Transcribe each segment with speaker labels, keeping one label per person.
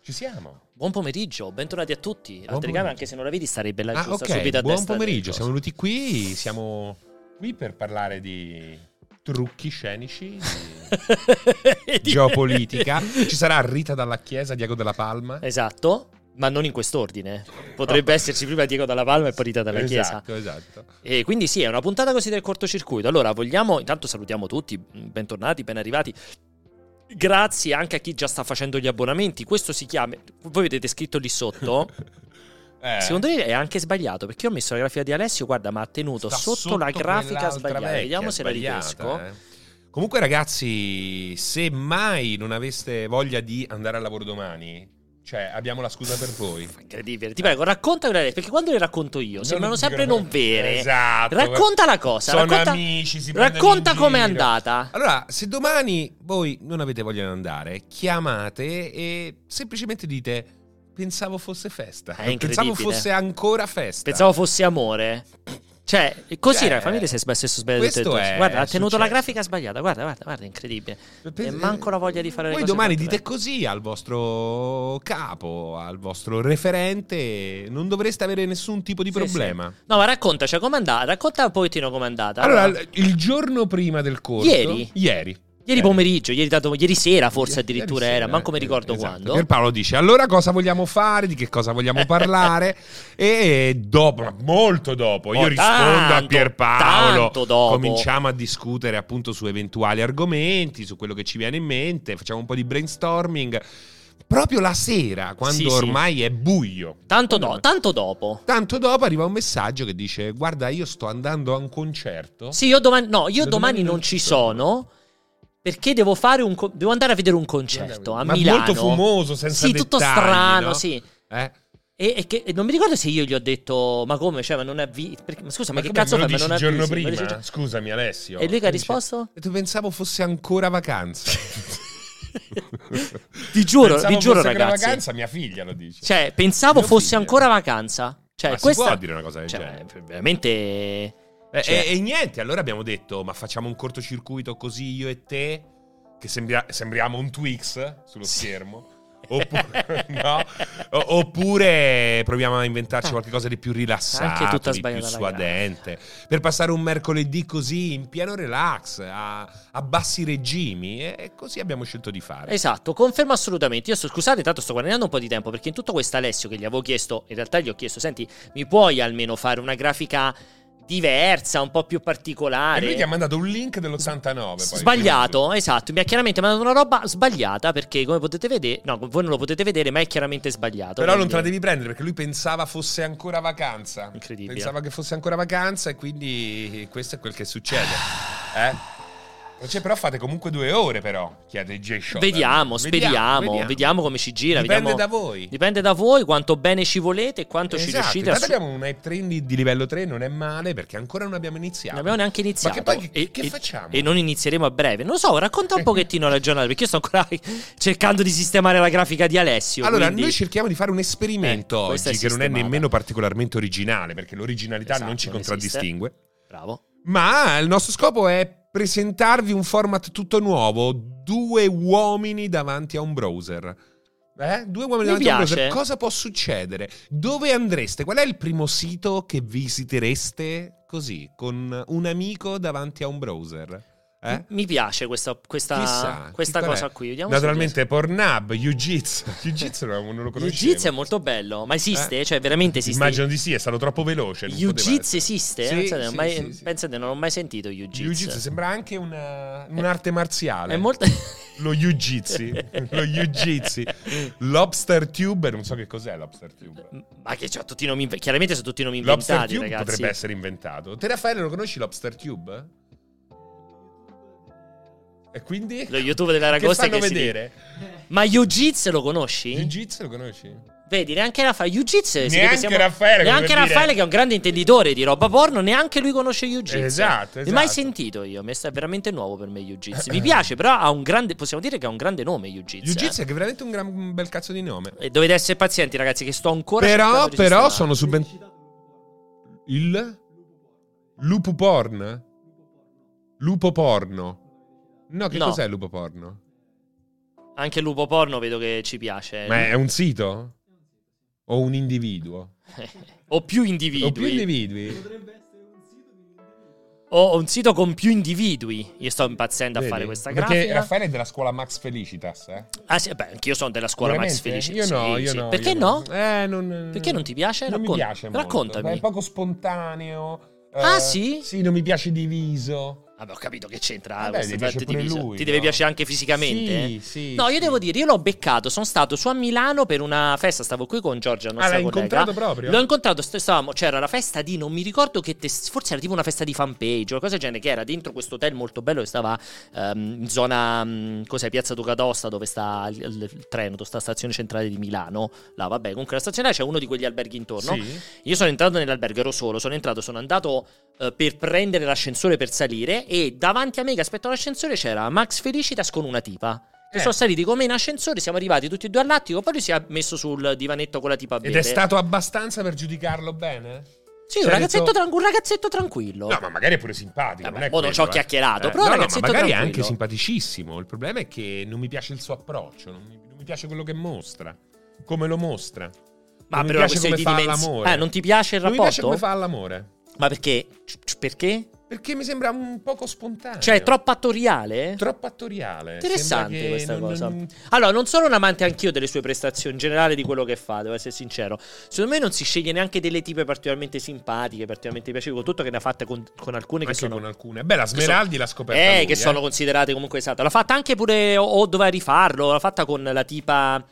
Speaker 1: Ci siamo.
Speaker 2: Buon pomeriggio, bentornati a tutti. La
Speaker 1: Buon
Speaker 2: telecamera,
Speaker 1: pomeriggio.
Speaker 2: anche se non la vedi, sarebbe là
Speaker 1: Ah,
Speaker 2: giusta
Speaker 1: ok.
Speaker 2: Eh, subito a
Speaker 1: Buon
Speaker 2: destra
Speaker 1: pomeriggio,
Speaker 2: del
Speaker 1: siamo
Speaker 2: coso.
Speaker 1: venuti qui. Siamo qui per parlare di trucchi scenici, di
Speaker 2: Di-
Speaker 1: geopolitica. Ci sarà Rita dalla Chiesa, Diego della Palma.
Speaker 2: Esatto, ma non in quest'ordine. Potrebbe esserci prima Diego Dalla Palma e poi Rita Dalla Chiesa.
Speaker 1: Esatto, esatto.
Speaker 2: E quindi sì, è una puntata così del cortocircuito. Allora, vogliamo, intanto salutiamo tutti, bentornati, ben arrivati. Grazie anche a chi già sta facendo gli abbonamenti. Questo si chiama, voi vedete scritto lì sotto.
Speaker 1: Eh,
Speaker 2: Oh. Secondo me è anche sbagliato perché io ho messo la grafia di Alessio, guarda, ma ha tenuto
Speaker 1: sta
Speaker 2: sotto, la grafica
Speaker 1: quell'altra
Speaker 2: sbagliata.
Speaker 1: vecchia,
Speaker 2: Vediamo se la
Speaker 1: sbagliata,
Speaker 2: ripesco.
Speaker 1: eh. Comunque ragazzi, se mai non aveste voglia di andare al lavoro domani, cioè abbiamo la scusa per voi.
Speaker 2: Incredibile. Ti prego, raccontamela perché quando le racconto io sembrano
Speaker 1: Non-
Speaker 2: sempre non vere.
Speaker 1: Esatto.
Speaker 2: Racconta la cosa.
Speaker 1: Sono
Speaker 2: racconta
Speaker 1: amici, si prendono
Speaker 2: racconta
Speaker 1: in
Speaker 2: com'è
Speaker 1: giro.
Speaker 2: andata.
Speaker 1: Allora, se domani voi non avete voglia di andare, chiamate e semplicemente dite pensavo fosse festa.
Speaker 2: È incredibile.
Speaker 1: Pensavo fosse ancora festa.
Speaker 2: Pensavo fosse amore. Cioè, così,
Speaker 1: Cioè,
Speaker 2: raga, fammi vedere se è spesso sbagliato.
Speaker 1: questo
Speaker 2: tutto.
Speaker 1: è
Speaker 2: guarda, ha tenuto la
Speaker 1: successo.
Speaker 2: grafica sbagliata. Guarda, guarda, guarda, è incredibile.
Speaker 1: Pe-
Speaker 2: E Eh, manco la voglia di fare le
Speaker 1: Voi
Speaker 2: cose
Speaker 1: domani
Speaker 2: fatte
Speaker 1: dite
Speaker 2: bene.
Speaker 1: così al vostro capo, al vostro referente, non dovreste avere nessun tipo di
Speaker 2: Sì,
Speaker 1: problema.
Speaker 2: No, ma raccontaci com'è andata. Racconta un pochettino com'è andata.
Speaker 1: Allora, l- il giorno prima del corso,
Speaker 2: Ieri?
Speaker 1: ieri,
Speaker 2: ieri pomeriggio, ieri, tanto- ieri sera
Speaker 1: eh.
Speaker 2: forse
Speaker 1: Ieri
Speaker 2: addirittura
Speaker 1: sera,
Speaker 2: era, manco mi
Speaker 1: eh,
Speaker 2: ricordo
Speaker 1: esatto.
Speaker 2: quando.
Speaker 1: Pierpaolo dice: Allora cosa vogliamo fare? Di che cosa vogliamo parlare? e dopo, ma molto dopo, io
Speaker 2: Oh,
Speaker 1: rispondo a
Speaker 2: tanto,
Speaker 1: Pierpaolo.
Speaker 2: tanto dopo.
Speaker 1: Cominciamo a discutere appunto su eventuali argomenti, su quello che ci viene in mente, facciamo un po' di brainstorming. Proprio la sera, quando
Speaker 2: Sì, sì.
Speaker 1: ormai è buio.
Speaker 2: Tanto, do- tanto dopo.
Speaker 1: Tanto dopo arriva un messaggio che dice: Guarda, io sto andando a un concerto.
Speaker 2: Sì, io domani, no, io
Speaker 1: Da
Speaker 2: domani non ci sono. Perché devo fare un co- devo andare a vedere un concerto certo, a
Speaker 1: Ma
Speaker 2: Milano.
Speaker 1: molto fumoso, senza
Speaker 2: Sì, tutto
Speaker 1: dettagli,
Speaker 2: strano,
Speaker 1: no?
Speaker 2: sì.
Speaker 1: Eh?
Speaker 2: E, e che- e non mi ricordo se io gli ho detto, ma come, cioè, ma non avvi... perché- ma scusa, ma, che
Speaker 1: come,
Speaker 2: cazzo
Speaker 1: me
Speaker 2: fai,
Speaker 1: lo
Speaker 2: ma
Speaker 1: dici
Speaker 2: non
Speaker 1: il giorno
Speaker 2: avvisi? Ma
Speaker 1: prima?
Speaker 2: dici-
Speaker 1: Scusami Alessio.
Speaker 2: E lui che ha
Speaker 1: Dice-
Speaker 2: risposto?
Speaker 1: E tu pensavo fosse ancora vacanza.
Speaker 2: Ti giuro,
Speaker 1: Pensavo
Speaker 2: vi giuro
Speaker 1: fosse ancora
Speaker 2: ragazzi.
Speaker 1: vacanza, mia figlia lo dice.
Speaker 2: Cioè, pensavo
Speaker 1: Mio
Speaker 2: fosse
Speaker 1: figlio.
Speaker 2: ancora vacanza. Cioè,
Speaker 1: Ma si
Speaker 2: questa...
Speaker 1: può dire una cosa del
Speaker 2: cioè,
Speaker 1: genere?
Speaker 2: veramente...
Speaker 1: Eh,
Speaker 2: cioè-
Speaker 1: E, e niente, allora abbiamo detto, ma facciamo un cortocircuito così io e te, che sembria- sembriamo un Twix sullo
Speaker 2: Sì.
Speaker 1: schermo. Oppure, no? O- oppure proviamo a inventarci qualcosa di più rilassato,
Speaker 2: Ah. Anche tutta
Speaker 1: di più
Speaker 2: sbagliata la
Speaker 1: suadente, per passare un mercoledì così in pieno relax, a, a bassi regimi, e, e così abbiamo scelto di fare.
Speaker 2: Esatto, confermo assolutamente. Io sto, scusate, tanto sto guadagnando un po' di tempo perché in tutto questo Alessio che gli avevo chiesto, in realtà gli ho chiesto, senti, mi puoi almeno fare una grafica diversa, un po' più
Speaker 1: E
Speaker 2: particolare?
Speaker 1: lui ti ha mandato un link dell'89. poi.
Speaker 2: Sbagliato, esatto. Mi ha chiaramente mandato una roba sbagliata perché, come potete vedere, no, voi non lo potete vedere, ma è chiaramente sbagliato.
Speaker 1: Però non
Speaker 2: quindi-
Speaker 1: te la devi prendere perché lui pensava fosse ancora vacanza.
Speaker 2: Incredibile.
Speaker 1: Pensava che fosse ancora vacanza e quindi questo è quel che succede.
Speaker 2: Ah.
Speaker 1: Eh? Cioè, però fate comunque due ore però, chiede J. Show.
Speaker 2: Vediamo, speriamo, vediamo, come ci gira.
Speaker 1: Dipende
Speaker 2: vediamo-
Speaker 1: da voi.
Speaker 2: Dipende da voi quanto bene ci volete e quanto ci
Speaker 1: Esatto,
Speaker 2: riuscite.
Speaker 1: intanto
Speaker 2: assu-
Speaker 1: abbiamo un hype train di, di livello 3, non è male perché ancora non abbiamo iniziato.
Speaker 2: Non abbiamo neanche iniziato.
Speaker 1: Ma che poi che-
Speaker 2: E-
Speaker 1: che
Speaker 2: e-
Speaker 1: facciamo?
Speaker 2: E non inizieremo a breve. Non lo so, racconta un pochettino la giornata perché io sto ancora cercando di sistemare la grafica di Alessio.
Speaker 1: Allora,
Speaker 2: quindi-
Speaker 1: noi cerchiamo di fare un esperimento
Speaker 2: Eh, questa è
Speaker 1: oggi che non è
Speaker 2: sistemata.
Speaker 1: nemmeno particolarmente originale perché l'originalità
Speaker 2: Esatto,
Speaker 1: non ci
Speaker 2: non esiste.
Speaker 1: contraddistingue.
Speaker 2: Bravo.
Speaker 1: Ma il nostro scopo è presentarvi un format tutto nuovo, due uomini davanti a un browser. Eh? Due uomini
Speaker 2: Mi
Speaker 1: davanti a un
Speaker 2: piace.
Speaker 1: browser. Cosa può succedere? Dove andreste? Qual è il primo sito che visitereste così, con un amico davanti a un browser? Eh?
Speaker 2: Mi piace questa, questa,
Speaker 1: Chissà,
Speaker 2: questa
Speaker 1: chi- qual
Speaker 2: cosa
Speaker 1: è?
Speaker 2: qui. Vediamo se riesco.
Speaker 1: Naturalmente Pornhub, UGITS. UGITS non non lo conoscevo.
Speaker 2: Jiu-Jitsu è molto bello, ma esiste?
Speaker 1: Eh?
Speaker 2: Cioè, veramente esiste?
Speaker 1: Immagino di sì, è stato troppo veloce. non poteva
Speaker 2: Jiu-Jitsu
Speaker 1: essere.
Speaker 2: esiste?
Speaker 1: Sì,
Speaker 2: Pensate, non
Speaker 1: sì,
Speaker 2: mai-
Speaker 1: sì, sì.
Speaker 2: pensate, non ho mai sentito Jiu-Jitsu.
Speaker 1: Jiu-Jitsu sembra anche una- un'arte marziale.
Speaker 2: È molto...
Speaker 1: Lo Jiu-Jitsu. lo Jiu-Jitsu. Lobster Tube, non so che cos'è Lobster Tube.
Speaker 2: Ma che c'ha tutti i nomi... inve- Chiaramente sono tutti i nomi
Speaker 1: Lobster
Speaker 2: inventati,
Speaker 1: Tube
Speaker 2: ragazzi.
Speaker 1: potrebbe essere inventato. Te Raffaele lo conosci Lobster Tube? E quindi?
Speaker 2: Lo YouTube della
Speaker 1: che
Speaker 2: Ragosta
Speaker 1: fanno
Speaker 2: che si-
Speaker 1: vedere?
Speaker 2: Ma Jiu-Jitsu lo conosci?
Speaker 1: Jiu-Jitsu lo conosci?
Speaker 2: Vedi, neanche Raffaele... Jiu-Jitsu... si vede,
Speaker 1: Neanche Raffaele, come
Speaker 2: Neanche
Speaker 1: per dire.
Speaker 2: Raffaele, che è un grande intenditore di roba porno, neanche lui conosce Jiu-Jitsu.
Speaker 1: Esatto,
Speaker 2: Non l'ho mai
Speaker 1: esatto.
Speaker 2: sentito io. mi È veramente nuovo per me Jiu-Jitsu. Mi piace, però ha un grande... Possiamo dire che ha un grande nome Jiu-Jitsu. eh.
Speaker 1: Jiu-Jitsu è che è veramente un gran un bel cazzo di nome.
Speaker 2: E dovete essere pazienti, ragazzi, che sto ancora
Speaker 1: Però,
Speaker 2: cercando di
Speaker 1: però
Speaker 2: sistemare.
Speaker 1: sono subentitati. Il lupo porn? Lupo porno. No, che
Speaker 2: No.
Speaker 1: cos'è lupo porno?
Speaker 2: Anche il lupo porno vedo che ci piace.
Speaker 1: Ma è un sito? O un individuo?
Speaker 2: o più individui.
Speaker 1: O più individui?
Speaker 3: Potrebbe essere un sito di
Speaker 2: Ho un sito con più individui. Io sto impazzendo
Speaker 1: Vedi?
Speaker 2: a fare questa
Speaker 1: Perché
Speaker 2: grafica.
Speaker 1: Raffaele è della scuola Max Felicitas, eh?
Speaker 2: Ah, sì, beh, anch'io sono della scuola Max
Speaker 1: Veramente?
Speaker 2: Felice.
Speaker 1: Io no,
Speaker 2: Sì,
Speaker 1: io
Speaker 2: sì.
Speaker 1: no.
Speaker 2: Perché
Speaker 1: io
Speaker 2: no?
Speaker 1: Eh, non,
Speaker 2: Perché non ti piace?
Speaker 1: Non mi
Speaker 2: Racconta-
Speaker 1: piace molto.
Speaker 2: raccontami.
Speaker 1: È poco spontaneo. eh,
Speaker 2: Ah, sì?
Speaker 1: Sì, non mi piace diviso.
Speaker 2: Vabbè, ho capito che c'entra
Speaker 1: Vabbè,
Speaker 2: questo
Speaker 1: gli piace
Speaker 2: tratto
Speaker 1: pure
Speaker 2: diviso.
Speaker 1: lui,
Speaker 2: Ti deve
Speaker 1: no?
Speaker 2: piacere anche fisicamente.
Speaker 1: Sì,
Speaker 2: eh?
Speaker 1: sì.
Speaker 2: No, io
Speaker 1: sì.
Speaker 2: devo dire, io l'ho beccato. Sono stato su a Milano per una festa. Stavo qui con Giorgia,
Speaker 1: Ah,
Speaker 2: la nostra
Speaker 1: l'hai
Speaker 2: collega.
Speaker 1: incontrato proprio?
Speaker 2: L'ho incontrato, st- stavamo, c'era la festa di, non mi ricordo che, tes- forse era tipo una festa di fanpage o cosa del genere, che era dentro questo hotel molto bello che stava ehm, in zona, mh, cos'è, Piazza Ducadosta, dove sta il, il- il treno, dove sta la stazione centrale di Milano. Là, vabbè, comunque la stazione c'è uno di quegli alberghi intorno.
Speaker 1: Sì.
Speaker 2: Io sono entrato nell'albergo, ero solo, sono entrato, sono andato eh, per prendere l'ascensore per salire e davanti a me che aspettavo l'ascensore c'era Max Felicitas con una tipa. Che
Speaker 1: Eh.
Speaker 2: sono saliti con me in ascensore, siamo arrivati tutti e due all'attico, poi lui si è messo sul divanetto con la tipa a
Speaker 1: Ed
Speaker 2: bere.
Speaker 1: è stato abbastanza per giudicarlo bene?
Speaker 2: Sì, un
Speaker 1: Cioè,
Speaker 2: ragazzetto,
Speaker 1: detto-
Speaker 2: tran- un ragazzetto tranquillo.
Speaker 1: No, ma magari è pure simpatico.
Speaker 2: Vabbè,
Speaker 1: non è
Speaker 2: mo non
Speaker 1: quello,
Speaker 2: ci ho
Speaker 1: eh.
Speaker 2: chiacchierato, però
Speaker 1: no, no, ma
Speaker 2: ragazzetto
Speaker 1: magari è
Speaker 2: tranquillo.
Speaker 1: anche simpaticissimo. Il problema è che non mi piace il suo approccio, non mi, non mi piace quello che mostra, come lo mostra.
Speaker 2: ma
Speaker 1: non
Speaker 2: per
Speaker 1: mi
Speaker 2: una
Speaker 1: piace come
Speaker 2: questione di
Speaker 1: fa
Speaker 2: dimensione.
Speaker 1: l'amore.
Speaker 2: Eh, non ti piace il
Speaker 1: non mi piace come
Speaker 2: rapporto?
Speaker 1: fa Eh, all'amore.
Speaker 2: Ma perché? C- c- perché?
Speaker 1: Perché mi sembra un poco spontaneo.
Speaker 2: Cioè, è troppo attoriale?
Speaker 1: troppo attoriale.
Speaker 2: Eh,
Speaker 1: Sembra
Speaker 2: Interessante
Speaker 1: che
Speaker 2: questa
Speaker 1: non-
Speaker 2: cosa.
Speaker 1: non-
Speaker 2: Allora, non sono un amante anch'io delle sue prestazioni, in generale di quello che fa, devo essere sincero. Secondo me non si sceglie neanche delle tipe particolarmente simpatiche, particolarmente piacevoli, con tutto che ne ha fatta con, con alcune
Speaker 1: anche
Speaker 2: che sono...
Speaker 1: con alcune. Beh, la
Speaker 2: sono-
Speaker 1: Smeraldi l'ha scoperta.
Speaker 2: eh,
Speaker 1: lui,
Speaker 2: che sono considerate comunque esatto. L'ha fatta anche pure, o, o doveva rifarlo, l'ha fatta con la tipa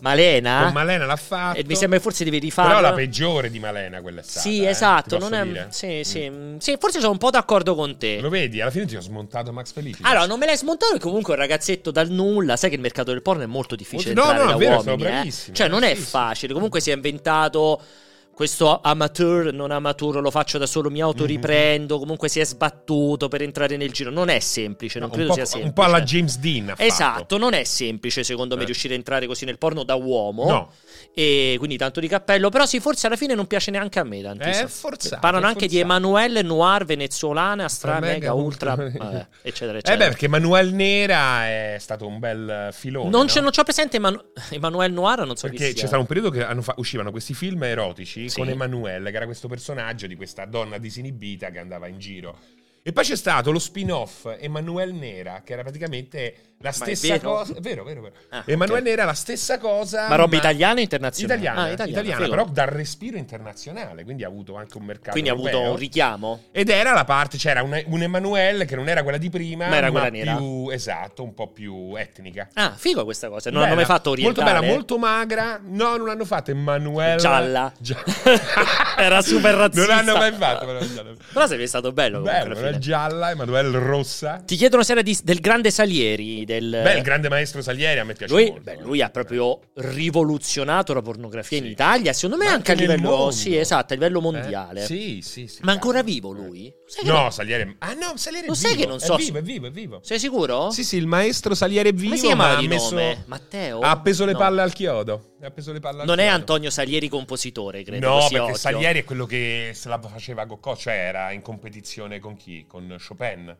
Speaker 2: Malena.
Speaker 1: Con Malena l'ha fatto.
Speaker 2: eh? E mi sembra che forse devi rifarlo.
Speaker 1: Però la peggiore di Malena quella è stata.
Speaker 2: Sì,
Speaker 1: eh,
Speaker 2: esatto.
Speaker 1: ti posso
Speaker 2: non è-
Speaker 1: dire.
Speaker 2: sì, sì,
Speaker 1: Mm.
Speaker 2: mm, sì, forse sono un po' d'accordo con te.
Speaker 1: Lo vedi, alla fine ti ho smontato Max Felici.
Speaker 2: Allora, non me l'hai smontato perché comunque è un ragazzetto dal nulla. Sai che il mercato del porno è molto difficile
Speaker 1: No,
Speaker 2: entrare
Speaker 1: no, è
Speaker 2: da
Speaker 1: vero,
Speaker 2: uomini.
Speaker 1: sono
Speaker 2: eh.
Speaker 1: bravissimo,
Speaker 2: Cioè, non è
Speaker 1: bravissimo.
Speaker 2: facile. Comunque si è inventato questo amateur, non amateur, lo faccio da solo, mi
Speaker 1: Mhm.
Speaker 2: autoriprendo. Comunque si è sbattuto per entrare nel giro. Non è semplice, non
Speaker 1: un,
Speaker 2: credo
Speaker 1: po',
Speaker 2: sia
Speaker 1: co-
Speaker 2: semplice.
Speaker 1: un po' alla James Dean. ha fatto.
Speaker 2: Esatto, non è semplice secondo me
Speaker 1: Eh.
Speaker 2: riuscire a entrare così nel porno da uomo.
Speaker 1: No,
Speaker 2: E quindi tanto di cappello. Però sì, forse alla fine non piace neanche a me tantissimo.
Speaker 1: è forzato.
Speaker 2: Parlano
Speaker 1: è
Speaker 2: anche di
Speaker 1: forzato.
Speaker 2: Emanuele Noir venezuelana, stra
Speaker 1: Stra-
Speaker 2: mega
Speaker 1: mega,
Speaker 2: ultra,
Speaker 1: ultra-
Speaker 2: vabbè, eccetera, eccetera.
Speaker 1: Eh beh, perché Manuel Nera è stato un bel eh, filone.
Speaker 2: Non,
Speaker 1: no?
Speaker 2: c'è, non c'ho presente Emanu- Emanuele Noir, non so
Speaker 1: Perché
Speaker 2: chi sia.
Speaker 1: c'è stato un periodo che hanno fa- uscivano questi film erotici
Speaker 2: Sì.
Speaker 1: con Emanuele, che era questo personaggio di questa donna disinibita che andava in giro. E poi c'è stato lo spin-off Emanuele Nera, che era praticamente la
Speaker 2: Ma è
Speaker 1: stessa
Speaker 2: vero?
Speaker 1: cosa. è Vero, vero, vero.
Speaker 2: Ah, ok.
Speaker 1: Emanuele Nera, la stessa cosa.
Speaker 2: Ma roba italiana o internazionale?
Speaker 1: Italiana,
Speaker 2: Ah, italiana,
Speaker 1: italiana,
Speaker 2: figo.
Speaker 1: però dal respiro internazionale, quindi ha avuto anche un mercato.
Speaker 2: Quindi ha avuto
Speaker 1: europeo.
Speaker 2: un richiamo.
Speaker 1: Ed era la parte, c'era un, un Emanuele che non era quella di prima,
Speaker 2: Ma era quella nera.
Speaker 1: più esatto, un po' più etnica.
Speaker 2: Ah, figo questa cosa. Non
Speaker 1: Bella,
Speaker 2: hanno mai fatto
Speaker 1: Molto
Speaker 2: orientale.
Speaker 1: bella, molto magra. No, non hanno fatto Emanuele.
Speaker 2: Gialla.
Speaker 1: Gia-
Speaker 2: Era super razzista.
Speaker 1: Non l'hanno mai fatto. però è gialla.
Speaker 2: Però sarebbe stato bello comunque, alla
Speaker 1: Bello, era
Speaker 2: fine.
Speaker 1: gialla, Emanuele rossa.
Speaker 2: Ti chiedo una serie di- del grande Salieri, del...
Speaker 1: Beh, il grande maestro Salieri a me piace
Speaker 2: Eh. lui,
Speaker 1: molto. eh.
Speaker 2: beh, lui ha proprio rivoluzionato la pornografia in
Speaker 1: Sì.
Speaker 2: Italia, secondo me
Speaker 1: Ma
Speaker 2: anche a
Speaker 1: nel
Speaker 2: livello...
Speaker 1: mondo.
Speaker 2: Sì, esatto, a livello
Speaker 1: Eh?
Speaker 2: mondiale.
Speaker 1: Sì, sì, sì.
Speaker 2: Ma ancora
Speaker 1: cavolo.
Speaker 2: vivo lui? Sai che
Speaker 1: No, Salieri. Ah no, Salieri è
Speaker 2: Lo sai
Speaker 1: vivo,
Speaker 2: che non so
Speaker 1: È
Speaker 2: se-
Speaker 1: vivo, è vivo, è vivo.
Speaker 2: Sei sicuro?
Speaker 1: Sì, sì, il maestro Salieri è vivo.
Speaker 2: Come si chiamava
Speaker 1: ma ha
Speaker 2: di
Speaker 1: messo-
Speaker 2: nome? Matteo?
Speaker 1: Ha appeso le
Speaker 2: No.
Speaker 1: palle al chiodo. Ha appeso le palle al
Speaker 2: Non è
Speaker 1: chiodo.
Speaker 2: Antonio Salieri compositore, credo.
Speaker 1: No,
Speaker 2: così
Speaker 1: perché
Speaker 2: occhio.
Speaker 1: Salieri è quello che se la faceva a Goccò, cioè era in competizione con chi? Con Chopin.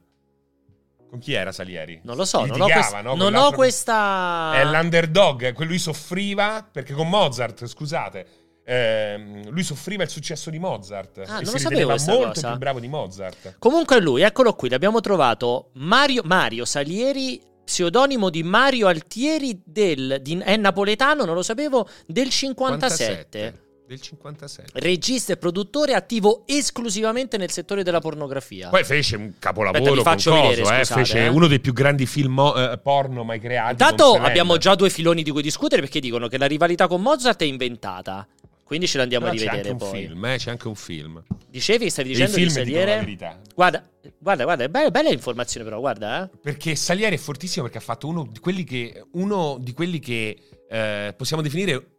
Speaker 1: Con chi era Salieri?
Speaker 2: Non lo so, non ho,
Speaker 1: Litigava,
Speaker 2: quest-
Speaker 1: no, con
Speaker 2: non ho
Speaker 1: l'altro-
Speaker 2: questa...
Speaker 1: È l'underdog, è que- lui soffriva, perché con Mozart, scusate, ehm, lui soffriva il successo di Mozart.
Speaker 2: Ah,
Speaker 1: e si
Speaker 2: non lo sapevo
Speaker 1: riteneva
Speaker 2: questa
Speaker 1: molto
Speaker 2: cosa.
Speaker 1: più bravo di Mozart.
Speaker 2: Comunque è lui, eccolo qui, l'abbiamo trovato. Mario, Mario Salieri, pseudonimo di Mario Altieri, del, di- è napoletano, non lo sapevo, del 57.
Speaker 1: Del 57.
Speaker 2: Regista e produttore attivo esclusivamente nel settore della pornografia.
Speaker 1: Poi fece un capolavoro
Speaker 2: Aspetta, vi faccio
Speaker 1: con
Speaker 2: vedere,
Speaker 1: coso, eh,
Speaker 2: scusate,
Speaker 1: fece
Speaker 2: eh.
Speaker 1: uno dei più grandi film mo- eh, porno mai creati.
Speaker 2: Intanto
Speaker 1: con Selena.
Speaker 2: abbiamo già due filoni di cui discutere perché dicono che la rivalità con Mozart è inventata. Quindi ce l'andiamo
Speaker 1: Però
Speaker 2: a
Speaker 1: c'è
Speaker 2: rivedere
Speaker 1: anche un
Speaker 2: poi.
Speaker 1: film, eh, c'è anche un film.
Speaker 2: Dicevi che stavi
Speaker 1: E
Speaker 2: dicendo
Speaker 1: I
Speaker 2: di
Speaker 1: film dicono la
Speaker 2: Salieri?
Speaker 1: verità.
Speaker 2: Guarda, guarda, guarda, è bella, bella informazione però, guarda, eh.
Speaker 1: Perché Salieri è fortissimo perché ha fatto uno di quelli che, uno di quelli che eh, possiamo definire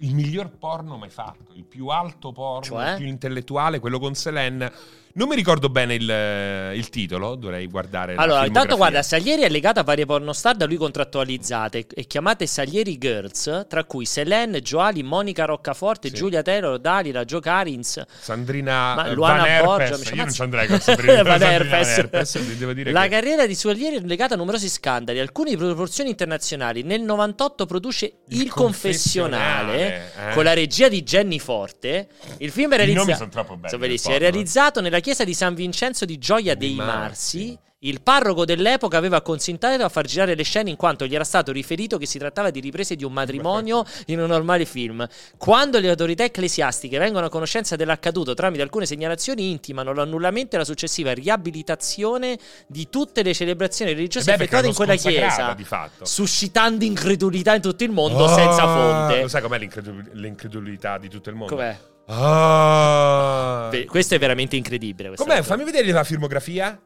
Speaker 1: il miglior porno mai fatto, il più alto porno,
Speaker 2: Cioè?
Speaker 1: il più intellettuale, quello con Selen. Non mi ricordo bene il, il titolo, dovrei guardare. la
Speaker 2: Allora, intanto
Speaker 1: filmografia.
Speaker 2: guarda, Salieri è legata a varie pornostar da lui contrattualizzate e chiamate Salieri Girls, tra cui Selene, Joali, Monica Roccaforte,
Speaker 1: Sì.
Speaker 2: Giulia Taylor, Dalila, Gio Carins,
Speaker 1: Sandrina
Speaker 2: Ma
Speaker 1: eh,
Speaker 2: Luana
Speaker 1: Van
Speaker 2: Borgia,
Speaker 1: Herpes.
Speaker 2: mi sa,
Speaker 1: Io non
Speaker 2: mazza.
Speaker 1: ci andrei con Sandrina
Speaker 2: Van
Speaker 1: Sandrina
Speaker 2: Herpes.
Speaker 1: Van Herpes, Devo dire
Speaker 2: La
Speaker 1: che...
Speaker 2: carriera di Suelieri è legata a numerosi scandali, alcuni di proporzioni internazionali. Nel 98 produce Il, Confessionale,
Speaker 1: eh.
Speaker 2: con la regia di Jenny Forte. Il film era
Speaker 3: I
Speaker 2: realizzato.
Speaker 3: nomi sono troppo belli.
Speaker 2: Sono
Speaker 3: per
Speaker 2: bellissimi. È
Speaker 3: farlo.
Speaker 2: realizzato nella chiesa di San Vincenzo di Gioia
Speaker 1: Dei
Speaker 2: dei
Speaker 1: Marsi.
Speaker 2: Marsi. Il parroco dell'epoca aveva consentito a far girare le scene in quanto gli era stato riferito che si trattava di riprese di un matrimonio in un normale film. Quando le autorità ecclesiastiche vengono a conoscenza dell'accaduto tramite alcune segnalazioni, intimano l'annullamento e la successiva riabilitazione di tutte le celebrazioni
Speaker 1: Eh
Speaker 2: religiose
Speaker 1: beh, perché
Speaker 2: effettuate in
Speaker 1: l'hanno
Speaker 2: quella
Speaker 1: sconsacrata,
Speaker 2: chiesa,
Speaker 1: Di fatto.
Speaker 2: suscitando incredulità in tutto il mondo
Speaker 1: Ah,
Speaker 2: senza fonte.
Speaker 1: Lo sai com'è l'incredul- l'incredulità di tutto il mondo?
Speaker 2: Com'è?
Speaker 1: Ah.
Speaker 2: Beh, Questo è veramente incredibile. questa
Speaker 1: Com'è?
Speaker 2: cosa.
Speaker 1: Fammi vedere la filmografia.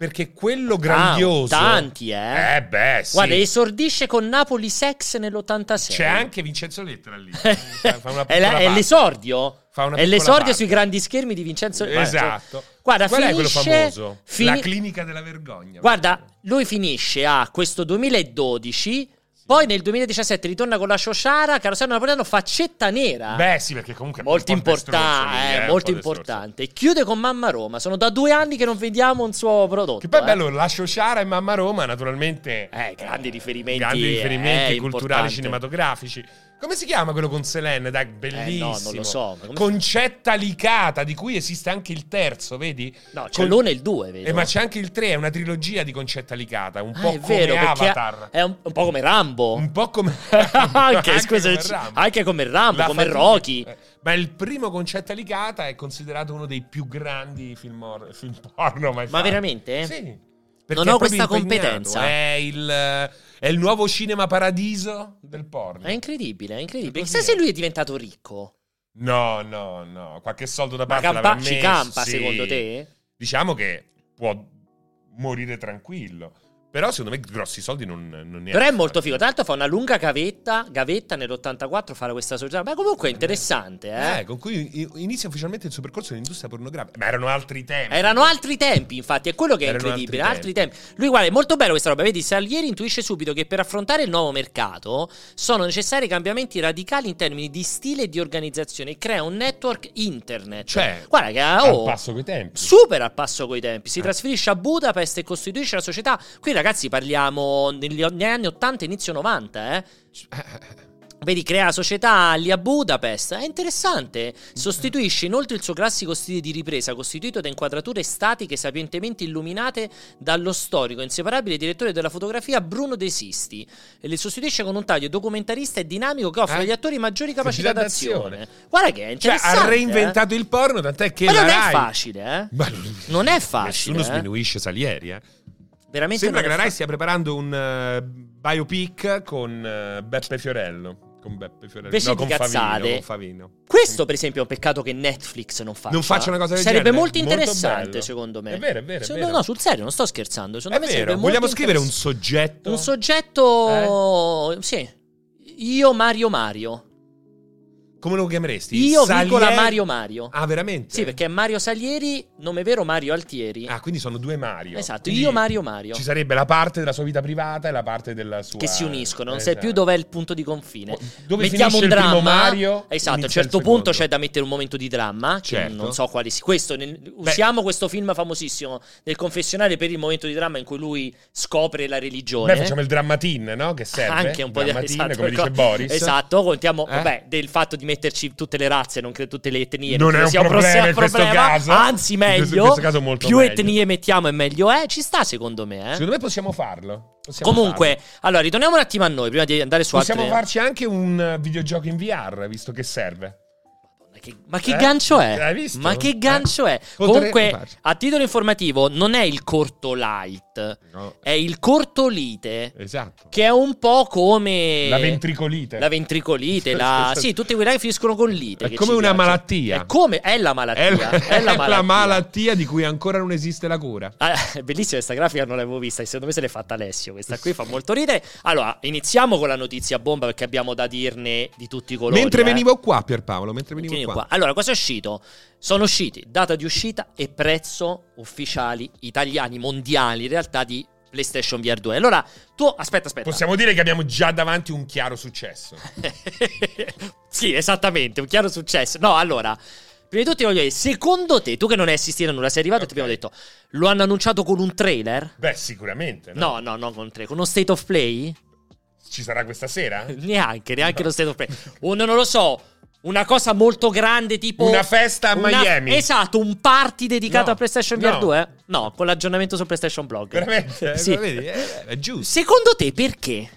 Speaker 1: Perché quello grandioso.
Speaker 2: Ah, tanti, eh.
Speaker 1: Eh beh, sì.
Speaker 2: Guarda, esordisce con Napoli Sex Cioè, nell'86.
Speaker 1: C'è anche Vincenzo Lettera lì. Fa una piccola
Speaker 2: è, la- è
Speaker 1: parte.
Speaker 2: l'esordio.
Speaker 1: Fa una
Speaker 2: È
Speaker 1: piccola
Speaker 2: l'esordio
Speaker 1: parte.
Speaker 2: sui grandi schermi di Vincenzo. Guarda,
Speaker 1: Esatto.
Speaker 2: Guarda,
Speaker 1: Qual è quello
Speaker 2: finisce-
Speaker 1: famoso?
Speaker 2: fi-
Speaker 1: La clinica della vergogna.
Speaker 2: Guarda, lui finisce a questo 2012. Poi nel 2017 ritorna con la Shosciara, Carosello Napoleano, faccetta nera.
Speaker 3: Beh, sì, perché comunque.
Speaker 2: molto
Speaker 3: un po' di stronzo lì,
Speaker 2: importante,
Speaker 3: eh,
Speaker 2: molto
Speaker 3: un po' di stronzo.
Speaker 2: importante. Chiude con Mamma Roma. Sono da due anni che non vediamo un suo prodotto.
Speaker 1: Che poi è
Speaker 2: eh.
Speaker 1: bello, la Sciociara e Mamma Roma, naturalmente.
Speaker 2: Eh, grandi riferimenti,
Speaker 1: Grandi riferimenti
Speaker 2: eh,
Speaker 1: culturali,
Speaker 2: importante.
Speaker 1: cinematografici. Come si chiama quello con Selene? Dai, bellissimo.
Speaker 2: Eh, no, non lo so, ma come-
Speaker 1: Concetta licata, di cui esiste anche il terzo, vedi?
Speaker 2: No, c'è
Speaker 1: Con-
Speaker 2: l'uno e il due, vedo.
Speaker 1: Eh, ma c'è anche il 3, è una trilogia di Concetta Licata, un
Speaker 2: Ah,
Speaker 1: po'
Speaker 2: è vero,
Speaker 1: come
Speaker 2: perché
Speaker 1: Avatar.
Speaker 2: È un, un po' come Rambo.
Speaker 1: Un po' come
Speaker 2: anche, scusa,
Speaker 1: come
Speaker 2: c-
Speaker 1: Rambo.
Speaker 2: anche come Rambo,
Speaker 1: La
Speaker 2: come
Speaker 1: fatica-
Speaker 2: Rocky.
Speaker 1: eh, Ma il primo Concetta Licata è considerato uno dei più grandi film, or- film porno mai
Speaker 2: Ma
Speaker 1: fatti.
Speaker 2: veramente?
Speaker 1: Sì.
Speaker 2: Non ho questa competenza.
Speaker 1: È il, è il nuovo cinema paradiso del porno.
Speaker 2: È incredibile, è incredibile.
Speaker 1: Così eh.
Speaker 2: Chissà
Speaker 1: è.
Speaker 2: se lui è diventato ricco.
Speaker 1: No, no, no. Qualche soldo da
Speaker 2: Ma
Speaker 1: parte
Speaker 2: campa-
Speaker 1: l'avrà messo.
Speaker 2: ci campa,
Speaker 1: sì.
Speaker 2: secondo te?
Speaker 1: Diciamo che può morire tranquillo. Però secondo me grossi soldi non, non ne ha.
Speaker 2: Però è molto figo. Tra l'altro fa una lunga gavetta, gavetta nell'84 fare questa società. Ma comunque è interessante, eh.
Speaker 1: Eh, con cui i- inizia ufficialmente il suo percorso nell'industria pornografica. Ma erano altri tempi.
Speaker 2: Erano altri tempi, infatti, è quello che è
Speaker 1: Erano
Speaker 2: incredibile.
Speaker 1: altri
Speaker 2: Altri tempi. Lui, guarda, è molto bello questa roba. Vedi, Salieri intuisce subito che per affrontare il nuovo mercato sono necessari cambiamenti radicali in termini di stile e di organizzazione. e Crea un network internet.
Speaker 1: Cioè,
Speaker 2: guarda, che ah,
Speaker 1: al
Speaker 2: oh,
Speaker 1: passo coi tempi.
Speaker 2: super al passo coi tempi.
Speaker 1: Eh.
Speaker 2: Si trasferisce a Budapest e costituisce la società. Qui, ragazzi, parliamo negli, negli anni 80, inizio 90, eh. Vedi, crea società lì a Budapest. È interessante. Sostituisce inoltre il suo classico stile di ripresa, costituito da inquadrature statiche sapientemente illuminate dallo storico, inseparabile direttore della fotografia Bruno De Sisti. E le sostituisce con un taglio documentarista e dinamico che offre
Speaker 1: Eh?
Speaker 2: agli attori maggiori capacità
Speaker 1: Capacità d'azione.
Speaker 2: d'azione. Guarda che è
Speaker 1: Cioè,
Speaker 2: interessante.
Speaker 1: ha
Speaker 2: eh.
Speaker 1: reinventato il porno, tant'è che
Speaker 2: Ma
Speaker 1: la
Speaker 2: non è
Speaker 1: Rai-
Speaker 2: facile, eh?
Speaker 1: Ma
Speaker 2: Non è facile,
Speaker 1: Nessuno
Speaker 2: eh.
Speaker 1: sminuisce Salieri, eh.
Speaker 2: Veramente
Speaker 1: Sembra che
Speaker 2: non
Speaker 1: la
Speaker 2: è
Speaker 1: Rai
Speaker 2: fa-
Speaker 1: stia preparando un eh, biopic con eh, Beppe Fiorello. Con Beppe Fiorello.
Speaker 2: Invece
Speaker 1: no,
Speaker 2: di
Speaker 1: con
Speaker 2: cazzate.
Speaker 1: Favino, con Favino.
Speaker 2: Questo, per esempio, è un peccato che Netflix non faccia.
Speaker 1: Non faccia una cosa del
Speaker 2: sarebbe
Speaker 1: genere.
Speaker 2: molto
Speaker 1: Molto
Speaker 2: interessante,
Speaker 1: bello.
Speaker 2: secondo me.
Speaker 1: È vero, è vero, è
Speaker 2: Secondo-
Speaker 1: vero.
Speaker 2: No, sul serio, non sto scherzando.
Speaker 1: È
Speaker 2: Secondo me sarebbe
Speaker 1: vero.
Speaker 2: molto
Speaker 1: Vogliamo scrivere un Eh?
Speaker 2: interess-
Speaker 1: soggetto?
Speaker 2: un soggetto. Sì. Io Mario Mario.
Speaker 1: Come lo chiameresti?
Speaker 2: Io
Speaker 1: Salieri-
Speaker 2: virgola Mario Mario.
Speaker 1: Ah, veramente?
Speaker 2: Sì, perché è Mario Salieri, nome vero Mario Altieri.
Speaker 1: Ah, quindi sono due Mario.
Speaker 2: esatto,
Speaker 1: Quindi
Speaker 2: io Mario Mario.
Speaker 1: Ci sarebbe la parte della sua vita privata e la parte della sua
Speaker 2: Che si uniscono, non
Speaker 1: Eh,
Speaker 2: sai più
Speaker 1: esatto. Oh,
Speaker 2: dov'è il punto di confine.
Speaker 1: Dove
Speaker 2: Mettiamo
Speaker 1: finisce
Speaker 2: un
Speaker 1: il
Speaker 2: dramma.
Speaker 1: primo Mario?
Speaker 2: esatto, a
Speaker 1: inizia
Speaker 2: un
Speaker 1: il
Speaker 2: certo punto
Speaker 1: secondo.
Speaker 2: c'è da mettere un momento di dramma. che
Speaker 1: Certo.
Speaker 2: non so quali si. Questo, nel- usiamo questo film famosissimo del confessionale per il momento di dramma in cui lui scopre la religione.
Speaker 1: Beh, facciamo il drammatin, no? Che serve?
Speaker 2: eh. Anche un po' di
Speaker 1: drammatin,
Speaker 2: esatto,
Speaker 1: come dice
Speaker 2: co-
Speaker 1: Boris.
Speaker 2: Esatto, contiamo
Speaker 1: Eh?
Speaker 2: vabbè, del fatto di metterci tutte le razze, non credo tutte le etnie.
Speaker 1: Non
Speaker 2: credo
Speaker 1: è un
Speaker 2: sia
Speaker 1: problema
Speaker 2: grosso
Speaker 1: in questo
Speaker 2: problema,
Speaker 1: caso.
Speaker 2: Anzi,
Speaker 1: In questo-
Speaker 2: meglio.
Speaker 1: in questo caso molto
Speaker 2: più
Speaker 1: meglio.
Speaker 2: etnie mettiamo e meglio è. Ci sta, secondo me. eh.
Speaker 1: Secondo me possiamo farlo. Possiamo
Speaker 2: Comunque,
Speaker 1: farlo.
Speaker 2: allora, ritorniamo un attimo a noi prima di andare su
Speaker 1: possiamo
Speaker 2: altre
Speaker 1: farci anche un eh, videogioco in VR, visto che serve.
Speaker 2: Ma che- Ma che
Speaker 1: Eh?
Speaker 2: gancio è?
Speaker 1: L'hai visto?
Speaker 2: Ma che gancio
Speaker 1: Eh?
Speaker 2: è?
Speaker 1: Potrei-
Speaker 2: Comunque,
Speaker 1: farci.
Speaker 2: a titolo informativo, non è il corto light,
Speaker 1: No,
Speaker 2: è il cortolite,
Speaker 1: esatto.
Speaker 2: che è un po' come
Speaker 1: La ventricolite.
Speaker 2: la ventricolite, la- sì, tutte quelle che finiscono con lite.
Speaker 1: È
Speaker 2: che
Speaker 1: come
Speaker 2: ci
Speaker 1: una
Speaker 2: piace.
Speaker 1: malattia.
Speaker 2: È come è la malattia,
Speaker 1: È la,
Speaker 2: è la malattia.
Speaker 1: malattia di cui ancora non esiste la cura.
Speaker 2: Ah, è bellissima questa grafica, non l'avevo vista. Secondo me se l'è fatta Alessio. Questa qui fa molto ridere. Allora, iniziamo con la notizia bomba perché abbiamo da dirne di tutti i colori.
Speaker 1: mentre
Speaker 2: eh.
Speaker 1: venivo qua, Pierpaolo, mentre venivo
Speaker 2: Tieni
Speaker 1: qua.
Speaker 2: qua. Allora, cosa è uscito? Sono usciti data di uscita e prezzo ufficiali italiani, mondiali, in realtà di PlayStation VR 2. Allora, tu aspetta, aspetta.
Speaker 1: Possiamo dire che abbiamo già davanti un chiaro successo.
Speaker 2: sì, esattamente, un chiaro successo. No, allora, prima di tutto voglio dire, secondo te, tu che non hai assistito a nulla, sei arrivato
Speaker 1: Ok.
Speaker 2: e ti abbiamo detto, lo hanno annunciato con un trailer?
Speaker 1: Beh, sicuramente. No.
Speaker 2: No, no, no, con un trailer, con uno state of play?
Speaker 1: Ci sarà questa sera?
Speaker 2: Neanche, neanche lo state of play. O non lo so, una cosa molto grande tipo...
Speaker 1: Una festa a
Speaker 2: Oh, una-
Speaker 1: Miami.
Speaker 2: Esatto, un party dedicato
Speaker 1: No,
Speaker 2: a PlayStation VR
Speaker 1: no.
Speaker 2: 2? No, con l'aggiornamento su PlayStation Blog.
Speaker 1: Veramente?
Speaker 2: Sì.
Speaker 1: Eh, Vedi, è, è giusto.
Speaker 2: Secondo te perché?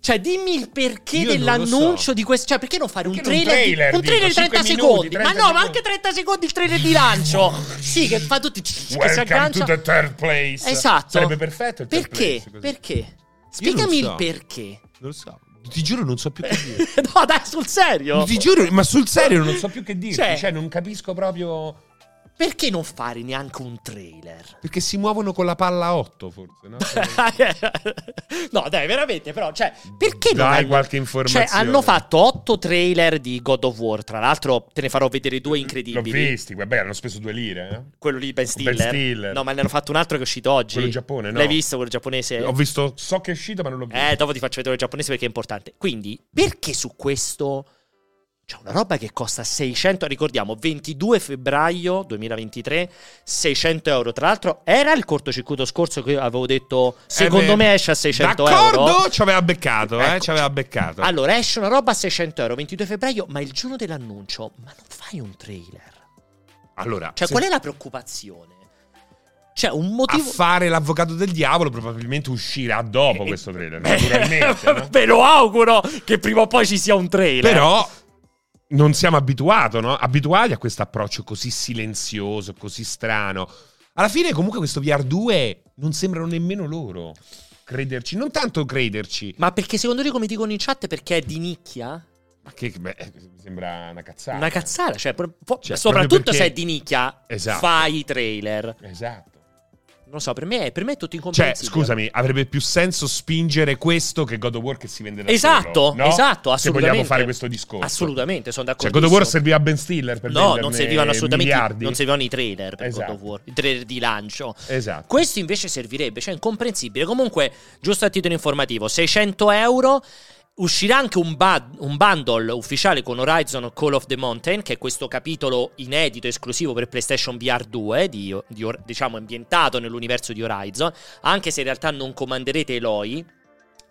Speaker 2: Cioè, dimmi il perché
Speaker 1: Io non lo
Speaker 2: dell'annuncio
Speaker 1: so.
Speaker 2: di questo. Cioè, perché non fare un
Speaker 1: Perché non
Speaker 2: trailer? di-
Speaker 1: trailer,
Speaker 2: un trailer di
Speaker 1: dico,
Speaker 2: 30
Speaker 1: cinque
Speaker 2: secondi.
Speaker 1: minuti,
Speaker 2: ma no,
Speaker 1: 30
Speaker 2: ma
Speaker 1: secondi.
Speaker 2: anche 30 secondi il trailer di lancio. sì, che fa tutti. che si
Speaker 1: Welcome to
Speaker 2: aggancia.
Speaker 1: the third place.
Speaker 2: Esatto.
Speaker 1: Sarebbe perfetto il third
Speaker 2: Perché?
Speaker 1: place, così.
Speaker 2: Perché? Spiegami
Speaker 1: so.
Speaker 2: il perché.
Speaker 1: Non lo so. Ti giuro, non so più che dire.
Speaker 2: no, dai, sul serio.
Speaker 1: Ti giuro, ma sul serio non so più che dirti.
Speaker 2: Cioè-
Speaker 1: Cioè, non capisco proprio.
Speaker 2: Perché non fare neanche un trailer?
Speaker 1: Perché si muovono con la palla a 8, forse, no?
Speaker 2: no, dai, veramente, però, cioè, perché non
Speaker 1: Dai
Speaker 2: hanno-
Speaker 1: qualche informazione.
Speaker 2: Cioè, hanno fatto otto trailer di God of War, tra l'altro te ne farò vedere due
Speaker 1: L'ho
Speaker 2: incredibili.
Speaker 1: visti, vabbè, hanno speso due lire. eh.
Speaker 2: quello lì Ben Stiller.
Speaker 1: Stiller.
Speaker 2: No, ma ne hanno fatto un altro che è uscito oggi.
Speaker 1: Quello in Giappone, no?
Speaker 2: L'hai visto quello giapponese?
Speaker 1: Ho visto, so che è uscito, ma non l'ho visto.
Speaker 2: Eh, dopo ti faccio vedere il giapponese perché è importante. Quindi, perché su questo c'è una roba che costa 600, ricordiamo, 22 febbraio 2023, 600 euro. Tra l'altro era il cortocircuito scorso che avevo detto,
Speaker 1: beh,
Speaker 2: secondo me esce a 600
Speaker 1: Eh, D'accordo,
Speaker 2: euro.
Speaker 1: ci aveva beccato, eh,
Speaker 2: Ecco.
Speaker 1: ci aveva beccato.
Speaker 2: Allora, esce una roba a 600 euro, 22 febbraio, ma il giorno dell'annuncio, ma non fai un trailer?
Speaker 1: Allora,
Speaker 2: Cioè,
Speaker 1: se-
Speaker 2: qual è la preoccupazione? Cioè, un
Speaker 1: a
Speaker 2: motivo... Eh,
Speaker 1: fare l'avvocato del diavolo probabilmente uscirà dopo questo trailer,
Speaker 2: Beh,
Speaker 1: naturalmente. no?
Speaker 2: Ve lo auguro che prima o poi ci sia un trailer.
Speaker 1: Però non siamo abituato, no? abituati a questo approccio così silenzioso, così strano. Alla fine comunque questo VR2 non sembrano nemmeno loro crederci, non tanto crederci,
Speaker 2: Ma perché secondo te, come dicono in chat, perché è di nicchia?
Speaker 1: ma che beh, mi sembra una cazzata.
Speaker 2: Una cazzata. Cioè, pro- po-
Speaker 1: Cioè,
Speaker 2: soprattutto
Speaker 1: proprio
Speaker 2: se
Speaker 1: perché-
Speaker 2: è di nicchia,
Speaker 1: Esatto.
Speaker 2: fai i trailer. Non
Speaker 1: Esatto.
Speaker 2: lo so, per me è, per me è tutto
Speaker 1: Cioè,
Speaker 2: incomprensibile.
Speaker 1: scusami, avrebbe più senso spingere questo che God of War che si vende da
Speaker 2: Esatto,
Speaker 1: solo, no?
Speaker 2: esatto, assolutamente.
Speaker 1: Se vogliamo fare questo discorso.
Speaker 2: Assolutamente, sono
Speaker 1: Cioè,
Speaker 2: d'accordo.
Speaker 1: God of War serviva a Ben Stiller per
Speaker 2: No, non
Speaker 1: venderne
Speaker 2: servivano assolutamente
Speaker 1: miliardi.
Speaker 2: non servivano i trailer per
Speaker 1: Esatto.
Speaker 2: God of War, i trailer di lancio.
Speaker 1: Esatto.
Speaker 2: Questo invece servirebbe, cioè è incomprensibile. Comunque, giusto a titolo informativo, 600 euro. Uscirà anche un, ba- un bundle ufficiale con Horizon Call of the Mountain, che è questo capitolo inedito esclusivo per PlayStation VR 2, di- di Hor- diciamo ambientato nell'universo di Horizon, anche se in realtà non comanderete Eloy.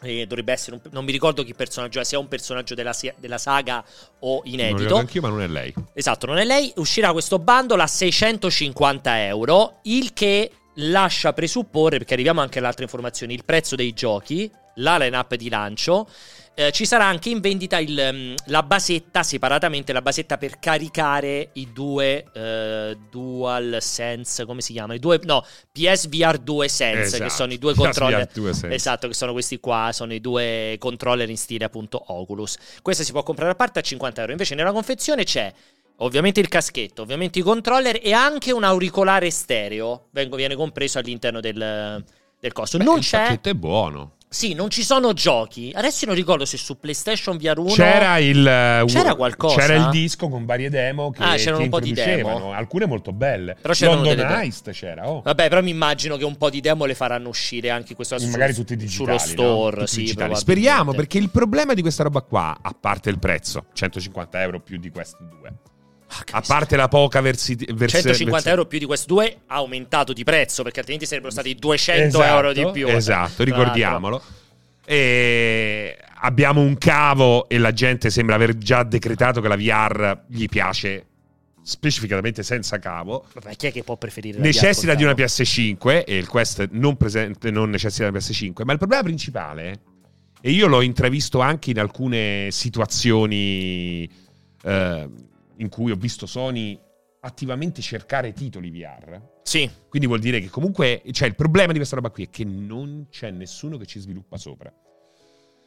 Speaker 2: eh, dovrebbe essere, un- non mi ricordo chi personaggio è, se è un personaggio della, se- della saga o
Speaker 1: Non
Speaker 2: inedito.
Speaker 1: anch'io, ma non è lei.
Speaker 2: Esatto, non è lei. Uscirà questo bundle a 650 euro, il che lascia presupporre, perché arriviamo anche alle altre informazioni, il prezzo dei giochi, la line-up di lancio. Eh, ci sarà anche in vendita il, mm, la basetta separatamente, la basetta per caricare i due eh, Dual Sense, come si chiama? I due, no, PSVR 2 Sense,
Speaker 1: Esatto.
Speaker 2: che sono i due controller. Esatto, che sono questi qua, sono i due controller in stile appunto Oculus. Questa si può comprare a parte a 50 euro. Invece nella confezione c'è ovviamente il caschetto, ovviamente i controller e anche un auricolare stereo. Vengo- viene compreso all'interno del, del costo. non c'è.
Speaker 1: è buono.
Speaker 2: Sì, non ci sono giochi. Adesso io non ricordo se su PlayStation VR 1
Speaker 1: C'era il eh,
Speaker 2: C'era
Speaker 1: u-
Speaker 2: qualcosa?
Speaker 1: C'era il disco con varie demo che,
Speaker 2: Ah, c'erano
Speaker 1: che
Speaker 2: un po' di
Speaker 1: introducevano,
Speaker 2: demo.
Speaker 1: alcune molto belle.
Speaker 2: Però c'erano delle demo.
Speaker 1: London Heist c'era, oh.
Speaker 2: Vabbè, però mi immagino che un po' di demo le faranno uscire anche in questo caso
Speaker 1: Magari
Speaker 2: su-
Speaker 1: tutti digitali,
Speaker 2: sullo
Speaker 1: no?
Speaker 2: store,
Speaker 1: Tutti
Speaker 2: sì,
Speaker 1: digitali.
Speaker 2: probabilmente.
Speaker 1: Speriamo, perché il problema di questa roba qua, a parte il prezzo, 150 euro più di questi due,
Speaker 2: Porca
Speaker 1: a parte la poca versità
Speaker 2: 150 euro più di questi due ha aumentato di prezzo perché altrimenti sarebbero stati 200
Speaker 1: Esatto,
Speaker 2: euro di più.
Speaker 1: Esatto,
Speaker 2: Tra l'altro.
Speaker 1: ricordiamolo. E abbiamo un cavo e la gente sembra aver già decretato che la VR gli piace specificatamente senza cavo.
Speaker 2: Vabbè, chi è che può preferire? la
Speaker 1: Necessita
Speaker 2: VR
Speaker 1: di una
Speaker 2: col cavo?
Speaker 1: PS5 e il Quest non, presente- non necessita di una PS5, ma il problema principale, e io l'ho intravisto anche in alcune situazioni eh, in cui ho visto Sony attivamente cercare titoli VR,
Speaker 2: Sì,
Speaker 1: quindi vuol dire che comunque cioè, il problema di questa roba qui è che non c'è nessuno che ci sviluppa sopra.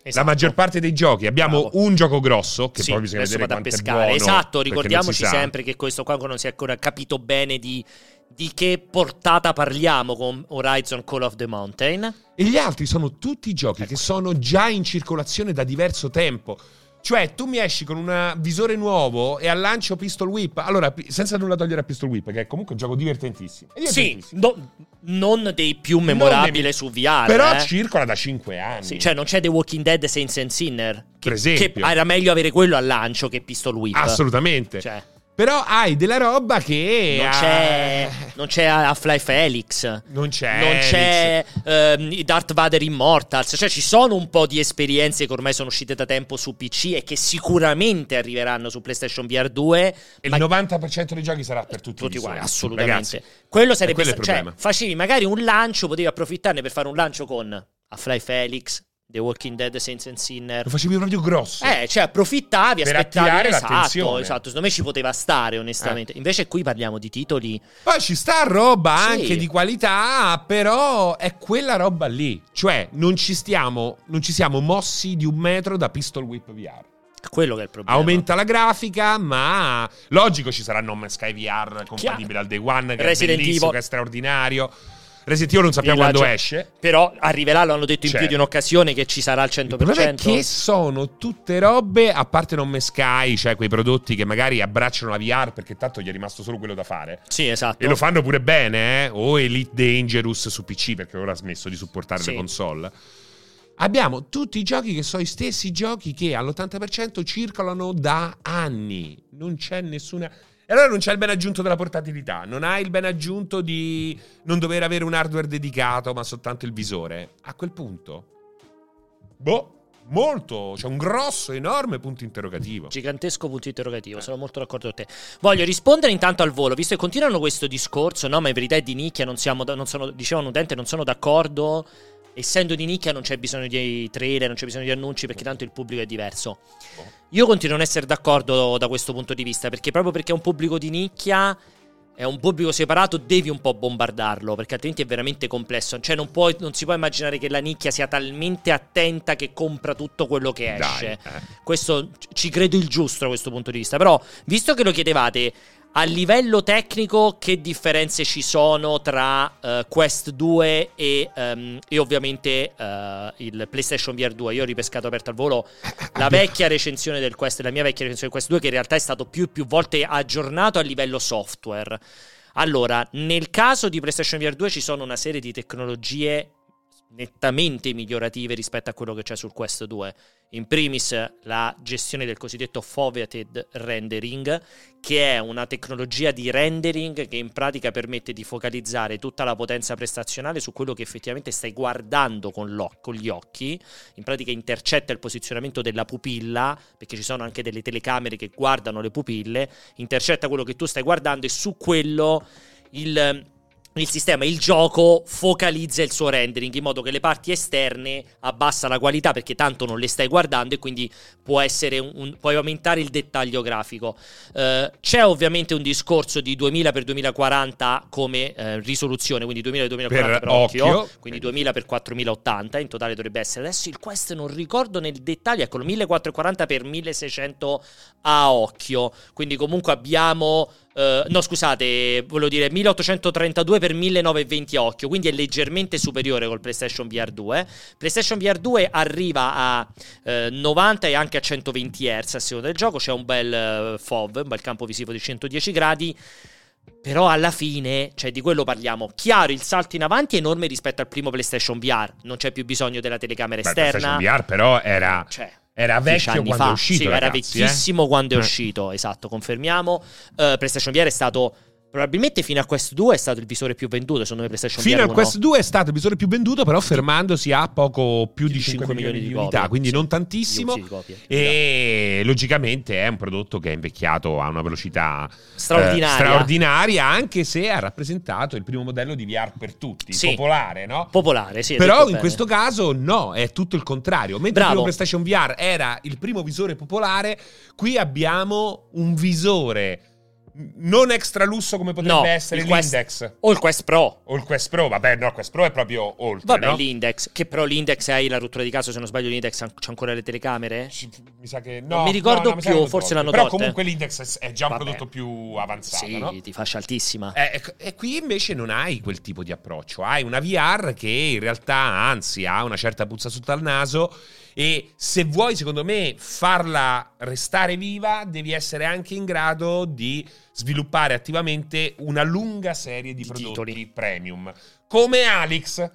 Speaker 2: esatto.
Speaker 1: La maggior parte dei giochi abbiamo
Speaker 2: Bravo.
Speaker 1: un gioco grosso che
Speaker 2: Sì,
Speaker 1: poi bisogna
Speaker 2: adesso
Speaker 1: vedere
Speaker 2: vado
Speaker 1: quanto
Speaker 2: a
Speaker 1: è
Speaker 2: pescare.
Speaker 1: buono.
Speaker 2: esatto,
Speaker 1: perché non si
Speaker 2: ricordiamoci
Speaker 1: sa.
Speaker 2: sempre che questo qua non si è ancora capito bene di, di che portata parliamo con Horizon Call of the Mountain. Ecco.
Speaker 1: E gli altri sono tutti giochi che sono già in circolazione da diverso tempo. Cioè, tu mi esci con un visore nuovo e al lancio Pistol Whip. Allora, pi- senza nulla togliere a Pistol Whip, che è comunque un gioco divertentissimo. È
Speaker 2: Sì,
Speaker 1: divertentissimo.
Speaker 2: no- non dei più memorabili su VR.
Speaker 1: Però
Speaker 2: eh.
Speaker 1: circola da 5 anni.
Speaker 2: Sì, cioè non c'è The Walking Dead Saints and Sinner. Che,
Speaker 1: Per esempio.
Speaker 2: che era meglio avere quello al lancio che Pistol Whip.
Speaker 1: Assolutamente.
Speaker 2: Cioè,
Speaker 1: Però hai della roba che.
Speaker 2: non
Speaker 1: ha-
Speaker 2: c'è, non c'è Half-Life Felix.
Speaker 1: Non c'è.
Speaker 2: Non c'è ehm, i Darth Vader Immortals, cioè ci sono un po' di esperienze che ormai sono uscite da tempo su PC e che sicuramente arriveranno su PlayStation VR 2.
Speaker 1: E
Speaker 2: ma-
Speaker 1: il 90% dei giochi sarà per tutti,
Speaker 2: tutti
Speaker 1: i
Speaker 2: uguali,
Speaker 1: visori.
Speaker 2: assolutamente.
Speaker 1: Ragazzi,
Speaker 2: quello
Speaker 1: e
Speaker 2: sarebbe
Speaker 1: quello è il
Speaker 2: sta- cioè,
Speaker 1: problema.
Speaker 2: facevi magari un lancio, potevi approfittarne per fare un lancio con Half-Life Felix, The Walking Dead Saints and Sinner.
Speaker 1: lo facevi proprio grosso.
Speaker 2: Eh, cioè approfittavi,
Speaker 1: Per
Speaker 2: aspettavi
Speaker 1: attirare
Speaker 2: esatto,
Speaker 1: l'attenzione. Eh.
Speaker 2: esatto, secondo me ci poteva stare onestamente. Invece qui parliamo di titoli
Speaker 1: Poi ci sta roba
Speaker 2: Sì.
Speaker 1: anche di qualità, però è quella roba lì. Cioè, non ci stiamo, non ci siamo mossi di un metro da Pistol Whip VR.
Speaker 2: quello che è il problema.
Speaker 1: Aumenta la grafica, ma logico ci sarà Non Man's Sky VR compatibile al Day One, che
Speaker 2: Resident
Speaker 1: è bellissimo,
Speaker 2: Evil.
Speaker 1: che è straordinario. Resident Evil non sappiamo
Speaker 2: Villaggio.
Speaker 1: quando esce.
Speaker 2: Però arriverà, lo hanno detto in
Speaker 1: Certo.
Speaker 2: più di un'occasione che ci sarà al 100%.
Speaker 1: Il problema è che sono tutte robe, a parte Non Man's Sky, cioè quei prodotti che magari abbracciano la VR perché tanto gli è rimasto solo quello da fare.
Speaker 2: Sì, esatto.
Speaker 1: E lo fanno pure bene, eh? O Elite Dangerous su PC, perché ora ha smesso di supportare
Speaker 2: Sì.
Speaker 1: le console. Abbiamo tutti i giochi che sono gli stessi giochi che all'80% circolano da anni. Non c'è nessuna. E allora non c'è il ben aggiunto della portatilità, non hai il ben aggiunto di non dover avere un hardware dedicato, ma soltanto il visore. A quel punto, boh, molto, c'è un grosso, enorme punto interrogativo.
Speaker 2: Gigantesco punto interrogativo, sono molto d'accordo con te. Voglio rispondere intanto al volo, visto che continuano questo discorso, no, ma in verità è di nicchia, non siamo, da- non sono, diceva un utente, non sono d'accordo, essendo di nicchia non c'è bisogno di trailer, non c'è bisogno di annunci, perché tanto il pubblico è diverso. Io continuo a non essere d'accordo da questo punto di vista, perché proprio perché è un pubblico di nicchia, è un pubblico separato, devi un po' bombardarlo, perché altrimenti è veramente complesso. Cioè non, puoi- non si può immaginare che la nicchia sia talmente attenta che compra tutto quello che esce.
Speaker 1: Dai, eh.
Speaker 2: Questo c- ci credo il giusto da questo punto di vista. Però, visto che lo chiedevate, a livello tecnico, che differenze ci sono tra eh, Quest 2 e, ehm, e ovviamente eh, il PlayStation VR 2? Io ho ripescato aperto al volo la vecchia recensione del Quest, la mia vecchia recensione del Quest 2, che in realtà è stato più e più volte aggiornato a livello software. Allora, nel caso di PlayStation VR 2 ci sono una serie di tecnologie nettamente migliorative rispetto a quello che c'è sul Quest 2. In primis la gestione del cosiddetto foveated rendering, che è una tecnologia di rendering che in pratica permette di focalizzare tutta la potenza prestazionale su quello che effettivamente stai guardando con, l'oc- con gli occhi, in pratica intercetta il posizionamento della pupilla, perché ci sono anche delle telecamere che guardano le pupille, intercetta quello che tu stai guardando e su quello il, ehm, il sistema, il gioco focalizza il suo rendering in modo che le parti esterne abbassa la qualità perché tanto non le stai guardando e quindi può essere un- un- puoi aumentare il dettaglio grafico. Eh, c'è ovviamente un discorso di 2000x2040 come eh, risoluzione, quindi 2000x2040 per,
Speaker 1: Per
Speaker 2: occhio,
Speaker 1: occhio.
Speaker 2: quindi 2000x4080 in totale dovrebbe essere. Adesso il quest non ricordo nel dettaglio, ecco, eccolo, 1440x1600 a occhio, quindi comunque abbiamo eh, no, scusate, volevo dire 1832 x 1920 a occhio, quindi è leggermente superiore col PlayStation VR 2. PlayStation VR 2 arriva a eh, 90 e anche a 120 Hz a seconda del gioco, c'è un bel eh, FOV, un bel campo visivo di 110 gradi. Però alla fine, cioè di quello parliamo, chiaro il salto in avanti è enorme rispetto al primo PlayStation VR, non c'è più bisogno della telecamera
Speaker 1: Beh,
Speaker 2: esterna.
Speaker 1: PlayStation VR però era,
Speaker 2: Cioè,
Speaker 1: era
Speaker 2: dieci
Speaker 1: vecchio
Speaker 2: anni
Speaker 1: quando
Speaker 2: fa.
Speaker 1: è uscito.
Speaker 2: Sì, era
Speaker 1: ragazzi, eh.
Speaker 2: vecchissimo quando è
Speaker 1: Eh.
Speaker 2: uscito, esatto, confermiamo. Eh, PlayStation VR è stato probabilmente fino a Quest 2 è stato il visore più venduto, secondo me PlayStation
Speaker 1: Fino
Speaker 2: VR
Speaker 1: a
Speaker 2: 1.
Speaker 1: Quest 2 è stato il visore più venduto, però fermandosi a poco più
Speaker 2: Più
Speaker 1: di 5, milioni, di unità,
Speaker 2: copie,
Speaker 1: quindi
Speaker 2: sì. esatto.
Speaker 1: non tantissimo.
Speaker 2: Di copie.
Speaker 1: E eh, logicamente è un prodotto che è invecchiato a una velocità eh,
Speaker 2: straordinaria.
Speaker 1: straordinaria, anche se ha rappresentato il primo modello di VR per tutti,
Speaker 2: Sì.
Speaker 1: popolare, no?
Speaker 2: Popolare, sì. hai detto
Speaker 1: Però in
Speaker 2: bene.
Speaker 1: questo caso no, è tutto il contrario. Mentre il
Speaker 2: Bravo.
Speaker 1: primo PlayStation VR era il primo visore popolare, qui abbiamo un visore non extra lusso come potrebbe
Speaker 2: No,
Speaker 1: essere
Speaker 2: il Quest-
Speaker 1: l'index.
Speaker 2: O il Quest Pro.
Speaker 1: O il Quest Pro, vabbè, no, Quest Pro è proprio oltre.
Speaker 2: Vabbè,
Speaker 1: no?
Speaker 2: l'index. Che però l'index hai la rottura di caso, se non sbaglio, l'index ha- c'ha ancora le telecamere?
Speaker 1: Ci- Mi sa che no,
Speaker 2: Non mi ricordo
Speaker 1: no, no, mi sa
Speaker 2: più,
Speaker 1: che l'hanno
Speaker 2: forse
Speaker 1: tolto.
Speaker 2: l'hanno
Speaker 1: Però
Speaker 2: tolte.
Speaker 1: comunque l'index è già un
Speaker 2: Vabbè.
Speaker 1: prodotto più avanzato,
Speaker 2: sì,
Speaker 1: no?
Speaker 2: di fascia altissima.
Speaker 1: Eh, ecco, E qui invece non hai quel tipo di approccio, hai una VR che in realtà anzi ha una certa puzza sotto al naso e se vuoi secondo me farla restare viva devi essere anche in grado di sviluppare attivamente una lunga serie di,
Speaker 2: Di
Speaker 1: prodotti
Speaker 2: titoli.
Speaker 1: premium come Alex.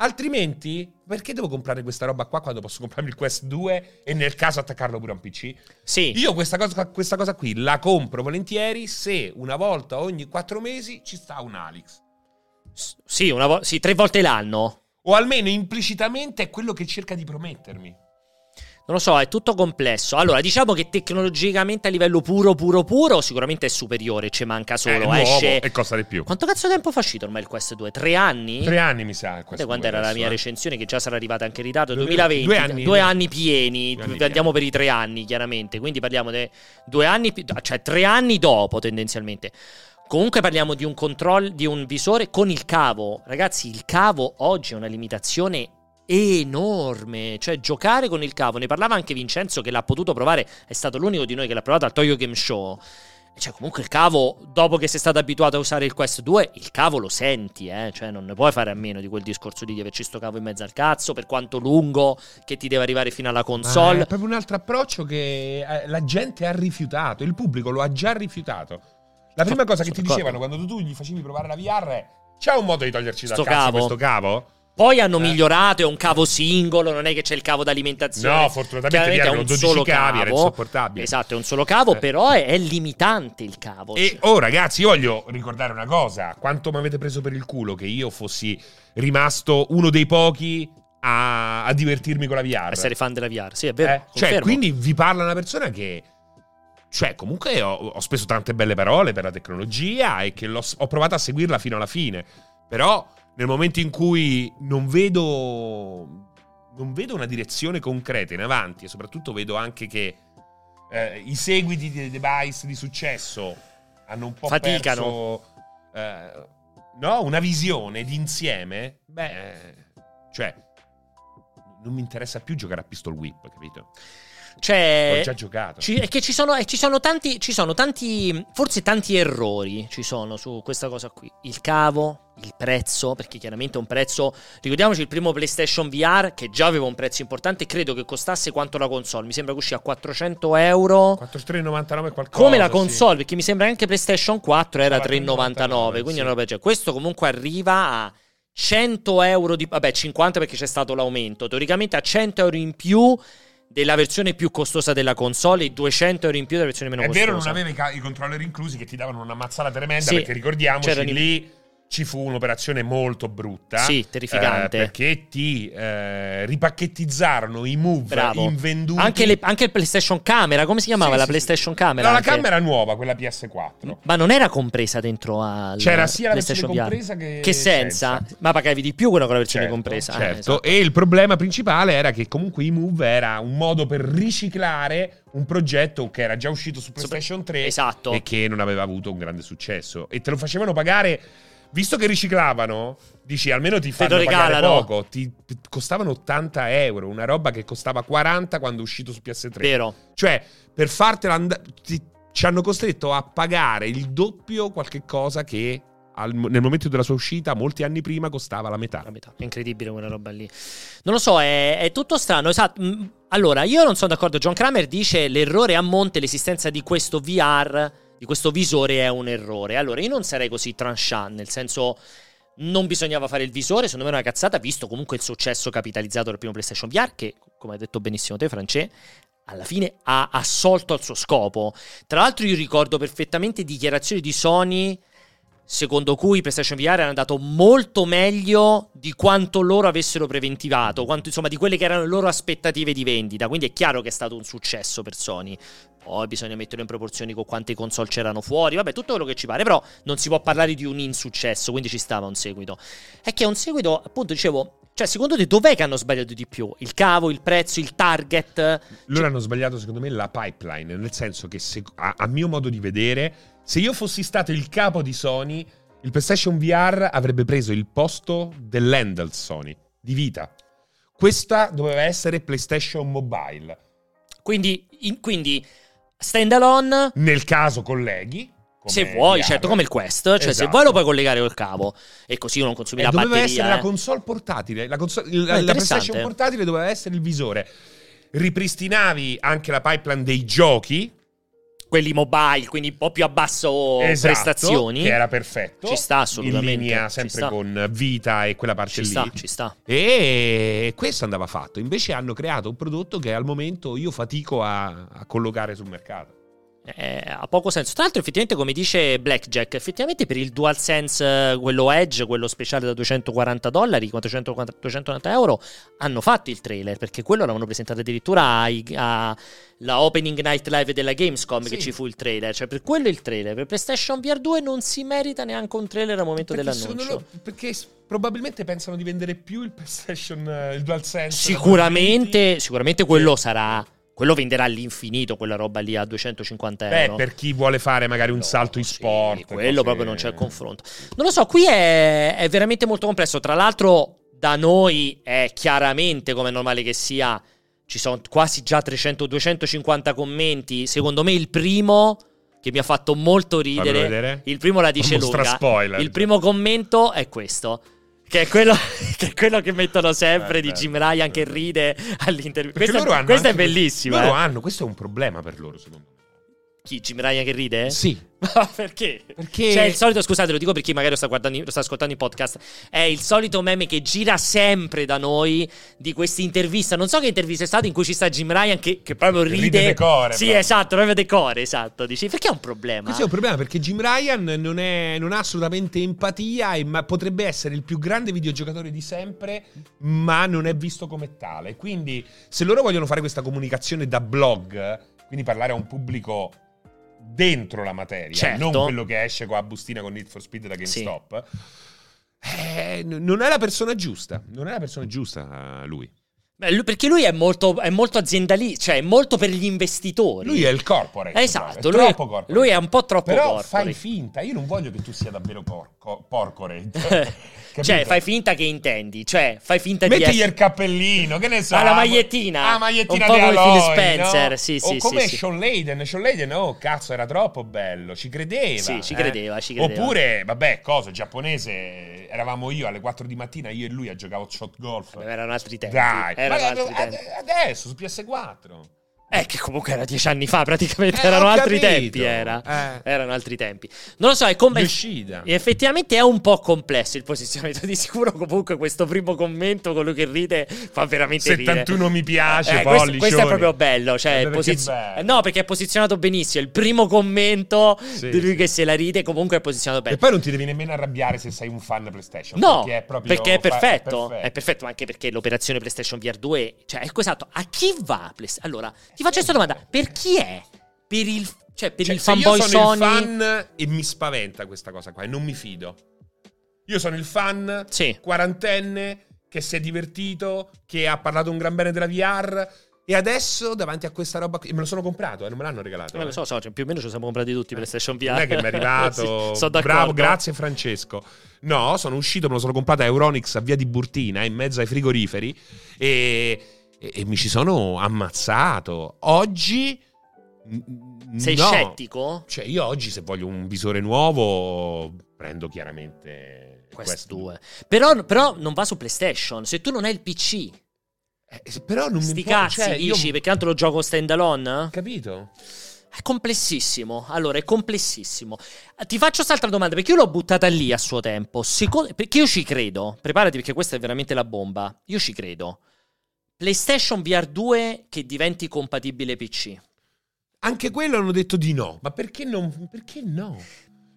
Speaker 1: Altrimenti perché devo comprare questa roba qua quando posso comprarmi il Quest 2 e nel caso attaccarlo pure a un PC?
Speaker 2: Sì.
Speaker 1: Eh, Io questa cosa, questa cosa qui la compro volentieri se una volta ogni quattro mesi ci sta un Alex.
Speaker 2: S- Sì, una vo- sì, tre volte l'anno.
Speaker 1: O almeno implicitamente è quello che cerca di promettermi.
Speaker 2: Non lo so, è tutto complesso. Allora, diciamo che tecnologicamente a livello puro, puro, puro, sicuramente è superiore. Ci manca
Speaker 1: Eh, È
Speaker 2: solo.
Speaker 1: nuovo
Speaker 2: esce.
Speaker 1: e costa di più.
Speaker 2: Quanto cazzo tempo fa uscito ormai il Quest 2? Tre anni?
Speaker 1: Tre anni mi sa. questo
Speaker 2: Guardate quando
Speaker 1: due
Speaker 2: era la
Speaker 1: adesso,
Speaker 2: mia
Speaker 1: eh.
Speaker 2: recensione, che già sarà arrivata anche in ritardo,
Speaker 1: Due-
Speaker 2: 2020,
Speaker 1: due
Speaker 2: due
Speaker 1: anni.
Speaker 2: anni, pieni,
Speaker 1: Due anni
Speaker 2: andiamo per i tre anni chiaramente, quindi parliamo di due anni, pi- cioè tre anni dopo tendenzialmente. Comunque parliamo di un control, di un visore con il cavo. Ragazzi, il cavo oggi è una limitazione enorme, cioè giocare con il cavo, ne parlava anche Vincenzo che l'ha potuto provare, è stato l'unico di noi che l'ha provato al Tokyo Game Show. Cioè, comunque il cavo, dopo che sei stato abituato a usare il Quest 2, il cavo lo senti, eh? Cioè, non ne puoi fare a meno di quel discorso lì di averci sto cavo in mezzo al cazzo, per quanto lungo che ti deve arrivare fino alla
Speaker 1: Ma
Speaker 2: console.
Speaker 1: È proprio un altro approccio che eh, la gente ha rifiutato, il pubblico lo ha già rifiutato. La prima
Speaker 2: Sono-
Speaker 1: cosa che ti
Speaker 2: sono
Speaker 1: dicevano quando tu gli facevi provare la VR è c'è un modo di toglierci dal
Speaker 2: Sto
Speaker 1: cazzo
Speaker 2: cavo?
Speaker 1: questo cavo?
Speaker 2: Poi hanno
Speaker 1: Eh.
Speaker 2: migliorato, è un cavo singolo, non è che c'è il cavo d'alimentazione.
Speaker 1: No, fortunatamente vi
Speaker 2: Chiaramente è
Speaker 1: erano
Speaker 2: un
Speaker 1: 12
Speaker 2: solo
Speaker 1: cavi, era
Speaker 2: cavo.
Speaker 1: insopportabile.
Speaker 2: Esatto, è un solo cavo,
Speaker 1: Eh.
Speaker 2: però è, è limitante il cavo. cioè,
Speaker 1: E oh ragazzi, io voglio ricordare una cosa, quanto mi avete preso per il culo che io fossi rimasto uno dei pochi a, a divertirmi con la VR.
Speaker 2: essere fan della VR, sì, è
Speaker 1: Eh,
Speaker 2: vero.
Speaker 1: Cioè,
Speaker 2: confermo.
Speaker 1: quindi vi parla una persona che cioè, comunque ho, ho speso tante belle parole per la tecnologia e che l'ho, s- ho provato a seguirla fino alla fine. Però nel momento in cui non vedo non vedo una direzione concreta in avanti e soprattutto vedo anche che eh, i seguiti dei device di successo hanno un po'
Speaker 2: Faticano.
Speaker 1: perso eh, no, una visione d'insieme. Beh, cioè non mi interessa più giocare a Pistol Whip, capito?
Speaker 2: Cioè,
Speaker 1: Ho già giocato.
Speaker 2: Ci, è che ci sono, e ci sono tanti, ci sono tanti, forse tanti errori ci sono su questa cosa qui. Il cavo, il prezzo, perché chiaramente è un prezzo, ricordiamoci il primo PlayStation VR che già aveva un prezzo importante, credo che costasse quanto la console, mi sembra che uscì a 400 euro.
Speaker 1: 4399 qualcosa.
Speaker 2: Come la
Speaker 1: sì.
Speaker 2: console, perché mi sembra anche PlayStation 4 era
Speaker 1: 3,99,
Speaker 2: 3,99,
Speaker 1: sì.
Speaker 2: quindi una roba del genere. questo comunque arriva a 100 euro di... vabbè 50 perché c'è stato l'aumento, teoricamente a 100 euro in più della versione più costosa della console e 200 euro in più della versione meno
Speaker 1: È
Speaker 2: costosa.
Speaker 1: vero, non aveva i, ca- i controller inclusi che ti davano una mazzata tremenda.
Speaker 2: Sì.
Speaker 1: Perché ricordiamoci,
Speaker 2: C'erano i-
Speaker 1: lì ci fu un'operazione molto brutta.
Speaker 2: Sì, terrificante.
Speaker 1: eh, perché ti eh, ripacchetizzarono i move
Speaker 2: Bravo.
Speaker 1: invenduti.
Speaker 2: Anche, le- anche il PlayStation Camera, come si chiamava
Speaker 1: Sì,
Speaker 2: la
Speaker 1: sì,
Speaker 2: PlayStation
Speaker 1: No,
Speaker 2: Camera?
Speaker 1: la
Speaker 2: anche?
Speaker 1: camera nuova, quella PS4.
Speaker 2: Ma non era compresa dentro al
Speaker 1: C'era sia la versione
Speaker 2: PlayStation VR.
Speaker 1: compresa che.
Speaker 2: Che senza? Ma pagavi di più quella con la versione
Speaker 1: Certo,
Speaker 2: compresa. Eh,
Speaker 1: certo.
Speaker 2: esatto.
Speaker 1: E il problema principale era che comunque i Move era un modo per riciclare un progetto che era già uscito su PlayStation 3
Speaker 2: Esatto.
Speaker 1: e che non aveva avuto un grande successo. E te lo facevano pagare, visto che riciclavano, dici almeno ti fanno pagare
Speaker 2: regalano.
Speaker 1: poco. Ti ti costavano 80 euro, una roba che costava 40 quando è uscito su PS3.
Speaker 2: Vero.
Speaker 1: Cioè, per fartela andare... Ci hanno costretto a pagare il doppio qualche cosa che al- nel momento della sua uscita, molti anni prima, costava la metà.
Speaker 2: la metà. È incredibile quella roba lì. Non lo so, è, è tutto strano. Esatto. Mm, Allora, io non sono d'accordo. John Kramer dice l'errore a monte, l'esistenza di questo VR, di questo visore è un errore. Allora, io non sarei così tranchant, nel senso... Non bisognava fare il visore, secondo me è una cazzata, visto comunque il successo capitalizzato dal primo PlayStation VR, che, come hai detto benissimo te, Francesco, alla fine ha assolto al suo scopo. Tra l'altro io ricordo perfettamente dichiarazioni di Sony secondo cui PlayStation VR era andato molto meglio di quanto loro avessero preventivato, quanto, insomma di quelle che erano le loro aspettative di vendita, quindi è chiaro che è stato un successo per Sony. Poi bisogna metterlo in proporzioni con quante console c'erano fuori, vabbè, tutto quello che ci pare, però non si può parlare di un insuccesso, quindi ci stava un seguito. È che è un seguito, appunto, dicevo, Cioè, secondo te dov'è che hanno sbagliato di più? Il cavo, il prezzo, il target?
Speaker 1: Loro hanno sbagliato, secondo me, la pipeline. Nel senso che, se- a-, a mio modo di vedere, se io fossi stato il capo di Sony, il PlayStation VR avrebbe preso il posto dell'handle Sony di vita. Questa doveva essere PlayStation Mobile.
Speaker 2: Quindi, in- quindi stand alone,
Speaker 1: Nel caso, colleghi. come
Speaker 2: se vuoi,
Speaker 1: VR.
Speaker 2: certo, come il Quest. Cioè, se
Speaker 1: Esatto.
Speaker 2: vuoi lo puoi collegare col cavo. E così non consumi
Speaker 1: Eh,
Speaker 2: la
Speaker 1: doveva
Speaker 2: batteria.
Speaker 1: essere la
Speaker 2: eh.
Speaker 1: console portatile. La, console- la- la
Speaker 2: interessante.
Speaker 1: PlayStation portatile doveva essere il visore. Ripristinavi anche la pipeline dei giochi.
Speaker 2: Quelli mobile, quindi un po' più a basso
Speaker 1: Esatto,
Speaker 2: prestazioni.
Speaker 1: Che era perfetto.
Speaker 2: Ci sta assolutamente.
Speaker 1: In linea
Speaker 2: Ci
Speaker 1: sempre
Speaker 2: sta.
Speaker 1: con Vita e quella parte
Speaker 2: Ci
Speaker 1: lì.
Speaker 2: sta, ci sta.
Speaker 1: E questo andava fatto. Invece hanno creato un prodotto che al momento io fatico a, a collocare sul mercato.
Speaker 2: Eh, ha poco senso. Tra l'altro, effettivamente, come dice Blackjack, effettivamente per il DualSense, eh, quello Edge, quello speciale da 240 dollari, 440 290 euro, hanno fatto il trailer perché quello l'avevano presentato addirittura ai- a- alla opening night live della Gamescom che
Speaker 1: Sì.
Speaker 2: ci fu il trailer. Cioè, per quello il trailer. Per PlayStation VR 2 non si merita neanche un trailer al momento
Speaker 1: Perché secondo
Speaker 2: dell'annuncio.
Speaker 1: loro- perché s- probabilmente pensano di vendere più il PlayStation, eh, il DualSense. Eh,
Speaker 2: Sicuramente, sicuramente quello sarà. Quello venderà all'infinito quella roba lì a 250
Speaker 1: Beh,
Speaker 2: euro.
Speaker 1: Eh, per chi vuole fare magari un
Speaker 2: Eh, No,
Speaker 1: salto in
Speaker 2: sì,
Speaker 1: sport.
Speaker 2: Quello
Speaker 1: cose-
Speaker 2: proprio non c'è il confronto. Non lo so, qui è, è veramente molto complesso. Tra l'altro, da noi è chiaramente come è normale che sia. Ci sono quasi già 300-250 commenti. Secondo me, il primo che mi ha fatto molto
Speaker 1: Fammelo
Speaker 2: ridere.
Speaker 1: vedere.
Speaker 2: Il primo la dice
Speaker 1: Mostra
Speaker 2: lunga.
Speaker 1: spoiler.
Speaker 2: Il primo commento è questo. Che è, quello, che è quello che mettono sempre
Speaker 1: Eh,
Speaker 2: di
Speaker 1: bello.
Speaker 2: Jim Ryan che ride
Speaker 1: Perché
Speaker 2: all'intervista. Questa,
Speaker 1: loro hanno
Speaker 2: questa è
Speaker 1: anche-
Speaker 2: bellissima.
Speaker 1: Loro
Speaker 2: eh.
Speaker 1: hanno, questo è un problema per loro, secondo me.
Speaker 2: Chi? Jim Ryan che ride?
Speaker 1: Sì,
Speaker 2: Ma perché?
Speaker 1: perché
Speaker 2: Cioè, il solito, scusate, lo dico per chi magari lo sta, guardando, lo sta ascoltando in podcast. È il solito meme che gira sempre da noi di questa intervista. Non so che intervista è stata in cui ci sta Jim Ryan che, che proprio ride.
Speaker 1: Ride decore,
Speaker 2: Sì,
Speaker 1: proprio.
Speaker 2: esatto, proprio decore, esatto. Dici, perché è un problema?
Speaker 1: Questo è un problema perché Jim Ryan non, è- non ha assolutamente empatia, e- ma potrebbe essere il più grande videogiocatore di sempre, ma non è visto come tale. Quindi, se loro vogliono fare questa comunicazione da blog, quindi parlare a un pubblico dentro la materia,
Speaker 2: Certo.
Speaker 1: non quello che esce con la bustina con Need for Speed da GameStop. eh, n- non è la persona giusta, non è la persona giusta eh, lui.
Speaker 2: Beh, lui- perché lui è molto, è molto aziendalista, cioè è molto per gli investitori.
Speaker 1: Lui è il corporate.
Speaker 2: Esatto,
Speaker 1: però,
Speaker 2: lui
Speaker 1: è
Speaker 2: è,
Speaker 1: troppo corporate.
Speaker 2: lui è un po' troppo
Speaker 1: Però
Speaker 2: corporate.
Speaker 1: fai finta, io non voglio che tu sia davvero porco, porcorate.
Speaker 2: Cioè,
Speaker 1: Capito?
Speaker 2: fai finta che intendi, cioè fai finta di
Speaker 1: Mettigli
Speaker 2: essere...
Speaker 1: il cappellino, che ne so.
Speaker 2: Ah, la magliettina.
Speaker 1: La magliettina
Speaker 2: Un po'
Speaker 1: di
Speaker 2: come Phil
Speaker 1: Aloy,
Speaker 2: Spencer,
Speaker 1: no?
Speaker 2: sì,
Speaker 1: O
Speaker 2: sì,
Speaker 1: come
Speaker 2: sì, sì.
Speaker 1: Sean Layden. Sean Layden, oh, cazzo, era troppo bello, ci credeva.
Speaker 2: Sì, ci
Speaker 1: eh?
Speaker 2: credeva, ci credeva.
Speaker 1: Oppure, vabbè, cosa, giapponese, eravamo io alle 4 di mattina, io e lui a giocare a shot golf.
Speaker 2: Vabbè, erano altri tempi.
Speaker 1: Dai,
Speaker 2: Eh, erano
Speaker 1: ma eh,
Speaker 2: altri
Speaker 1: ad-
Speaker 2: tempi.
Speaker 1: adesso su PS4.
Speaker 2: Eh, che comunque era dieci anni fa, praticamente
Speaker 1: Eh,
Speaker 2: erano
Speaker 1: ho
Speaker 2: altri
Speaker 1: capito.
Speaker 2: tempi. Era.
Speaker 1: Eh.
Speaker 2: Erano altri tempi. Non lo so, è come.
Speaker 1: Yoshida.
Speaker 2: Effettivamente è un po' complesso il posizionamento. Di sicuro, comunque, questo primo commento, quello che ride, fa veramente ridere.
Speaker 1: 71 mi piace,
Speaker 2: Eh, questo,
Speaker 1: pollicioni.
Speaker 2: questo è proprio bello. Cioè,
Speaker 1: Eh,
Speaker 2: è
Speaker 1: perché
Speaker 2: posiz-
Speaker 1: è bello.
Speaker 2: No, perché è posizionato benissimo. Il primo commento
Speaker 1: Sì,
Speaker 2: di lui
Speaker 1: sì.
Speaker 2: che se la ride, comunque è posizionato bene.
Speaker 1: E poi non ti devi nemmeno arrabbiare se sei un fan PlayStation.
Speaker 2: No,
Speaker 1: perché è, proprio
Speaker 2: perché è
Speaker 1: fa-
Speaker 2: perfetto. È perfetto anche perché l'operazione PlayStation VR 2, cioè, ecco esatto. A chi va? Playsta- Allora, ti faccio questa domanda: per chi è? Per il, cioè, per
Speaker 1: Cioè,
Speaker 2: il
Speaker 1: se
Speaker 2: fanboy
Speaker 1: io sono
Speaker 2: Sony?
Speaker 1: il fan e mi spaventa questa cosa qua e non mi fido. Io sono il fan
Speaker 2: Sì.
Speaker 1: quarantenne che si è divertito, che ha parlato un gran bene della VR e adesso davanti a questa roba qui, me lo sono comprato e non me l'hanno regalato.
Speaker 2: Non lo
Speaker 1: eh.
Speaker 2: so, so, cioè, più o meno ci siamo comprati tutti PlayStation VR.
Speaker 1: Non è che mi è arrivato.
Speaker 2: Sì, sono d'accordo.
Speaker 1: Bravo, grazie Francesco. No, sono uscito, me lo sono comprata a Euronix a via di Burtina, in mezzo ai frigoriferi. E, e- e mi ci sono ammazzato. Oggi. n-
Speaker 2: Sei
Speaker 1: no.
Speaker 2: scettico?
Speaker 1: Cioè, io oggi, se voglio un visore nuovo, prendo chiaramente
Speaker 2: Quest
Speaker 1: questo.
Speaker 2: 2. Però, però non va su PlayStation. Se tu non hai il PC,
Speaker 1: Eh, se- però non mi
Speaker 2: sti
Speaker 1: può-
Speaker 2: cazzi,
Speaker 1: cioè, io-
Speaker 2: dici, perché tanto lo gioco stand alone?
Speaker 1: Capito?
Speaker 2: È complessissimo. Allora, è complessissimo. Ti faccio quest'altra domanda, perché io l'ho buttata lì a suo tempo. Secondo- perché io ci credo. Preparati, perché questa è veramente la bomba. Io ci credo. PlayStation VR 2 che diventi compatibile PC.
Speaker 1: Anche quello hanno detto di no. Ma perché, non- perché no?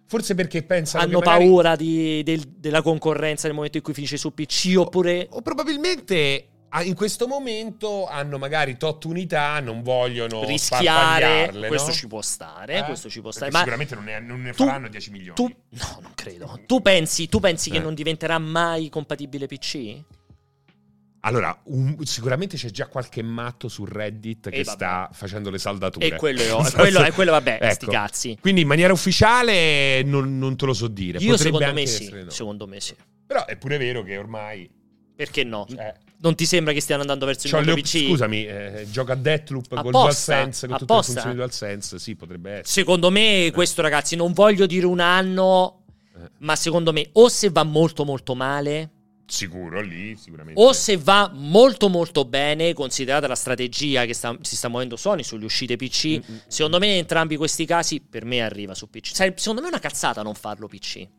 Speaker 1: Forse perché pensano
Speaker 2: Hanno
Speaker 1: che magari-
Speaker 2: paura di- del- della concorrenza nel momento in cui finisce su PC oppure...
Speaker 1: O probabilmente ah, in questo momento hanno magari tot unità, non vogliono
Speaker 2: rischiare.
Speaker 1: sparpagliarle,
Speaker 2: Questo
Speaker 1: no?
Speaker 2: ci può stare,
Speaker 1: Eh?
Speaker 2: questo ci può
Speaker 1: Perché
Speaker 2: stare. Ma
Speaker 1: sicuramente non ne, non ne
Speaker 2: tu-
Speaker 1: faranno 10 milioni.
Speaker 2: tu, no, non credo. Tu pensi, tu pensi che
Speaker 1: Eh.
Speaker 2: non diventerà mai compatibile PC?
Speaker 1: Allora, un- sicuramente c'è già qualche matto su Reddit che
Speaker 2: vabbè.
Speaker 1: sta facendo le saldature.
Speaker 2: E quello, è, e quello, e quello vabbè,
Speaker 1: Ecco.
Speaker 2: sti cazzi.
Speaker 1: Quindi in maniera ufficiale non, non te lo so dire.
Speaker 2: Io
Speaker 1: Potrebbe
Speaker 2: secondo
Speaker 1: anche
Speaker 2: me sì,
Speaker 1: essere no.
Speaker 2: secondo Mm. me sì.
Speaker 1: Però è pure vero che ormai...
Speaker 2: Perché no?
Speaker 1: Cioè,
Speaker 2: Non ti sembra che stiano andando verso il
Speaker 1: c'ho
Speaker 2: mondo
Speaker 1: Cioè, le-
Speaker 2: PC?
Speaker 1: Scusami, eh, gioca a Deathloop con
Speaker 2: Apposta?
Speaker 1: DualSense, con tutte le
Speaker 2: Apposta?
Speaker 1: funzioni DualSense, sì, potrebbe essere.
Speaker 2: Secondo me questo ragazzi, non voglio dire un anno,
Speaker 1: Eh.
Speaker 2: ma secondo me o se va molto molto male,
Speaker 1: Sicuro, lì sicuramente.
Speaker 2: o se va molto molto bene, considerata la strategia che sta- si sta muovendo Sony sulle uscite PC,
Speaker 1: Mm, mm, mm.
Speaker 2: secondo me in entrambi questi casi per me arriva su PC. Sai, secondo me è una cazzata non farlo PC.
Speaker 1: Eh,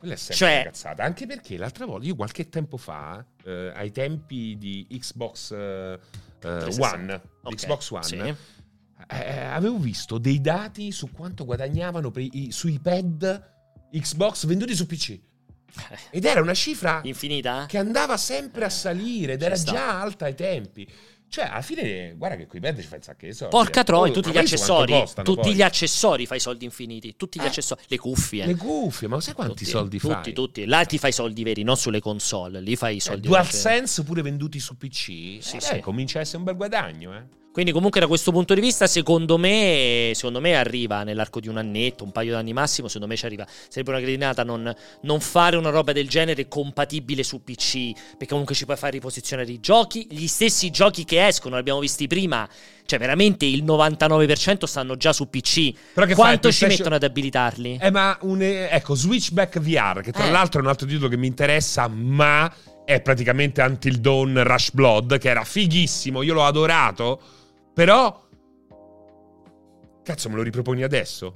Speaker 1: Quella è sempre
Speaker 2: Cioè-
Speaker 1: una cazzata. Anche perché l'altra volta, io qualche tempo fa, eh, ai tempi di Xbox eh, eh,
Speaker 2: 360.
Speaker 1: One,
Speaker 2: Ok,
Speaker 1: Xbox One,
Speaker 2: sì.
Speaker 1: eh, avevo visto dei dati su quanto guadagnavano per i- sui pad Xbox venduti su PC. Ed era una cifra
Speaker 2: Infinita?
Speaker 1: Eh. che andava sempre a salire ed
Speaker 2: Ci
Speaker 1: era
Speaker 2: sta.
Speaker 1: già alta ai tempi. Cioè, alla fine, guarda che quei pad ci fai un sacco di soldi.
Speaker 2: Porca
Speaker 1: eh.
Speaker 2: troia,
Speaker 1: Oh,
Speaker 2: tutti
Speaker 1: ma
Speaker 2: gli
Speaker 1: pensa quanto
Speaker 2: accessori,
Speaker 1: costano
Speaker 2: tutti
Speaker 1: poi.
Speaker 2: gli accessori fai soldi infiniti, tutti gli
Speaker 1: Eh.
Speaker 2: accessori, le cuffie.
Speaker 1: Le cuffie, ma sai quanti
Speaker 2: Tutti,
Speaker 1: soldi
Speaker 2: tutti,
Speaker 1: fai?
Speaker 2: Tutti, là ti fai i soldi veri, non sulle console, lì fai i
Speaker 1: Cioè,
Speaker 2: soldi veri.
Speaker 1: DualSense pure venduti su PC,
Speaker 2: Sì,
Speaker 1: eh,
Speaker 2: sì.
Speaker 1: comincia a essere un bel guadagno. Eh.
Speaker 2: Quindi comunque da questo punto di vista, secondo me, secondo me arriva nell'arco di un annetto, un paio d'anni massimo, secondo me ci arriva. Sarebbe una cretinata non, non fare una roba del genere compatibile su PC, perché comunque ci puoi far riposizionare i giochi, gli stessi giochi che escono, li abbiamo visti prima, cioè veramente il 99% stanno già su PC.
Speaker 1: Però che
Speaker 2: Quanto
Speaker 1: fai?
Speaker 2: ci
Speaker 1: PlayStation-
Speaker 2: mettono ad abilitarli?
Speaker 1: Eh, ma un, eh, ecco, Switchback VR, che tra
Speaker 2: Eh.
Speaker 1: l'altro è un altro titolo che mi interessa, ma è praticamente Until Dawn Rush Blood, che era fighissimo, io l'ho adorato, però... Cazzo, me lo riproponi adesso?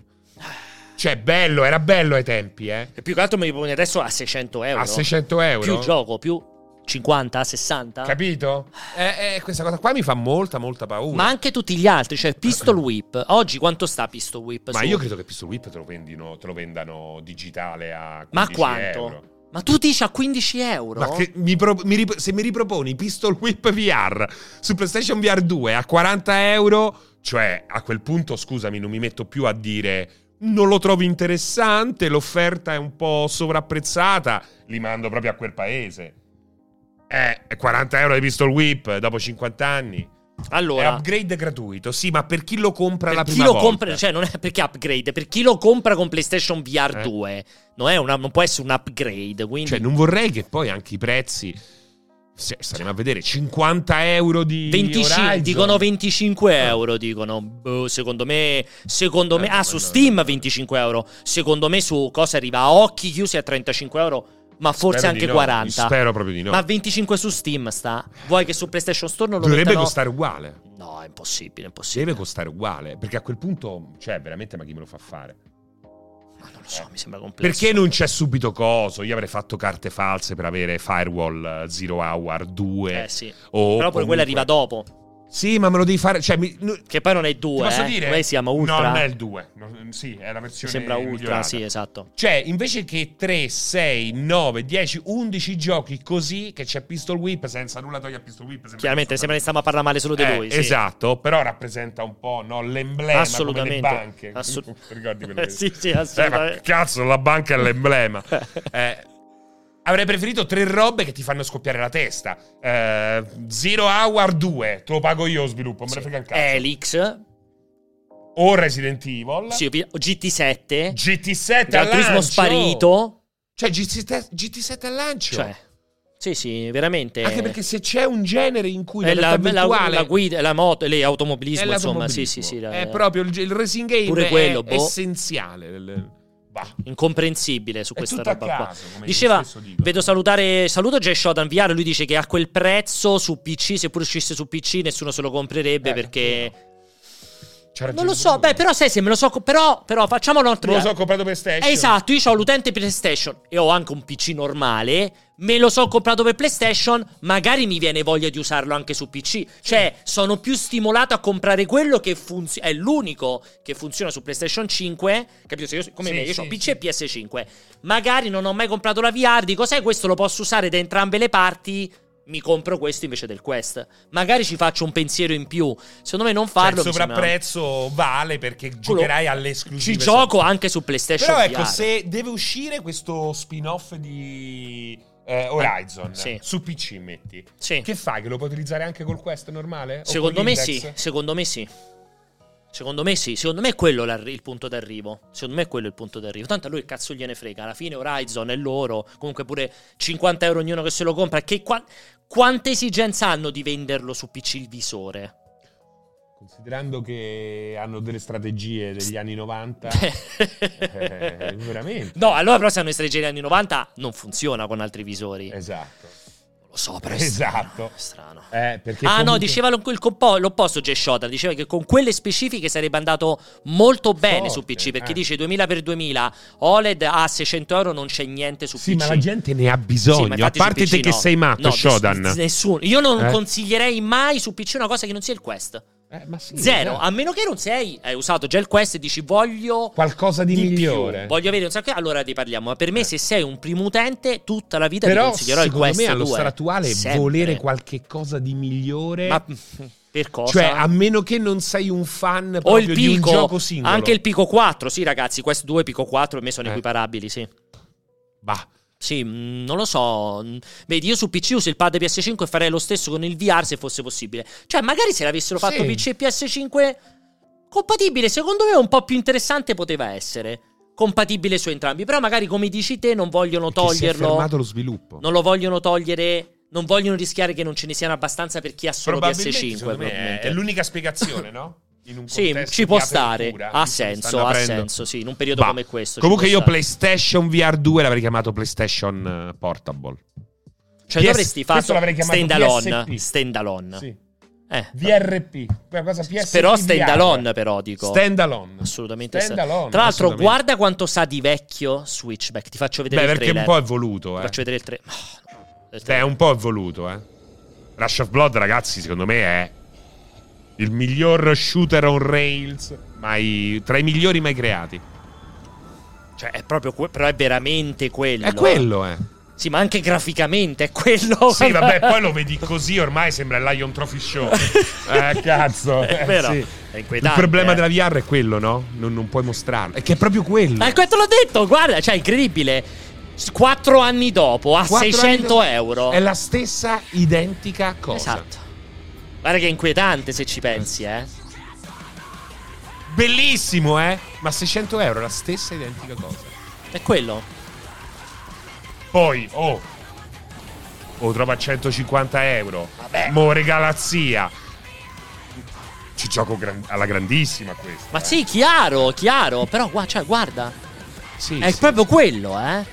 Speaker 1: Cioè, bello, era bello ai tempi, eh?
Speaker 2: E più che altro mi riponi adesso a 600 euro.
Speaker 1: A 600 euro.
Speaker 2: Più gioco, più 50, 60.
Speaker 1: Capito? Eh, eh, questa cosa qua mi fa molta, molta paura.
Speaker 2: Ma anche tutti gli altri, cioè Pistol Whip. Oggi quanto sta Pistol Whip?
Speaker 1: Ma
Speaker 2: su-
Speaker 1: io credo che Pistol Whip te lo, vendino- te lo vendano digitale a 15
Speaker 2: Ma quanto?
Speaker 1: euro.
Speaker 2: Ma tu dici a 15 euro?
Speaker 1: Ma che mi pro- mi rip- se mi riproponi Pistol Whip VR su PlayStation VR 2 a 40 euro, cioè a quel punto, scusami, non mi metto più a dire non lo trovo interessante, l'offerta è un po' sovrapprezzata, li mando proprio a quel paese. Eh, 40 euro di Pistol Whip dopo 50 anni. È
Speaker 2: allora,
Speaker 1: upgrade gratuito, sì, ma per chi lo compra
Speaker 2: per
Speaker 1: la
Speaker 2: chi
Speaker 1: prima
Speaker 2: lo
Speaker 1: volta?
Speaker 2: compra, cioè non è perché upgrade, per chi lo compra con PlayStation VR
Speaker 1: Eh.
Speaker 2: 2, non, è una- non può essere un upgrade, quindi
Speaker 1: Cioè, non vorrei che poi anche i prezzi. se- Staremo a vedere 50 euro di
Speaker 2: 25
Speaker 1: Horizon.
Speaker 2: dicono 25 euro, dicono. Boh, secondo me, secondo me,
Speaker 1: Eh,
Speaker 2: ah,
Speaker 1: no,
Speaker 2: su
Speaker 1: no,
Speaker 2: Steam
Speaker 1: no.
Speaker 2: 25 euro. Secondo me su cosa arriva a occhi chiusi a 35 euro, ma forse
Speaker 1: Spero
Speaker 2: anche
Speaker 1: di no,
Speaker 2: 40.
Speaker 1: Spero proprio di no.
Speaker 2: Ma 25 su Steam sta. Vuoi che su PlayStation Store non lo
Speaker 1: Dovrebbe
Speaker 2: mettano?
Speaker 1: costare uguale.
Speaker 2: No, è impossibile, è impossibile.
Speaker 1: Deve costare uguale. Perché a quel punto, cioè, veramente, ma chi me lo fa fare?
Speaker 2: Ma non lo so, mi sembra complesso.
Speaker 1: Perché non c'è subito coso? Io avrei fatto carte false per avere Firewall eh, Zero Hour 2.
Speaker 2: Eh sì.
Speaker 1: o
Speaker 2: Però poi
Speaker 1: Oh, comunque-
Speaker 2: quella arriva dopo.
Speaker 1: Sì, ma me lo devi fare. Cioè, mi- no- ti
Speaker 2: Che poi non è il 2,
Speaker 1: posso
Speaker 2: eh.
Speaker 1: dire?
Speaker 2: Come si chiama Ultra.
Speaker 1: No, non è il 2. No, sì, è la
Speaker 2: Mi
Speaker 1: versione.
Speaker 2: sembra Ultra,
Speaker 1: migliorata.
Speaker 2: sì, esatto.
Speaker 1: Cioè, invece che 3, 6, 9, 10, 11 giochi così, che c'è Pistol Whip, senza nulla toglie a Pistol Whip. sembra
Speaker 2: Chiaramente
Speaker 1: giusto.
Speaker 2: sembra che stiamo a parlare male solo di
Speaker 1: Eh,
Speaker 2: lui, sì.
Speaker 1: Esatto, però rappresenta un po' no, l'emblema
Speaker 2: Assolutamente.
Speaker 1: come le banche.
Speaker 2: Assu-
Speaker 1: Ti ricordi quello che-
Speaker 2: sì, sì,
Speaker 1: Eh, ma
Speaker 2: assolutamente.
Speaker 1: cazzo, la banca è l'emblema. Eh, avrei preferito tre robe che ti fanno scoppiare la testa. Eh, Zero Hour 2, te lo pago io lo sviluppo, me ne frega il cazzo.
Speaker 2: Eh, Elix,
Speaker 1: O Resident Evil.
Speaker 2: sì, vi- GT7,
Speaker 1: GT7
Speaker 2: Gran
Speaker 1: al
Speaker 2: Turismo
Speaker 1: lancio.
Speaker 2: sparito,
Speaker 1: Cioè GT7, GT7 al lancio.
Speaker 2: cioè Sì, sì, veramente
Speaker 1: Anche perché se c'è un genere in cui
Speaker 2: Eh. è
Speaker 1: la,
Speaker 2: la,
Speaker 1: realtà
Speaker 2: la-
Speaker 1: virtuale
Speaker 2: la guida, la moto,
Speaker 1: è
Speaker 2: l'automobilismo, insomma,
Speaker 1: l'automobilismo. Eh,
Speaker 2: sì, sì, sì, la-
Speaker 1: è proprio il, il racing game
Speaker 2: Pure
Speaker 1: è
Speaker 2: quello, boh.
Speaker 1: essenziale. del- Bah,
Speaker 2: incomprensibile su
Speaker 1: è
Speaker 2: questa
Speaker 1: tutto a
Speaker 2: roba qua.
Speaker 1: caso, come
Speaker 2: Diceva,
Speaker 1: io spesso dico.
Speaker 2: Vedo salutare, saluto Jay Shodan VR, lui dice che a quel prezzo su PC, seppure uscisse su PC, nessuno se lo comprerebbe
Speaker 1: Eh,
Speaker 2: perché...
Speaker 1: C'ha ragione
Speaker 2: Non lo so,
Speaker 1: lui.
Speaker 2: beh, però sai se me lo so, co- però, però facciamo un altro...
Speaker 1: Me lo so, ho comprato per Station.
Speaker 2: Esatto, io ho l'utente PlayStation e ho anche un PC normale. Me lo so comprato per PlayStation, magari mi viene voglia di usarlo anche su PC. Cioè, sono più stimolato a comprare quello che funziona. È l'unico che funziona su PlayStation 5. Capito? Se io, come
Speaker 1: Sì,
Speaker 2: me, io
Speaker 1: sì,
Speaker 2: ho PC
Speaker 1: sì.
Speaker 2: e PS5. Magari non ho mai comprato la VR. Dico, sai, questo lo posso usare da entrambe le parti. Mi compro questo invece del Quest. Magari ci faccio un pensiero in più. Secondo me non
Speaker 1: Cioè,
Speaker 2: farlo. mi
Speaker 1: il
Speaker 2: sembra-
Speaker 1: sovrapprezzo vale perché giocherai alle esclusive.
Speaker 2: Ci gioco anche su PlayStation
Speaker 1: Però ecco,
Speaker 2: VR.
Speaker 1: se deve uscire questo spin-off di eh, eh, Horizon
Speaker 2: Sì.
Speaker 1: su PC metti.
Speaker 2: Sì.
Speaker 1: Che fai? Che lo puoi utilizzare anche col Quest normale? O
Speaker 2: Secondo
Speaker 1: con
Speaker 2: me
Speaker 1: l'Index?
Speaker 2: sì, secondo me sì. Secondo me sì, secondo me è quello l'arri- il punto d'arrivo. Secondo me è quello il punto d'arrivo. Tanto a lui il cazzo gliene frega. Alla fine Horizon è loro. Comunque pure 50 euro ognuno che se lo compra. Che qua- quante esigenze hanno di venderlo su PC il visore?
Speaker 1: Considerando che hanno delle strategie degli anni 90, Eh, veramente.
Speaker 2: Cioè No, allora però se hanno i strategie degli anni 90 non funziona con altri visori.
Speaker 1: esatto.
Speaker 2: Lo so, però è
Speaker 1: Esatto.
Speaker 2: strano, è strano.
Speaker 1: Eh, perché
Speaker 2: ah no,
Speaker 1: comunque-
Speaker 2: diceva lo- il compo- l'opposto Jay Shota, diceva che con quelle specifiche sarebbe andato molto bene su
Speaker 1: Forte,
Speaker 2: PC, perché
Speaker 1: eh.
Speaker 2: dice 2000x2000, OLED a 600 euro non c'è niente su
Speaker 1: Sì,
Speaker 2: PC.
Speaker 1: ma la gente ne ha
Speaker 2: Sì, ma
Speaker 1: bisogno. A
Speaker 2: infatti su
Speaker 1: parte
Speaker 2: PC
Speaker 1: te che
Speaker 2: no.
Speaker 1: sei matto,
Speaker 2: No,
Speaker 1: Shodan.
Speaker 2: s- Nessuno. Io non
Speaker 1: Eh?
Speaker 2: consiglierei mai su PC una cosa che non sia il Quest.
Speaker 1: Eh, ma sì,
Speaker 2: Zero,
Speaker 1: eh.
Speaker 2: a meno che non sei hai usato già il Quest e dici voglio
Speaker 1: Qualcosa di,
Speaker 2: di
Speaker 1: migliore.
Speaker 2: più. Voglio avere un sacco allora ti parliamo, ma per me
Speaker 1: Eh.
Speaker 2: se sei un primo utente tutta la vita ti
Speaker 1: Però
Speaker 2: consiglierò il
Speaker 1: secondo
Speaker 2: Quest
Speaker 1: me
Speaker 2: 2.
Speaker 1: allo stato attuale
Speaker 2: Sempre.
Speaker 1: volere qualche cosa di migliore.
Speaker 2: Ma per cosa?
Speaker 1: Cioè, a meno che non sei un fan
Speaker 2: o
Speaker 1: proprio
Speaker 2: il
Speaker 1: di un
Speaker 2: Pico,
Speaker 1: gioco singolo.
Speaker 2: anche il Pico 4, sì ragazzi, Quest 2 e Pico 4 per me sono
Speaker 1: Eh.
Speaker 2: equiparabili, sì.
Speaker 1: Bah,
Speaker 2: Sì, mh, non lo so. mh, Vedi, io su PC uso il pad PS5 e farei lo stesso con il VR se fosse possibile. Cioè, magari se l'avessero fatto
Speaker 1: Sì.
Speaker 2: PC e PS5 compatibile, secondo me un po' più interessante poteva essere. Compatibile su entrambi, però magari come dici te non vogliono
Speaker 1: perché si è
Speaker 2: toglierlo.
Speaker 1: fermato lo sviluppo.
Speaker 2: non lo vogliono togliere, non vogliono rischiare che non ce ne siano abbastanza per chi ha solo
Speaker 1: Probabilmente,
Speaker 2: PS5.
Speaker 1: secondo me,
Speaker 2: probabilmente.
Speaker 1: È l'unica spiegazione, no? In un
Speaker 2: Sì,
Speaker 1: contesto
Speaker 2: ci può
Speaker 1: di
Speaker 2: stare,
Speaker 1: apertura,
Speaker 2: ha
Speaker 1: visto che
Speaker 2: senso,
Speaker 1: stanno
Speaker 2: ha
Speaker 1: aprendo.
Speaker 2: senso, sì, in un periodo
Speaker 1: Bah,
Speaker 2: come questo. ci
Speaker 1: Comunque
Speaker 2: può
Speaker 1: io
Speaker 2: stare.
Speaker 1: PlayStation VR 2 l'avrei chiamato PlayStation eh, Portable.
Speaker 2: Cioè
Speaker 1: PS
Speaker 2: dovresti fare
Speaker 1: questo l'avrei chiamato
Speaker 2: stand alone,
Speaker 1: PSP.
Speaker 2: stand alone.
Speaker 1: Sì.
Speaker 2: Eh,
Speaker 1: VRP, quella cosa PSP.
Speaker 2: però
Speaker 1: VR.
Speaker 2: stand alone però dico.
Speaker 1: Stand alone.
Speaker 2: Assolutamente
Speaker 1: Stand
Speaker 2: sta-
Speaker 1: alone,
Speaker 2: Tra l'altro
Speaker 1: assolutamente.
Speaker 2: guarda quanto sa di vecchio Switchback, ti faccio vedere
Speaker 1: Beh,
Speaker 2: il
Speaker 1: perché
Speaker 2: trailer.
Speaker 1: un po' è voluto,
Speaker 2: Ti
Speaker 1: eh.
Speaker 2: faccio vedere il, tre- Ah, il
Speaker 1: Beh,
Speaker 2: trailer.
Speaker 1: un po' è voluto, eh. Rush of Blood, ragazzi, secondo me è il miglior shooter on rails mai tra i migliori mai creati.
Speaker 2: Cioè, è proprio que- però è veramente quello.
Speaker 1: È quello, eh.
Speaker 2: Sì, ma anche graficamente è quello.
Speaker 1: Sì, vabbè, poi lo vedi così, ormai sembra il Lion Trophy Show. eh, cazzo.
Speaker 2: È
Speaker 1: eh,
Speaker 2: vero,
Speaker 1: sì.
Speaker 2: è
Speaker 1: Il
Speaker 2: inquietante.
Speaker 1: problema
Speaker 2: eh.
Speaker 1: della VR è quello, no? Non, non puoi mostrarlo. È che è proprio quello.
Speaker 2: Ma ecco, te l'ho detto, guarda, cioè, incredibile. S- Quattro anni dopo, a
Speaker 1: Quattro
Speaker 2: 600
Speaker 1: anni-
Speaker 2: euro.
Speaker 1: È la stessa identica cosa.
Speaker 2: Esatto. Guarda che è inquietante se ci pensi, eh.
Speaker 1: Bellissimo, eh? Ma 600 euro è la stessa identica cosa.
Speaker 2: È quello.
Speaker 1: Poi, oh, o trova a 150 euro.
Speaker 2: Vabbè.
Speaker 1: Mo regalazia. Ci gioco gran- alla grandissima questo.
Speaker 2: Ma sì, chiaro, chiaro. Però, gua- cioè, guarda,
Speaker 1: sì,
Speaker 2: è
Speaker 1: sì,
Speaker 2: proprio quello, eh.
Speaker 1: è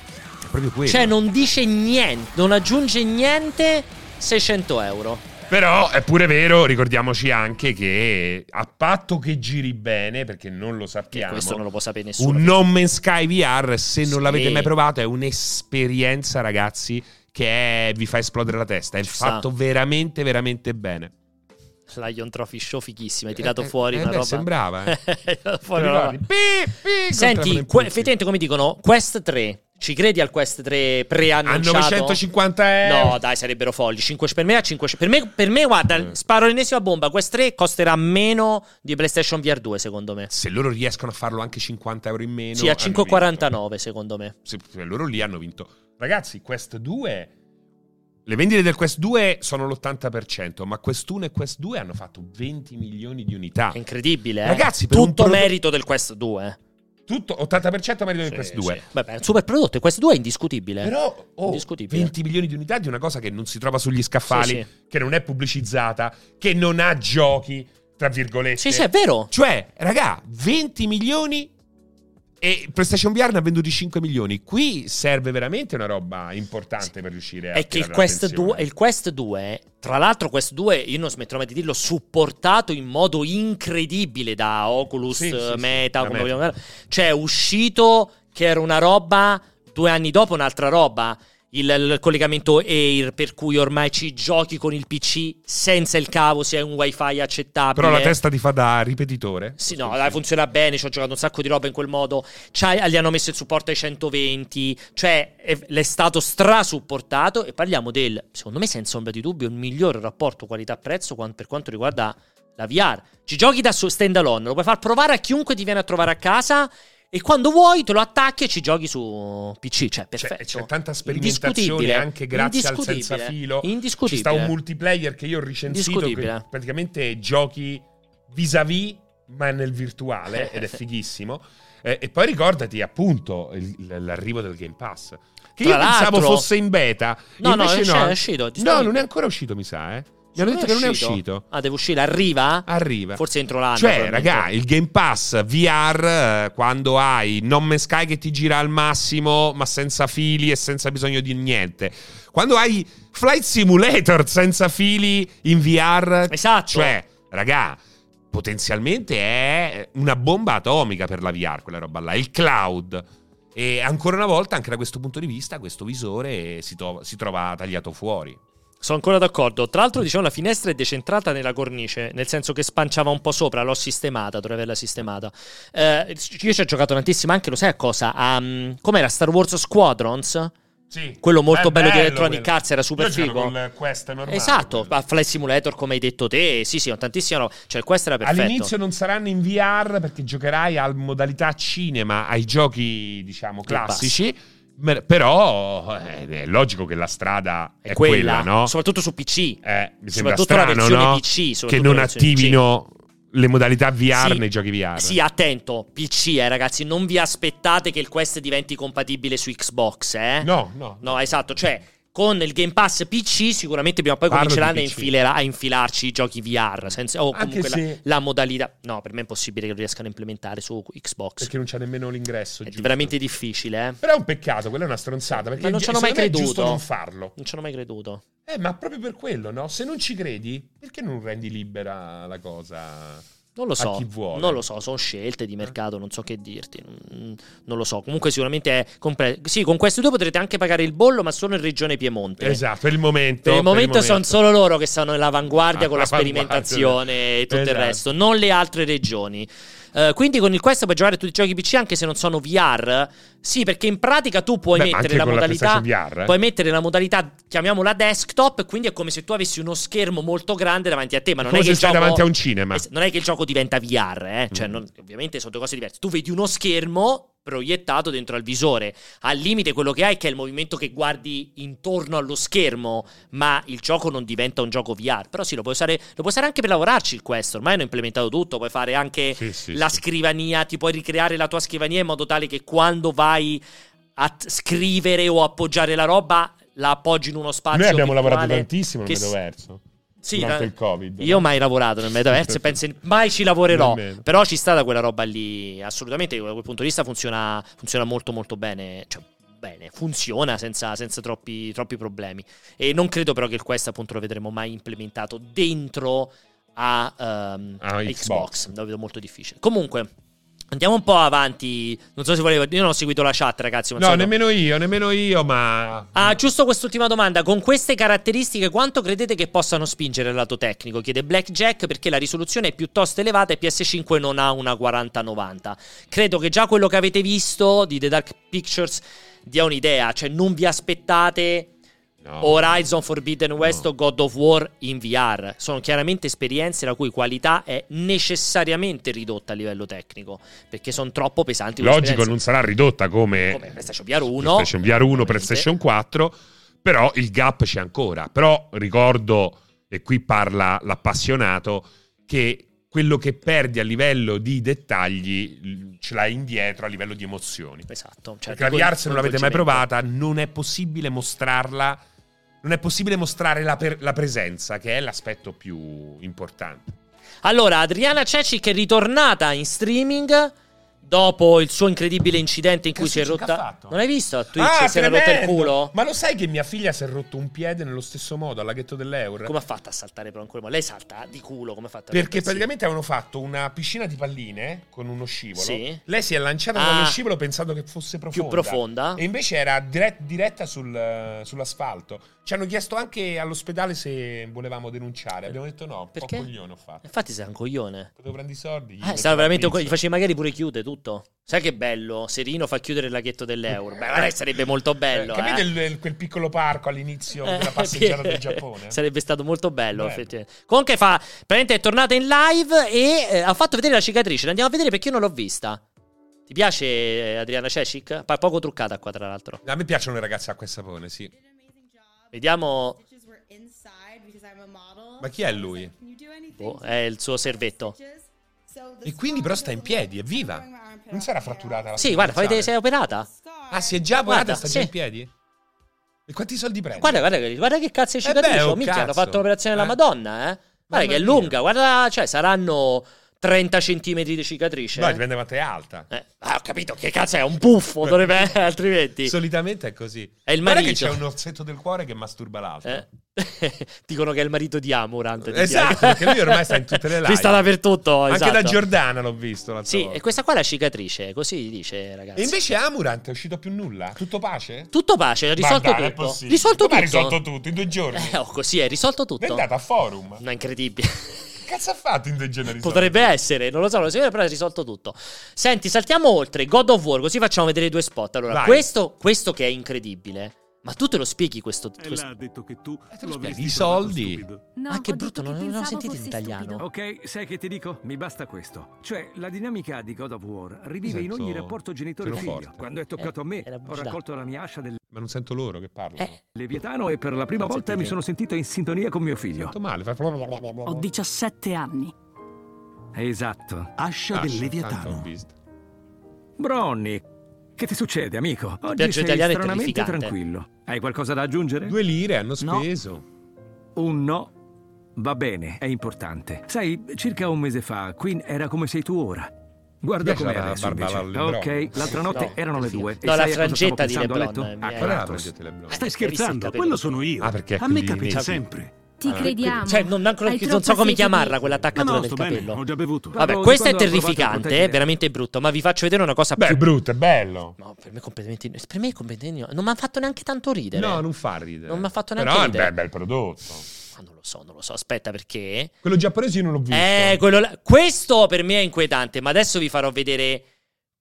Speaker 1: proprio quello.
Speaker 2: Cioè, non dice niente, non aggiunge niente. 600 euro.
Speaker 1: Però è pure vero, ricordiamoci anche che a patto che giri bene, perché non lo
Speaker 2: Che
Speaker 1: sappiamo.
Speaker 2: questo non lo può sapere nessuno.
Speaker 1: Un Non Man's Sky VR, se non
Speaker 2: Sì.
Speaker 1: l'avete mai provato, è un'esperienza, ragazzi, che è- vi fa esplodere la testa. È
Speaker 2: Ci sta.
Speaker 1: fatto veramente, veramente bene.
Speaker 2: Lion Trophy Show fighissimo. Hai tirato
Speaker 1: Eh, eh,
Speaker 2: fuori
Speaker 1: eh,
Speaker 2: una
Speaker 1: beh,
Speaker 2: roba.
Speaker 1: sembrava, eh.
Speaker 2: Hai tirato
Speaker 1: Ti
Speaker 2: fuori una roba.
Speaker 1: ricordi? Pi, pi, contrappono
Speaker 2: Senti,
Speaker 1: in
Speaker 2: que-
Speaker 1: pulsi.
Speaker 2: effettivamente come dicono, Quest 3. Ci credi al Quest 3
Speaker 1: a
Speaker 2: preannunciato?
Speaker 1: 950 euro.
Speaker 2: No, dai, sarebbero folli. 5 per me a 5 per me, per me guarda,
Speaker 1: Eh.
Speaker 2: sparo l'ennesima bomba. Quest 3 costerà meno di PlayStation VR 2, secondo me.
Speaker 1: Se loro riescono a farlo anche 50 euro in meno.
Speaker 2: sì, a
Speaker 1: hanno
Speaker 2: 5,49, secondo me.
Speaker 1: vinto. Se- se loro lì hanno vinto. Ragazzi, Quest 2. Le vendite del Quest 2 sono l'80%, ma Quest 1 e Quest 2 hanno fatto 20 milioni di unità.
Speaker 2: È incredibile, eh?
Speaker 1: Ragazzi, per un
Speaker 2: tutto
Speaker 1: prodotto-
Speaker 2: merito del Quest 2.
Speaker 1: Tutto 80% merito del Quest 2.
Speaker 2: Vabbè, è un super prodotto. Il Quest 2 è indiscutibile.
Speaker 1: Però oh,
Speaker 2: Indiscutibile.
Speaker 1: 20 milioni di unità di una cosa che non si trova sugli scaffali,
Speaker 2: Sì, sì.
Speaker 1: che non è pubblicizzata, che non ha giochi, tra virgolette.
Speaker 2: Sì, sì, è vero.
Speaker 1: Cioè, raga, 20 milioni e PlayStation VR ne ha venduti 5 milioni. Qui serve veramente una roba importante per riuscire a
Speaker 2: È che il
Speaker 1: tirare
Speaker 2: Quest,
Speaker 1: l'attenzione.
Speaker 2: 2, il Quest 2, tra l'altro Quest 2, io non smetterò mai di dirlo, supportato in modo incredibile da Oculus,
Speaker 1: Sì, sì, sì,
Speaker 2: Meta,
Speaker 1: da
Speaker 2: come
Speaker 1: Meta.
Speaker 2: vogliamo chiamarlo. Cioè è uscito che era una roba, due anni dopo un'altra roba. Il, il collegamento Air, per cui ormai ci giochi con il PC senza il cavo, se hai un wifi accettabile.
Speaker 1: Però la testa ti fa da ripetitore.
Speaker 2: Sì, no, dai, funziona bene, ci ho giocato un sacco di roba in quel modo, C'hai, gli hanno messo il supporto ai 120, cioè è, l'è stato strasupportato e parliamo del, secondo me senza ombra di dubbio, il miglior rapporto qualità-prezzo quan- per quanto riguarda la VR. Ci giochi da su- stand alone, lo puoi far provare a chiunque ti viene a trovare a casa E quando vuoi te lo attacchi e ci giochi su PC.
Speaker 1: C'è,
Speaker 2: Cioè, perfetto.
Speaker 1: c'è tanta sperimentazione
Speaker 2: Indiscutibile,
Speaker 1: anche grazie al
Speaker 2: indiscutibile, eh.
Speaker 1: senza filo. Ci
Speaker 2: Indiscutibile.
Speaker 1: sta un multiplayer che io ho recensito che
Speaker 2: Discutibile.
Speaker 1: praticamente giochi vis-à-vis ma nel virtuale ed è fighissimo. Eh, e poi ricordati appunto il- l- l'arrivo del Game Pass. Che
Speaker 2: Tra
Speaker 1: io pensavo
Speaker 2: l'altro-
Speaker 1: fosse in beta.
Speaker 2: No, no,
Speaker 1: invece
Speaker 2: c'è,
Speaker 1: no.
Speaker 2: è uscito. ti
Speaker 1: No,
Speaker 2: sto-
Speaker 1: non è ancora uscito, mi sa, eh. Mi hanno
Speaker 2: Secondo
Speaker 1: detto
Speaker 2: me
Speaker 1: che non è uscito.
Speaker 2: Ah, deve uscire. Arriva?
Speaker 1: Arriva.
Speaker 2: Forse entro l'anno.
Speaker 1: Cioè,
Speaker 2: probabilmente.
Speaker 1: raga, il Game Pass VR, eh, quando hai non me Sky che ti gira al massimo, ma senza fili e senza bisogno di niente. Quando hai Flight Simulator senza fili in VR,
Speaker 2: Esatto.
Speaker 1: cioè, raga, potenzialmente è una bomba atomica per la VR quella roba là, il cloud. E ancora una volta, anche da questo punto di vista, questo visore si, to- si trova tagliato fuori.
Speaker 2: Sono ancora d'accordo. Tra l'altro, diciamo, la finestra è decentrata nella cornice, nel senso che spanciava un po' sopra, l'ho sistemata, dovrei averla sistemata. Eh, io ci ho giocato tantissimo anche, lo sai a cosa? A, mm, com'era Star Wars Squadrons?
Speaker 1: Sì.
Speaker 2: Quello molto bello, di Electronic Arts, era super figo. esatto, a Flight Simulator, come hai detto te, sì, sì, ho tantissimo. no, Cioè, questo era perfetto.
Speaker 1: All'inizio non saranno in VR perché giocherai al modalità cinema, ai giochi diciamo classici, mer- però eh, è logico che la strada è, quella, no?
Speaker 2: Soprattutto su PC.
Speaker 1: Eh, mi sembra
Speaker 2: soprattutto la
Speaker 1: strano,
Speaker 2: versione
Speaker 1: no?
Speaker 2: PC, soprattutto
Speaker 1: che
Speaker 2: la
Speaker 1: non
Speaker 2: versione PC.
Speaker 1: attivino le modalità VR
Speaker 2: Sì.
Speaker 1: nei giochi VR.
Speaker 2: Sì, attento, PC, eh, ragazzi, non vi aspettate che il Quest diventi compatibile su Xbox, eh?
Speaker 1: No, no.
Speaker 2: No, esatto, cioè con il Game Pass PC sicuramente prima o poi
Speaker 1: Parlo
Speaker 2: cominceranno
Speaker 1: di
Speaker 2: a,
Speaker 1: PC.
Speaker 2: infilera- a infilarci i giochi VR, senza- o
Speaker 1: Anche
Speaker 2: comunque la-
Speaker 1: se-
Speaker 2: la, modalità... No, per me è impossibile che lo riescano a implementare su Xbox.
Speaker 1: Perché non c'è nemmeno l'ingresso.
Speaker 2: è
Speaker 1: giusto.
Speaker 2: veramente difficile, eh?
Speaker 1: Però è un peccato, quella è una stronzata. Perché
Speaker 2: Ma non
Speaker 1: gi-
Speaker 2: ci hanno mai
Speaker 1: secondo me è
Speaker 2: creduto.
Speaker 1: giusto non farlo.
Speaker 2: Non ci hanno mai creduto.
Speaker 1: Eh, ma proprio per quello, no? Se non ci credi, perché non rendi libera la cosa?
Speaker 2: Non lo so,
Speaker 1: chi vuole. Eh.
Speaker 2: non lo so, sono scelte di mercato, non so che dirti, non, non lo so. Comunque sicuramente è compre- Sì, con questi due potrete anche pagare il bollo, ma solo in regione Piemonte.
Speaker 1: Esatto, per il momento.
Speaker 2: Eh. Per il momento sono
Speaker 1: momento.
Speaker 2: solo loro che stanno nell'avanguardia con la
Speaker 1: Avanguardia.
Speaker 2: sperimentazione e tutto
Speaker 1: Esatto.
Speaker 2: il resto, non le altre regioni. Eh, quindi con il Quest puoi giocare a tutti i giochi PC anche se non sono VR? Sì, perché in pratica tu puoi
Speaker 1: Beh, ma
Speaker 2: mettere
Speaker 1: anche
Speaker 2: la
Speaker 1: con
Speaker 2: modalità.
Speaker 1: PlayStation VR, eh.
Speaker 2: Puoi mettere la modalità, chiamiamola desktop, quindi è come se tu avessi uno schermo molto grande davanti a te, ma non
Speaker 1: come
Speaker 2: è
Speaker 1: se
Speaker 2: che il
Speaker 1: stai
Speaker 2: gioco...
Speaker 1: davanti a un cinema.
Speaker 2: Es- Non è che il gioco diventa VR, eh? cioè,
Speaker 1: Mm.
Speaker 2: non- ovviamente sono due cose diverse. Tu vedi uno schermo proiettato dentro al visore. Al limite quello che hai è che è il movimento che guardi intorno allo schermo, ma il gioco non diventa un gioco VR. Però sì, lo puoi usare, lo puoi usare anche per lavorarci il questo. Ormai hanno implementato tutto, puoi fare anche
Speaker 1: Sì, sì,
Speaker 2: la
Speaker 1: sì.
Speaker 2: scrivania, ti puoi ricreare la tua scrivania in modo tale che quando vai a t- scrivere o appoggiare la roba, la appoggi in uno spazio
Speaker 1: Noi abbiamo
Speaker 2: virtuale
Speaker 1: lavorato tantissimo nel
Speaker 2: che s-
Speaker 1: metaverso
Speaker 2: Sì, eh.
Speaker 1: durante
Speaker 2: la-
Speaker 1: il Covid.
Speaker 2: io mai lavorato nel metaverso e penso mai ci lavorerò.
Speaker 1: Nemmeno.
Speaker 2: Però ci sta da quella roba lì. Assolutamente, da quel punto di vista funziona, funziona molto molto bene. Cioè, bene, funziona senza, senza troppi, troppi problemi. E non credo però che il Quest appunto lo vedremo mai implementato dentro a, ehm,
Speaker 1: A
Speaker 2: a
Speaker 1: Xbox.
Speaker 2: Xbox. Lo vedo molto difficile. Comunque. Andiamo un po' avanti. Non so se volevo. Io non ho seguito la chat, ragazzi. ma
Speaker 1: No,
Speaker 2: insomma-
Speaker 1: nemmeno io, nemmeno io, ma...
Speaker 2: Ah, giusto quest'ultima domanda. Con queste caratteristiche, quanto credete che possano spingere il lato tecnico? Chiede Blackjack perché la risoluzione è piuttosto elevata e PS5 non ha una 4090. Credo che già quello che avete visto di The Dark Pictures dia un'idea, cioè non vi aspettate
Speaker 1: No.
Speaker 2: Horizon Forbidden West
Speaker 1: No.
Speaker 2: o God of War in VR. Sono chiaramente esperienze la cui qualità è necessariamente ridotta a livello tecnico, perché sono troppo pesanti. come
Speaker 1: Logico,
Speaker 2: esperienze.
Speaker 1: non sarà ridotta come...
Speaker 2: come PlayStation VR 1,
Speaker 1: PlayStation VR 1,
Speaker 2: ovviamente.
Speaker 1: PlayStation 4, però il gap c'è ancora. Però ricordo, e qui parla l'appassionato, che quello che perdi a livello di dettagli l- ce l'hai indietro a livello di emozioni.
Speaker 2: Esatto. Cioè,
Speaker 1: Perché la VR, se
Speaker 2: se
Speaker 1: non l'avete mai provata, non è possibile mostrarla. Non è possibile mostrare la, per- la presenza, che è l'aspetto più importante.
Speaker 2: Allora, Adriana Cecic è ritornata in streaming dopo il suo incredibile incidente in
Speaker 1: Che
Speaker 2: cui si è
Speaker 1: successo? Che ha
Speaker 2: rotta.
Speaker 1: fatto?
Speaker 2: Non hai visto? A Twitch si era rotta
Speaker 1: Ah, tremendo!
Speaker 2: il culo?
Speaker 1: Ma lo sai che mia figlia si è rotto un piede nello stesso modo al laghetto dell'Euro?
Speaker 2: Come ha fatto a saltare però ancora? Ma lei salta di culo, come ha fatto? a
Speaker 1: Perché
Speaker 2: rompersi?
Speaker 1: praticamente avevano fatto una piscina di palline con uno scivolo.
Speaker 2: Sì.
Speaker 1: Lei si è lanciata
Speaker 2: Ah.
Speaker 1: dallo scivolo pensando che fosse profonda.
Speaker 2: più profonda.
Speaker 1: E invece era dire- diretta sul, eh, sull'asfalto. Ci hanno chiesto anche all'ospedale se volevamo denunciare. Abbiamo detto no, un
Speaker 2: Eh, Perché?
Speaker 1: po' coglione ho fatto.
Speaker 2: Infatti sei un coglione.
Speaker 1: Potevo prendere i soldi. gli
Speaker 2: Eh,
Speaker 1: mettevo
Speaker 2: stava veramente
Speaker 1: il
Speaker 2: un co- gli
Speaker 1: pizzo.
Speaker 2: facevi magari pure chiudere tutto. Sai che bello? Serino fa chiudere il laghetto dell'Euro. Beh, guarda che sarebbe molto bello.
Speaker 1: Eh, capite
Speaker 2: eh.
Speaker 1: il- il- quel piccolo parco all'inizio
Speaker 2: Eh,
Speaker 1: della passeggiata
Speaker 2: sì.
Speaker 1: del Giappone?
Speaker 2: Sarebbe stato molto bello,
Speaker 1: Bello.
Speaker 2: effettivamente. Comunque fa, praticamente è tornata in live e eh, ha fatto vedere la cicatrice. L'andiamo a vedere perché io non l'ho vista. Ti piace eh, Adriana Cecic? Pa- poco truccata qua, tra l'altro.
Speaker 1: A me piacciono le ragazze acqua e sapone, sì.
Speaker 2: Vediamo.
Speaker 1: Ma chi è lui?
Speaker 2: Boh, è il suo servetto.
Speaker 1: E quindi però sta in piedi, è viva. Non sarà fratturata la
Speaker 2: Sì, guarda, fai vedere se è operata.
Speaker 1: Ah, si è già operata
Speaker 2: Guarda,
Speaker 1: e sta
Speaker 2: sì.
Speaker 1: già in piedi? E quanti soldi prende?
Speaker 2: Guarda, guarda, che- guarda che cazzo di
Speaker 1: Eh
Speaker 2: cicatrice.
Speaker 1: beh,
Speaker 2: oh,
Speaker 1: un
Speaker 2: minchia, hanno
Speaker 1: cazzo.
Speaker 2: fatto l'operazione della
Speaker 1: Eh.
Speaker 2: Madonna, eh. Guarda
Speaker 1: Mamma
Speaker 2: che
Speaker 1: mia.
Speaker 2: è lunga, guarda, cioè saranno 30 centimetri di cicatrice.
Speaker 1: No,
Speaker 2: eh.
Speaker 1: dipende quanto è alta.
Speaker 2: Eh, ah, ho capito, che cazzo è un puffo, dovrebbe eh, altrimenti.
Speaker 1: Solitamente è così.
Speaker 2: È il
Speaker 1: Guarda che
Speaker 2: marito.
Speaker 1: c'è un orsetto del cuore che masturba l'altro.
Speaker 2: Eh. Dicono che è il marito di Amurant. di
Speaker 1: Esatto,
Speaker 2: Chiara.
Speaker 1: perché lui ormai sta in tutte le live.
Speaker 2: Lui sta dappertutto,
Speaker 1: Anche
Speaker 2: esatto.
Speaker 1: da Giordana l'ho visto l'altra
Speaker 2: Sì,
Speaker 1: volta.
Speaker 2: e questa qua è la cicatrice, così dice, ragazzi.
Speaker 1: E invece Amurant è uscito più nulla? Tutto pace?
Speaker 2: Tutto pace, ha risolto
Speaker 1: Ma dai, non è
Speaker 2: tutto.
Speaker 1: possibile.
Speaker 2: Risolto
Speaker 1: Come
Speaker 2: tutto.
Speaker 1: ha risolto tutto in due giorni?
Speaker 2: Eh, oh, così è risolto
Speaker 1: È
Speaker 2: tutto.
Speaker 1: andata a forum.
Speaker 2: No, incredibile.
Speaker 1: Che cazzo ha fatto in due giorni? di
Speaker 2: Potrebbe essere, non lo so, non lo so, però è risolto tutto. Senti, saltiamo oltre God of War, così facciamo vedere i due spot. Allora,
Speaker 1: Vai.
Speaker 2: questo, questo che è incredibile. Ma tu te lo spieghi questo,
Speaker 4: Eh,
Speaker 2: questo-
Speaker 3: Ella ha detto che tu
Speaker 1: te lo
Speaker 3: lo avresti
Speaker 1: spieghi, i
Speaker 3: trovato
Speaker 1: soldi.
Speaker 3: stupido.
Speaker 5: No,
Speaker 2: Ah, che
Speaker 5: ho
Speaker 2: brutto,
Speaker 5: detto
Speaker 2: non- non
Speaker 5: pensavo
Speaker 2: sentite in
Speaker 5: fossi
Speaker 2: italiano.
Speaker 5: stupido.
Speaker 3: Ok, sai che ti dico? Mi basta questo. Cioè, la dinamica di God of War rivive in
Speaker 1: Sento-
Speaker 3: ogni rapporto genitore-figlio.
Speaker 1: pianoforte.
Speaker 3: Quando è toccato a me,
Speaker 2: era
Speaker 3: ho
Speaker 2: bugiardo.
Speaker 3: raccolto la mia ascia del
Speaker 1: Ma non sento loro che parlano.
Speaker 2: Eh,
Speaker 3: Leviatano e per la prima
Speaker 2: Non
Speaker 3: volta
Speaker 2: sentite.
Speaker 3: mi sono sentito in sintonia con mio figlio.
Speaker 1: Sento male. fa-
Speaker 5: Ho 17 anni.
Speaker 3: Esatto.
Speaker 4: Ascia del
Speaker 1: Lascia, tanto ho
Speaker 4: Leviatano.
Speaker 1: visto.
Speaker 3: Bronny, che ti succede, amico? Oggi
Speaker 2: piace
Speaker 3: sei
Speaker 2: italiano è
Speaker 3: stranamente
Speaker 2: terrificante.
Speaker 3: tranquillo. Hai qualcosa da aggiungere?
Speaker 1: Due lire hanno
Speaker 4: No.
Speaker 1: speso.
Speaker 3: Un no. Va bene, è importante. Sai, circa un mese fa, Queen era come sei tu ora. Guarda
Speaker 1: Beh,
Speaker 3: come
Speaker 1: c'era
Speaker 3: adesso
Speaker 1: Barbara
Speaker 3: invece.
Speaker 1: Lebron.
Speaker 3: Ok, l'altra notte
Speaker 2: No,
Speaker 3: erano le due.
Speaker 2: no, la
Speaker 3: e sai a cosa stavo
Speaker 2: frangetta di
Speaker 3: pensando a
Speaker 2: Lebron, eh,
Speaker 3: letto? Ah,
Speaker 2: mi
Speaker 3: A
Speaker 2: è-
Speaker 1: Quella è la
Speaker 3: Kratos.
Speaker 1: frangetta del blog.
Speaker 2: Hai
Speaker 4: Stai
Speaker 2: visto il
Speaker 4: scherzando,
Speaker 2: capello?
Speaker 4: quello sono io.
Speaker 1: Ah, perché è
Speaker 4: a me
Speaker 1: quelli
Speaker 4: capita
Speaker 1: nesi.
Speaker 4: sempre.
Speaker 5: Ti
Speaker 1: Allora,
Speaker 5: crediamo.
Speaker 2: Cioè, non, ancora-
Speaker 5: Hai
Speaker 2: non so
Speaker 5: troppo
Speaker 2: come
Speaker 5: sedi.
Speaker 2: chiamarla quella
Speaker 4: Ma
Speaker 2: attaccatura
Speaker 4: no,
Speaker 2: nel
Speaker 4: sto bene,
Speaker 2: capello.
Speaker 4: ho già bevuto.
Speaker 3: Va-
Speaker 2: Vabbè,
Speaker 3: Parlo di
Speaker 2: questo è
Speaker 3: quando ho provato a
Speaker 2: terrificante,
Speaker 3: proteggere.
Speaker 2: è veramente brutto, ma vi faccio vedere una cosa
Speaker 1: Beh, è
Speaker 2: più...
Speaker 1: brutto, è bello.
Speaker 2: no, per me è completamente... in- Per me è completamente... in- Non mi ha fatto neanche tanto ridere.
Speaker 1: No, non fa ridere.
Speaker 2: Non mi ha fatto
Speaker 1: Però
Speaker 2: neanche
Speaker 1: è
Speaker 2: ridere.
Speaker 1: be- bel prodotto.
Speaker 2: Ma Ah, non lo so, non lo so, aspetta perché...
Speaker 1: Quello giapponese io non l'ho visto.
Speaker 2: Eh, quello là- questo per me è inquietante, ma adesso vi farò vedere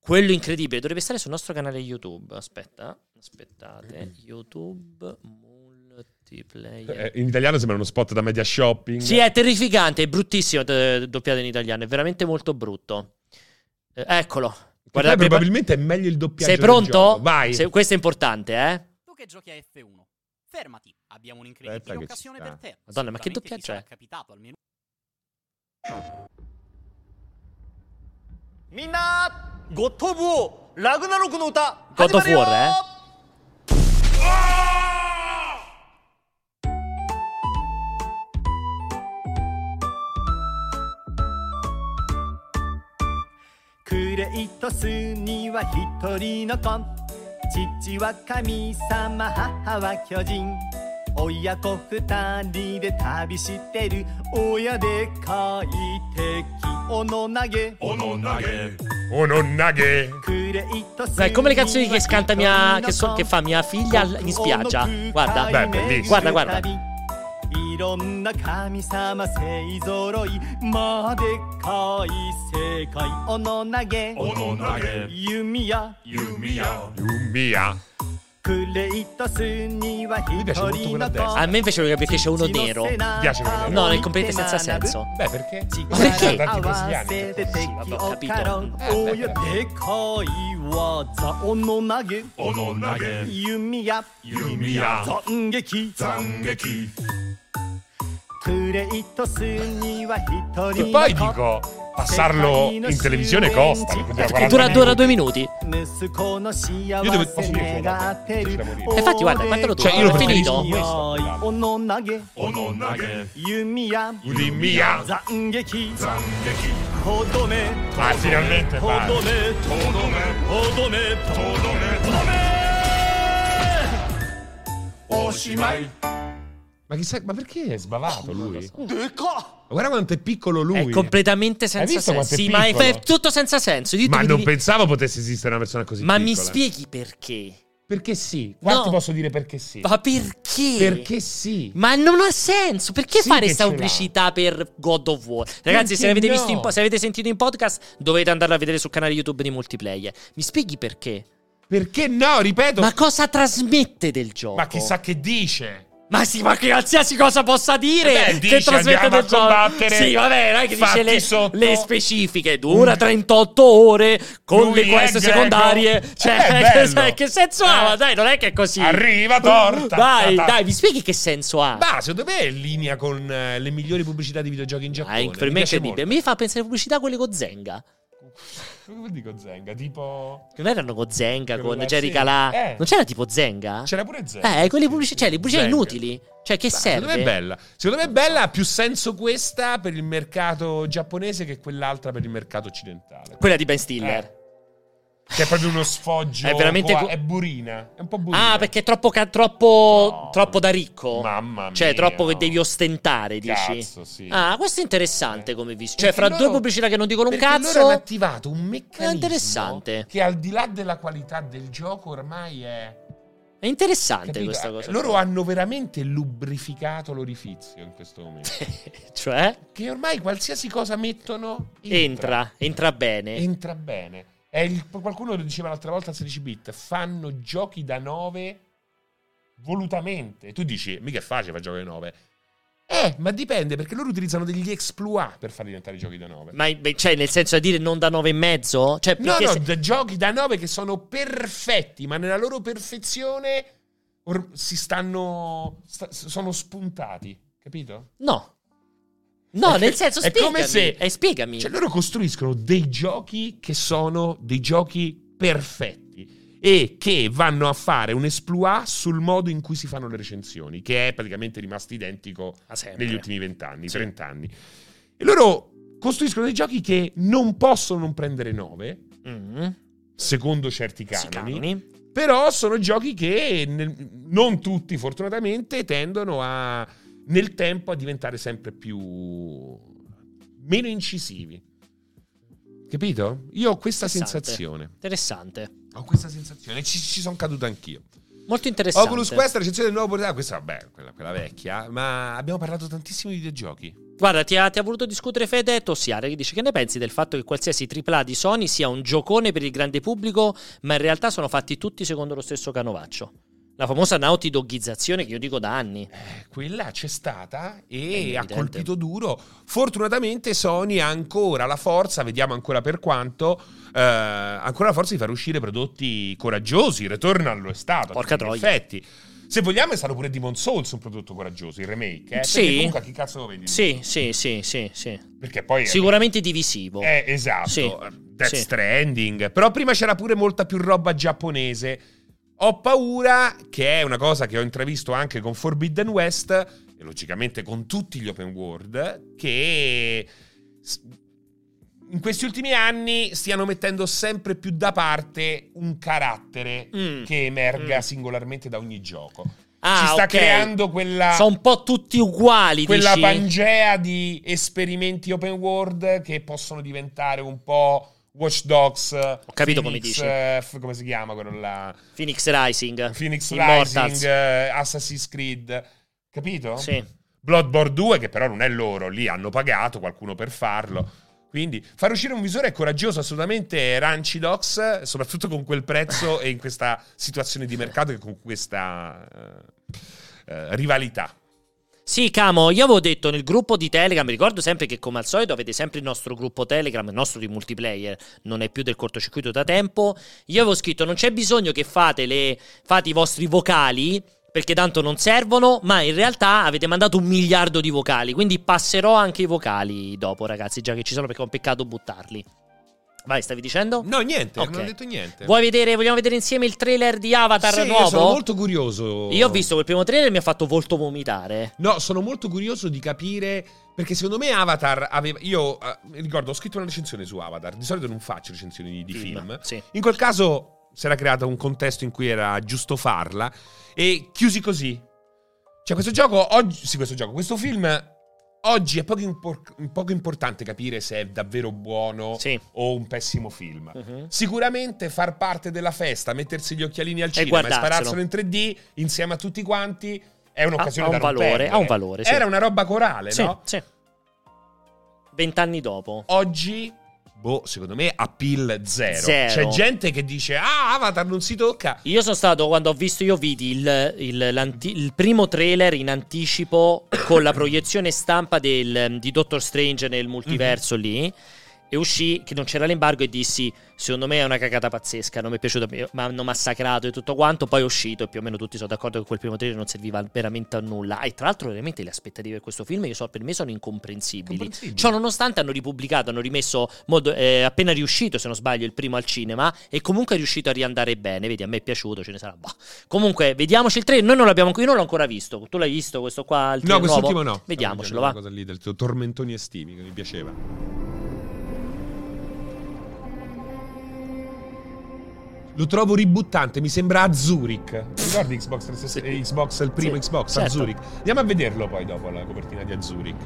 Speaker 2: quello incredibile. Dovrebbe stare sul nostro canale YouTube. Aspetta, aspettate. YouTube
Speaker 1: Eh,
Speaker 2: multiplayer.
Speaker 1: in italiano sembra uno spot da media shopping.
Speaker 2: Sì, eh, è terrificante, è bruttissimo eh, doppiato in italiano, è veramente molto brutto. Eh, eccolo.
Speaker 1: Poi
Speaker 2: Guardate,
Speaker 1: probabilmente è meglio il doppiaggio.
Speaker 2: sei
Speaker 1: del
Speaker 2: pronto?
Speaker 1: gioco. Vai.
Speaker 2: Se- questo è importante, eh?
Speaker 6: Tu che giochi a F1. Fermati, abbiamo
Speaker 1: Aspetta
Speaker 6: un'incredibile
Speaker 1: che ci
Speaker 6: occasione
Speaker 1: sta.
Speaker 6: per te.
Speaker 2: Madonna, ma
Speaker 6: Sicuramente
Speaker 2: che
Speaker 6: ti
Speaker 2: doppiaggio
Speaker 6: sarà
Speaker 2: è?
Speaker 6: capitato almeno
Speaker 2: God of War, eh?
Speaker 7: 「クレイトスには一人の子」「父は神様母は巨人」「親子二人で旅してる」「親でかい敵斧投げ」
Speaker 1: Oh, nonna che...
Speaker 7: 「クレイトス
Speaker 2: Dai, come le canzoni che canta mia- che so- che fa mia figlia al- in spiaggia. Guarda.
Speaker 1: Beh, bellissimo.
Speaker 2: Guarda, guarda.
Speaker 7: いろんな神様勢ぞろいまあでっかい世界斧投げ
Speaker 2: oh,
Speaker 7: 弓矢
Speaker 1: Via.
Speaker 7: クレイトスには一
Speaker 1: piace molto quella
Speaker 7: 人の
Speaker 1: testa.
Speaker 2: A me invece lo perché c'è uno nero.
Speaker 1: Piace quella testa.
Speaker 2: No, è completamente senza senso.
Speaker 1: Beh, perché?
Speaker 2: Ma perché?
Speaker 1: Tanti brasiliani.
Speaker 2: vabbè, ho capito.
Speaker 1: Eh,
Speaker 7: おや
Speaker 1: beh,
Speaker 7: でかい技斧投げ
Speaker 2: oh,
Speaker 7: 弓矢斬撃クレイトスには一
Speaker 1: E
Speaker 7: 人
Speaker 1: poi
Speaker 7: の
Speaker 1: dico, passarlo in televisione costa. ne continua a guardare.
Speaker 2: Dura, dura due minuti.
Speaker 7: 息子の幸
Speaker 1: 言うてもポ
Speaker 7: せ
Speaker 1: ストに入れてもら
Speaker 7: 願
Speaker 1: っ
Speaker 7: っててる
Speaker 2: Infatti, guarda, guardalo tu,
Speaker 1: Cioè, io l'ho
Speaker 2: finito.
Speaker 1: preferisco questo.
Speaker 7: 斧投げ
Speaker 2: oh,
Speaker 7: 弓矢
Speaker 1: Di mia.
Speaker 7: 斬撃とどめ
Speaker 1: Ah, finalmente vai.
Speaker 7: とどめとどめとどめとどめとどめおしまい
Speaker 1: Ma chissà, ma perché è sbavato lui?
Speaker 2: lo
Speaker 1: Ma Guarda quanto è piccolo lui.
Speaker 2: È completamente senza
Speaker 1: visto
Speaker 2: senso.
Speaker 1: quanto è
Speaker 2: Sì, ma è
Speaker 1: piccolo?
Speaker 2: è tutto senza senso. Io
Speaker 1: Ma
Speaker 2: ti-
Speaker 1: non eh.
Speaker 2: ti-
Speaker 1: pensavo potesse esistere una persona così
Speaker 2: ma mi
Speaker 1: piccola.
Speaker 2: spieghi perché?
Speaker 1: Perché sì. Guarda,
Speaker 2: No.
Speaker 1: ti posso dire perché sì.
Speaker 2: Ma perché?
Speaker 1: Perché sì.
Speaker 2: Ma non ha senso, perché
Speaker 1: Sì
Speaker 2: fare
Speaker 1: che
Speaker 2: questa
Speaker 1: ce l'ha.
Speaker 2: pubblicità per God of War? Ragazzi,
Speaker 1: Perché
Speaker 2: se avete,
Speaker 1: no?
Speaker 2: visto in po- se avete sentito in podcast, dovete andarla a vedere sul canale YouTube di Multiplayer. Mi spieghi perché?
Speaker 1: Perché no, ripeto.
Speaker 2: Ma cosa trasmette del gioco?
Speaker 1: Ma chissà che dice.
Speaker 2: Ma sì, ma che qualsiasi cosa possa dire
Speaker 1: Eh Beh,
Speaker 2: che
Speaker 1: dici,
Speaker 2: trasmette
Speaker 1: andiamo a
Speaker 2: del gioco.
Speaker 1: combattere.
Speaker 2: Sì, vabbè, non è che
Speaker 1: Fatti
Speaker 2: dice le,
Speaker 1: sotto. Mm.
Speaker 2: le specifiche. Dura 38 ore con
Speaker 1: Lui
Speaker 2: le
Speaker 1: è
Speaker 2: quest
Speaker 1: greco.
Speaker 2: secondarie.
Speaker 1: Eh,
Speaker 2: Cioè, che-
Speaker 1: bello.
Speaker 2: che senso ha? Ma
Speaker 1: Eh.
Speaker 2: dai, non è che è così. Uh,
Speaker 1: Arriva torta.
Speaker 2: Dai,
Speaker 1: Ta, ta.
Speaker 2: dai, mi spieghi che senso ha? Ah,
Speaker 1: Ma secondo me è in linea con eh, le migliori pubblicità di videogiochi in
Speaker 2: Ah,
Speaker 1: Giappone. Mi
Speaker 2: è- per me è
Speaker 1: piace
Speaker 2: incredibile. Mi fa pensare a pubblicità a quelle con Zenga.
Speaker 1: molto. Come dico Zenga? Tipo.
Speaker 2: Che non erano con Zenga, con
Speaker 1: Quella-
Speaker 2: Jerry
Speaker 1: sì.
Speaker 2: Calà.
Speaker 1: Eh.
Speaker 2: Non c'era tipo Zenga?
Speaker 1: C'era pure Zenga.
Speaker 2: Eh, quelle pubblicità, cioè, le pubblicità
Speaker 1: Zenga.
Speaker 2: inutili. Cioè, che
Speaker 1: Ma
Speaker 2: serve?
Speaker 1: Secondo me è bella. Secondo me è bella, ha più senso questa per il mercato giapponese che quell'altra per il mercato occidentale.
Speaker 2: Quella di Ben Stiller.
Speaker 1: Eh. Che è proprio uno sfoggio.
Speaker 2: È veramente
Speaker 1: qua-
Speaker 2: gu-
Speaker 1: È burina. È un po' burina.
Speaker 2: Ah, perché è troppo, ca- troppo,
Speaker 1: No.
Speaker 2: troppo da ricco.
Speaker 1: Mamma mia.
Speaker 2: Cioè, troppo che devi ostentare, dici.
Speaker 1: Cazzo, sì.
Speaker 2: Ah, questo è interessante come visto. Cioè,
Speaker 1: Eh. Perché
Speaker 2: fra
Speaker 1: loro-
Speaker 2: due pubblicità che non dicono un
Speaker 1: perché
Speaker 2: cazzo.
Speaker 1: Loro hanno attivato un meccanismo.
Speaker 2: È interessante.
Speaker 1: Che al di là della qualità del gioco ormai è.
Speaker 2: È interessante
Speaker 1: capito?
Speaker 2: questa cosa.
Speaker 1: Loro hanno veramente lubrificato l'orifizio in questo momento.
Speaker 2: cioè,
Speaker 1: che ormai qualsiasi cosa mettono. Entra.
Speaker 2: entra, entra bene.
Speaker 1: Entra bene. È il- qualcuno lo diceva l'altra volta al 16 bit. Fanno giochi da 9 volutamente. Tu dici, mica è facile fare giochi da 9. Eh, ma dipende perché loro utilizzano degli exploit per far diventare giochi da 9.
Speaker 2: Ma beh, cioè, nel senso da dire non da nove e mezzo? Cioè,
Speaker 1: No,
Speaker 2: perché
Speaker 1: no,
Speaker 2: se-
Speaker 1: da- giochi da 9 che sono perfetti, ma nella loro perfezione or- si stanno. sta- sono spuntati, capito?
Speaker 2: no. No,
Speaker 1: È
Speaker 2: nel
Speaker 1: che-
Speaker 2: senso,
Speaker 1: è
Speaker 2: spiegami.
Speaker 1: come se-
Speaker 2: eh, spiegami.
Speaker 1: Cioè, loro costruiscono dei giochi che sono dei giochi perfetti e che vanno a fare un esploit sul modo in cui si fanno le recensioni, che è praticamente rimasto identico
Speaker 2: Ah, sempre.
Speaker 1: negli ultimi vent'anni, trent'anni. E loro costruiscono dei giochi che non possono non prendere 9,
Speaker 2: Mm.
Speaker 1: secondo certi
Speaker 2: Sì,
Speaker 1: canoni. Però sono giochi che nel- non tutti, fortunatamente, tendono a nel tempo a diventare sempre più meno incisivi. Capito? Io ho questa
Speaker 2: Interessante.
Speaker 1: sensazione.
Speaker 2: Interessante.
Speaker 1: Ho questa sensazione. Ci, ci sono caduto anch'io.
Speaker 2: Molto interessante.
Speaker 1: Oculus Quest, recensione del nuovo portale. Questa, vabbè, quella, quella vecchia. Ma abbiamo parlato tantissimo di videogiochi.
Speaker 2: Guarda, ti ha, ti ha voluto discutere Fede Tossiare che dice che ne pensi del fatto che qualsiasi AAA di Sony sia un giocone per il grande pubblico, ma in realtà sono fatti tutti secondo lo stesso canovaccio. La famosa nautidoghizzazione che io dico da anni.
Speaker 1: Eh, Quella c'è stata
Speaker 2: È
Speaker 1: e ha
Speaker 2: inevidente.
Speaker 1: colpito duro. Fortunatamente Sony ha ancora la forza, vediamo ancora per quanto, eh, ancora la forza di far uscire prodotti coraggiosi. Returnal lo è stato.
Speaker 2: Porca
Speaker 1: in
Speaker 2: troia.
Speaker 1: effetti. Se vogliamo è stato pure Demon Souls un prodotto coraggioso, il remake. Eh?
Speaker 2: Sì.
Speaker 1: Perché comunque a chi cazzo lo vendi?
Speaker 2: Sì, sì, sì, sì, sì.
Speaker 1: Perché poi...
Speaker 2: Sicuramente divisivo.
Speaker 1: Eh, esatto.
Speaker 2: Sì.
Speaker 1: Death
Speaker 2: Sì.
Speaker 1: Stranding. Però prima c'era pure molta più roba giapponese. Ho paura, che è una cosa che ho intravisto anche con Forbidden West, e logicamente con tutti gli open world, che s- in questi ultimi anni stiano mettendo sempre più da parte un carattere
Speaker 2: Mm.
Speaker 1: che emerga
Speaker 2: Mm.
Speaker 1: singolarmente da ogni gioco.
Speaker 2: Ah,
Speaker 1: Ci sta
Speaker 2: ok.
Speaker 1: creando quella
Speaker 2: Sono un po' tutti uguali,
Speaker 1: quella
Speaker 2: dici?
Speaker 1: pangea di esperimenti open world che possono diventare un po' Watch Dogs. Ho
Speaker 2: capito come dici.
Speaker 1: come si chiama quello là?
Speaker 2: Phoenix Rising.
Speaker 1: Phoenix
Speaker 2: Immortals.
Speaker 1: Rising, eh, Assassin's Creed. Capito?
Speaker 2: Sì.
Speaker 1: Bloodborne 2, che però non è loro, lì hanno pagato qualcuno per farlo. Quindi far uscire un visore è coraggioso, assolutamente eh, Ranci Docs, eh, soprattutto con quel prezzo e in questa situazione di mercato e con questa eh, eh, rivalità.
Speaker 2: Sì, Camo, io avevo detto nel gruppo di Telegram, ricordo sempre che come al solito avete sempre il nostro gruppo Telegram, il nostro di multiplayer, non è più del cortocircuito da tempo. Io avevo scritto non c'è bisogno che fate, le- fate i vostri vocali perché tanto non servono, ma in realtà avete mandato un miliardo di vocali, quindi passerò anche i vocali dopo ragazzi, già che ci sono perché è un peccato buttarli. Vai, stavi dicendo?
Speaker 1: No, niente,
Speaker 2: Ok.
Speaker 1: non ho detto niente.
Speaker 2: Vuoi vedere, vogliamo vedere insieme il trailer di Avatar
Speaker 1: Sì,
Speaker 2: nuovo?
Speaker 1: Io sono molto curioso.
Speaker 2: Io ho visto quel primo trailer e mi ha fatto volto vomitare.
Speaker 1: No, sono molto curioso di capire. Perché secondo me Avatar aveva. Io eh, mi ricordo, ho scritto una recensione su Avatar. Di solito non faccio recensioni di, di film.
Speaker 2: Sì.
Speaker 1: In quel caso si era creato un contesto in cui era giusto farla. E chiusi così. Cioè, questo gioco oggi. Sì, questo gioco. Questo film. Oggi è poco, impor- poco importante capire se è davvero buono
Speaker 2: Sì.
Speaker 1: o un pessimo film.
Speaker 2: Mhm.
Speaker 1: Sicuramente far parte della festa, mettersi gli occhialini al
Speaker 2: E
Speaker 1: cinema e
Speaker 2: guardarselo.
Speaker 1: spararselo in 3D insieme a tutti quanti è un'occasione
Speaker 2: Ha- ha
Speaker 1: da
Speaker 2: un valore,
Speaker 1: non perdere.
Speaker 2: ha un valore, sì.
Speaker 1: Era una roba corale,
Speaker 2: Sì,
Speaker 1: no?
Speaker 2: sì. Vent'anni dopo.
Speaker 1: Oggi Boh, secondo me appeal zero.
Speaker 2: Zero.
Speaker 1: C'è gente che dice "Ah, Avatar non si tocca".
Speaker 2: Io sono stato quando ho visto, io vidi il, il- l'anti- il primo trailer in anticipo con la proiezione stampa del- di Doctor Strange nel multiverso lì. E uscì che non c'era l'embargo e dissi: Secondo me è una cagata pazzesca. Non mi è piaciuto, ma hanno massacrato e tutto quanto. Poi è uscito e più o meno tutti sono d'accordo che quel primo trailer non serviva veramente a nulla. E tra l'altro, veramente le aspettative per questo film io so, per me sono incomprensibili.
Speaker 1: Comprensibile.
Speaker 2: Ciò nonostante hanno ripubblicato, hanno rimesso modo- eh, appena riuscito, se non sbaglio, il primo al cinema e comunque è riuscito a riandare bene. Vedi, a me è piaciuto, ce ne sarà. Boh. Comunque, vediamoci il 3. Noi non l'abbiamo io non l'ho ancora visto. Tu l'hai visto questo qua?
Speaker 1: No,
Speaker 2: Il trailer
Speaker 1: quest'ultimo
Speaker 2: nuovo?
Speaker 1: no.
Speaker 2: Vediamocelo,
Speaker 1: Stavo
Speaker 2: va.
Speaker 1: dicendo Una cosa lì del tuo tormentoni estivi che mi piaceva. Lo trovo ributtante, mi sembra a Zurich. Ti Ricordi Xbox 360
Speaker 2: Sì.
Speaker 1: eh, Xbox, il primo
Speaker 2: Sì,
Speaker 1: Xbox a
Speaker 2: certo.
Speaker 1: Zurich? Andiamo a vederlo poi dopo la copertina di a Zurich.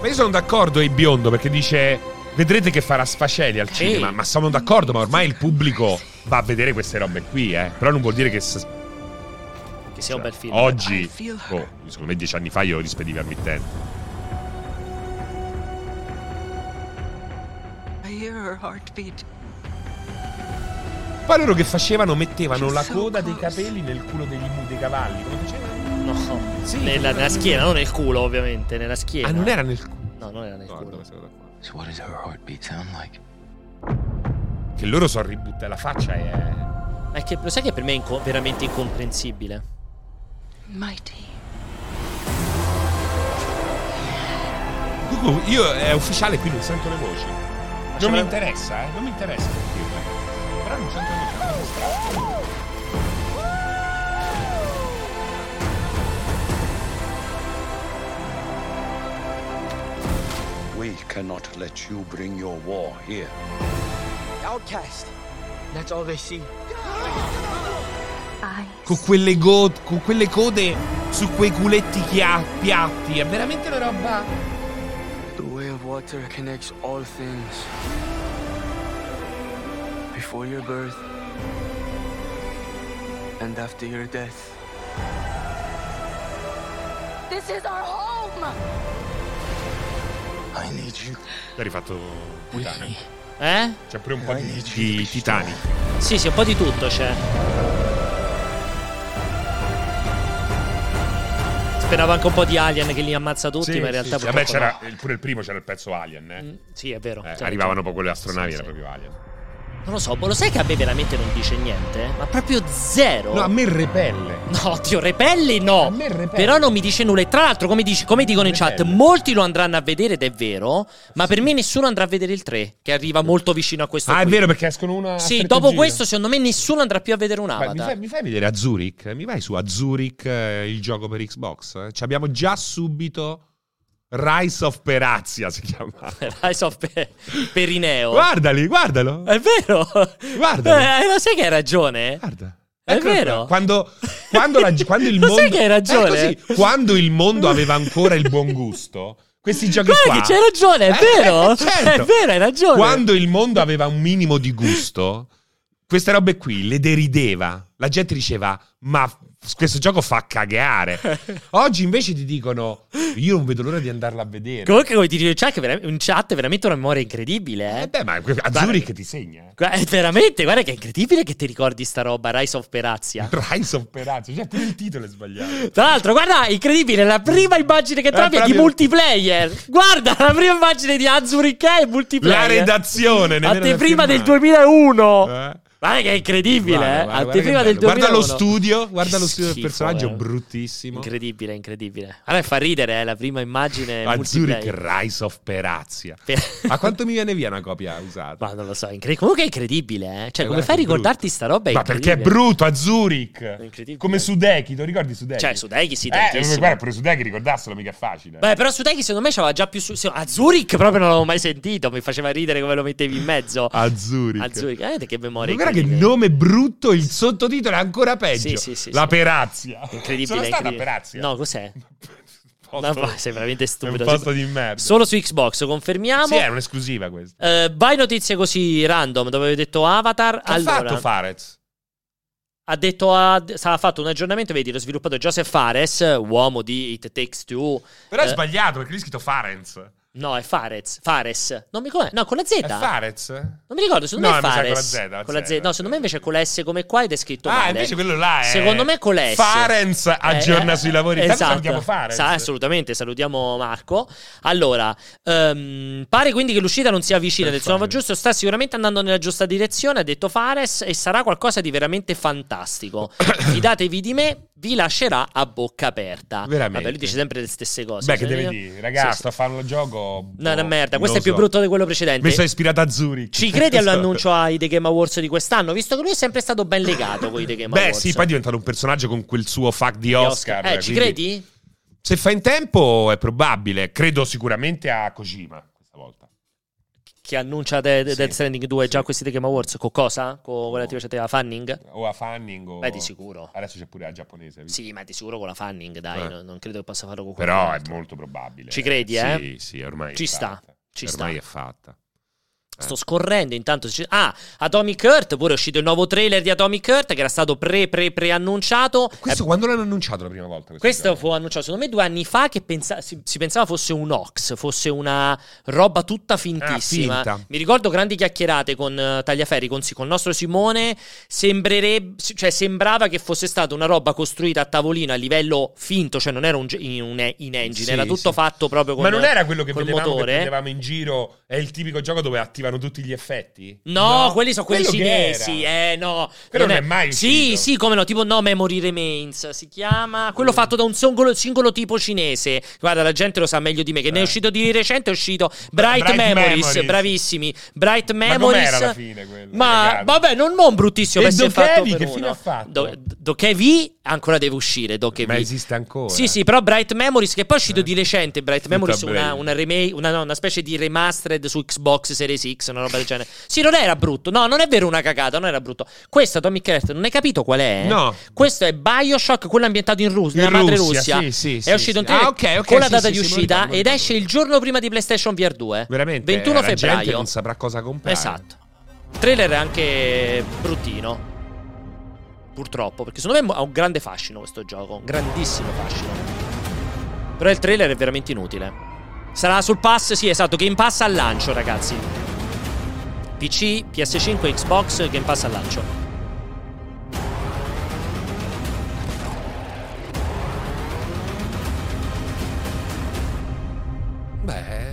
Speaker 1: Ma io sono d'accordo e biondo perché dice vedrete che farà sfaceli al
Speaker 2: Sì.
Speaker 1: cinema, ma sono d'accordo, ma ormai il pubblico va a vedere queste robe qui, eh. Però non vuol dire che s-
Speaker 2: Che sia un bel film.
Speaker 1: oggi boh, secondo me dieci anni fa io rispedivi al mittente. Poi loro che facevano mettevano la coda dei capelli nel culo degli mu- dei cavalli, come facevano?
Speaker 2: No.
Speaker 1: Sì,
Speaker 2: Nella, nella schiena, non nel culo, ovviamente. Nella schiena.
Speaker 1: Ah, non era nel culo.
Speaker 2: No, non era nel culo.
Speaker 4: So what does her heartbeat sound like?
Speaker 1: Che loro sono ributtati la faccia è
Speaker 2: Ma è che lo sai che per me è inco- veramente incomprensibile.
Speaker 8: Mighty.
Speaker 1: Comunque, Io è ufficiale qui non sento le voci. Non mi
Speaker 2: c'era-
Speaker 1: interessa, eh? Non mi interessa sentirle. Però non sento le voci.
Speaker 9: We cannot let you bring your war here.
Speaker 7: Outcast. That's all they see.
Speaker 8: I
Speaker 1: con quelle, go- con quelle code su quei culetti chia- piatti. È veramente una roba.
Speaker 7: The way of water connects all things. Before your birth and after your death.
Speaker 8: This is our home.
Speaker 4: I need you.
Speaker 1: L'hai rifatto Titanic.
Speaker 2: Eh?
Speaker 1: C'è pure un po' di, di Titanic.
Speaker 2: Sì, sì, un po' di tutto c'è. Speravo anche un po' di Alien che li ammazza tutti, ma in realtà
Speaker 1: Vabbè,
Speaker 2: purtroppo
Speaker 1: c'era il- pure il primo c'era il pezzo Alien. Eh.
Speaker 2: no. Mm, Sì, è vero.
Speaker 1: Eh,
Speaker 2: certo.
Speaker 1: arrivavano poi quelle astronavi,
Speaker 2: Sì,
Speaker 1: era
Speaker 2: sì.
Speaker 1: proprio Alien.
Speaker 2: Non lo so, boh, lo sai che a me veramente non dice niente? Ma proprio zero.
Speaker 1: No, a me repelle.
Speaker 2: No, Dio, repelli no.
Speaker 1: A me repelli.
Speaker 2: Però non mi dice nulla. E tra l'altro, come, dici- come dicono in chat,
Speaker 1: Repelli.
Speaker 2: molti lo andranno a vedere ed è vero. Ma per me nessuno andrà a vedere il 3, che arriva molto vicino a questo.
Speaker 1: Ah, è
Speaker 2: qui.
Speaker 1: vero perché escono una.
Speaker 2: Sì,
Speaker 1: stretta
Speaker 2: dopo
Speaker 1: gira.
Speaker 2: questo, secondo me, nessuno andrà più a vedere un
Speaker 1: Ma mi,
Speaker 2: avatar.
Speaker 1: fai, mi fai vedere a Zurich? Mi vai su a Zurich eh, il gioco per Xbox? Eh? Ci abbiamo già subito Rise of Perazia si chiama.
Speaker 2: Rise of Pe- Perineo.
Speaker 1: Guardali, guardalo.
Speaker 2: È vero.
Speaker 1: Guarda.
Speaker 2: Eh, lo sai che hai ragione?
Speaker 1: Guarda.
Speaker 2: È
Speaker 1: Eccolo
Speaker 2: vero.
Speaker 1: qua. Quando, quando la- quando il
Speaker 2: Lo
Speaker 1: mondo.
Speaker 2: sai che hai ragione?
Speaker 1: È così. Quando il mondo aveva ancora il buon gusto. Questi giochi
Speaker 2: Guarda
Speaker 1: qua.
Speaker 2: che c'hai ragione, è
Speaker 1: Eh,
Speaker 2: vero.
Speaker 1: certo.
Speaker 2: È vero, hai ragione.
Speaker 1: Quando il mondo aveva un minimo di gusto, queste robe qui le derideva. La gente diceva, ma f- questo gioco fa cagare. Oggi invece ti dicono, io non vedo l'ora di andarla a vedere.
Speaker 2: Comunque, come ti dice in chat, che vera- in chat è veramente una memoria incredibile.
Speaker 1: Eh
Speaker 2: Eh?
Speaker 1: beh, ma a Zurich ti segna. eh.
Speaker 2: Gua- è veramente, guarda che è incredibile che ti ricordi sta roba, Rise of Perazia.
Speaker 1: Rise of Perazio, cioè pure il titolo è sbagliato.
Speaker 2: Tra l'altro, guarda, incredibile, la prima immagine che trovi è di
Speaker 1: Eh, proprio-
Speaker 2: multiplayer. Guarda, la prima immagine di Azurica è multiplayer.
Speaker 1: La redazione, nemmeno
Speaker 2: Anteprima
Speaker 1: la
Speaker 2: eh. del
Speaker 1: firmata.
Speaker 2: 2001.
Speaker 1: Eh.
Speaker 2: Guarda che è incredibile,
Speaker 1: Guarda,
Speaker 2: eh.
Speaker 1: guarda, guarda
Speaker 2: Anteprima
Speaker 1: che
Speaker 2: del
Speaker 1: bello.
Speaker 2: 2001.
Speaker 1: Guarda lo studio, guarda
Speaker 2: Che
Speaker 1: lo studio del
Speaker 2: schifo,
Speaker 1: personaggio,
Speaker 2: eh.
Speaker 1: bruttissimo.
Speaker 2: Incredibile, incredibile. Allora fa ridere eh, la prima immagine
Speaker 1: A Zurich
Speaker 2: multiplayer.
Speaker 1: Rise of Perazia.
Speaker 2: Per-
Speaker 1: A quanto mi viene via una copia usata?
Speaker 2: Ma non lo so, incre- comunque è incredibile, eh. Cioè,
Speaker 1: Eh,
Speaker 2: come
Speaker 1: guarda,
Speaker 2: fai a
Speaker 1: che
Speaker 2: ricordarti
Speaker 1: brutto.
Speaker 2: sta roba?
Speaker 1: Ma perché è
Speaker 2: incredibile.
Speaker 1: brutto a Zurich.
Speaker 2: Incredibile.
Speaker 1: Come Sudeki, te lo ricordi Sudeki?
Speaker 2: Cioè, Sudeki sì,
Speaker 1: eh,
Speaker 2: tantissimo.
Speaker 1: guarda, pure Sudeki ricordarselo mica è facile.
Speaker 2: Beh, però Sudeki secondo me c'aveva già più su... se- A Zurich proprio non l'avevo mai sentito, mi faceva ridere come lo mettevi in mezzo.
Speaker 1: a Zurich.
Speaker 2: A Zurich, guardate eh, che memoria.
Speaker 1: Guarda che
Speaker 2: incredibile.
Speaker 1: nome brutto, il sottotitolo è ancora peggio.
Speaker 2: Sì, sì, sì,
Speaker 1: la
Speaker 2: sì.
Speaker 1: Perazia.
Speaker 2: Incredibile,
Speaker 1: Sono stata a
Speaker 2: incredibile.
Speaker 1: Perazia. Eh,
Speaker 2: No, cos'è?
Speaker 1: Posto-
Speaker 2: No, ma sei veramente
Speaker 1: è
Speaker 2: stupido.
Speaker 1: un posto di merda.
Speaker 2: Solo su Xbox, confermiamo.
Speaker 1: Sì, è un'esclusiva questa.
Speaker 2: Eh, vai notizie così random, dove avevo detto Avatar.
Speaker 1: Che ha
Speaker 2: allora,
Speaker 1: fatto Farez?
Speaker 2: ha detto a- ha fatto un aggiornamento, vedi, lo sviluppatore Joseph Fares, uomo di It Takes Two.
Speaker 1: Però è
Speaker 2: eh,
Speaker 1: sbagliato perché lì è scritto Farenz.
Speaker 2: No, è Fares. Fares. Non mi com'è? No, con la Z.
Speaker 1: È Farenz?
Speaker 2: Non mi ricordo, secondo
Speaker 1: No,
Speaker 2: me è
Speaker 1: mi sa
Speaker 2: Fares.
Speaker 1: con la Z,
Speaker 2: Con la
Speaker 1: Z.
Speaker 2: Z. No, secondo me invece con la S come qua ed è scritto
Speaker 1: Ah,
Speaker 2: male.
Speaker 1: invece quello là è-
Speaker 2: Secondo me con la S.
Speaker 1: Farenz aggiorna sui lavori. Tanto
Speaker 2: Eh, Esatto.
Speaker 1: salutiamo Farenz.
Speaker 2: Sa- assolutamente, salutiamo Marco. Allora, ehm, pare quindi che l'uscita non sia vicina
Speaker 1: Per
Speaker 2: del suo nome
Speaker 1: Fares.
Speaker 2: giusto, sta sicuramente andando nella giusta direzione, ha detto Fares, e sarà qualcosa di veramente fantastico. Fidatevi di me, vi lascerà a bocca aperta.
Speaker 1: Veramente.
Speaker 2: Vabbè, lui dice sempre le stesse cose.
Speaker 1: Beh, che
Speaker 2: Sì,
Speaker 1: deve
Speaker 2: io-
Speaker 1: dire, ragazzi,
Speaker 2: Sì, sì.
Speaker 1: sto a fare un gioco.
Speaker 2: No, è una
Speaker 1: boh,
Speaker 2: merda.
Speaker 1: non
Speaker 2: Questo
Speaker 1: lo
Speaker 2: è più
Speaker 1: so.
Speaker 2: brutto di quello precedente.
Speaker 1: Mi sono ispirato a Zurich.
Speaker 2: Ci credi all'annuncio ai The Game Awards di quest'anno? Visto che lui è sempre stato ben legato con i The Game
Speaker 1: Beh,
Speaker 2: Awards.
Speaker 1: sì, poi è diventato un personaggio con quel suo fuck di
Speaker 2: Gli
Speaker 1: Oscar.
Speaker 2: Eh, ci
Speaker 1: quindi-
Speaker 2: credi?
Speaker 1: Se fa in tempo è probabile. Credo sicuramente a Kojima questa volta.
Speaker 2: Che annuncia The, The
Speaker 1: Sì.
Speaker 2: Death Stranding 2 già questi The Game Awards con cosa? Con quella che ti piaceva la Fanning?
Speaker 1: O a Fanning o...
Speaker 2: Beh, di sicuro.
Speaker 1: Adesso c'è pure la giapponese. visto?
Speaker 2: Sì, ma di sicuro con la Fanning, dai,
Speaker 1: Eh.
Speaker 2: no- non credo che possa farlo con qualcun
Speaker 1: Però è
Speaker 2: altro.
Speaker 1: molto probabile.
Speaker 2: Ci credi, eh?
Speaker 1: Sì, sì, ormai è
Speaker 2: Ci
Speaker 1: fatta.
Speaker 2: sta, ci
Speaker 1: ormai
Speaker 2: sta.
Speaker 1: è fatta.
Speaker 2: Sto
Speaker 1: eh.
Speaker 2: scorrendo intanto. ci- Ah, Atomic Earth, pure è uscito il nuovo trailer di Atomic Earth che era stato pre pre pre annunciato.
Speaker 1: Questo quando l'hanno annunciato la prima volta?
Speaker 2: Eh, Questo
Speaker 1: gioco?
Speaker 2: fu annunciato secondo me due anni fa che pensa- si, si pensava fosse un hoax, fosse una roba tutta fintissima.
Speaker 1: Ah, finta.
Speaker 2: Mi ricordo grandi chiacchierate con eh, Tagliaferri, con, con il nostro Simone, sembrereb- cioè, sembrava che fosse stata una roba costruita a tavolino a livello finto, cioè non era un, ge- in, un- in engine,
Speaker 1: Sì,
Speaker 2: era tutto
Speaker 1: sì.
Speaker 2: fatto proprio con
Speaker 1: Ma non era quello che
Speaker 2: col
Speaker 1: vedevamo, che
Speaker 2: motore.
Speaker 1: prendevamo in giro? È il tipico gioco dove attivano tutti gli effetti?
Speaker 2: No, quelli sono quelli
Speaker 1: Quello che
Speaker 2: cinesi.
Speaker 1: era.
Speaker 2: Eh, no.
Speaker 1: Quello non è mai
Speaker 2: Sì,
Speaker 1: uscito. Mm.
Speaker 2: sì, come no. Tipo No Memory Remains si chiama. Quello fatto da un singolo, singolo tipo cinese. Guarda, la gente lo sa meglio di me. Che ne è uscito di recente. È uscito Bright,
Speaker 1: Eh. Bright
Speaker 2: Memories,
Speaker 1: Memories.
Speaker 2: Bravissimi. Bright
Speaker 1: Ma
Speaker 2: Memories.
Speaker 1: com'era alla fine quello?
Speaker 2: Ma
Speaker 1: Cagato.
Speaker 2: vabbè, non, non bruttissimo.
Speaker 1: E
Speaker 2: per essere
Speaker 1: Dokevi
Speaker 2: fatto per
Speaker 1: che
Speaker 2: uno.
Speaker 1: fine ha fatto?
Speaker 2: Do- Dokevi ancora deve uscire. Dokevi.
Speaker 1: Ma esiste ancora?
Speaker 2: Sì, sì, però Bright Memories, che poi è uscito
Speaker 1: Eh.
Speaker 2: di recente, Bright
Speaker 1: Tutta
Speaker 2: Memories, una,
Speaker 1: breve.
Speaker 2: una, remake, una, no, una specie di remastered su Xbox Series X, una roba del genere. Sì, non era brutto, no, non è vero una cagata, non era brutto. Questo, Tommy Hearts, non hai capito qual è?
Speaker 1: No.
Speaker 2: Questo è Bioshock, quello ambientato in Russia, nella
Speaker 1: In
Speaker 2: madre
Speaker 1: Russia,
Speaker 2: Russia.
Speaker 1: sì, sì, sì,
Speaker 2: è uscito
Speaker 1: sì.
Speaker 2: un trailer
Speaker 1: Ah, ok, ok,
Speaker 2: con la
Speaker 1: sì,
Speaker 2: data
Speaker 1: sì,
Speaker 2: di
Speaker 1: sì, me lo
Speaker 2: uscita
Speaker 1: ricordo, me lo
Speaker 2: ed esce il giorno prima di PlayStation VR 2.
Speaker 1: Veramente?
Speaker 2: 21
Speaker 1: la gente
Speaker 2: febbraio.
Speaker 1: non saprà cosa comprare.
Speaker 2: Esatto. Il trailer è anche bruttino. Purtroppo, perché secondo me ha un grande fascino questo gioco, un grandissimo fascino. Però il trailer è veramente inutile. Sarà sul pass, sì, esatto, Game Pass al lancio, ragazzi. PC, PS5, Xbox, Game Pass al lancio.
Speaker 1: Beh...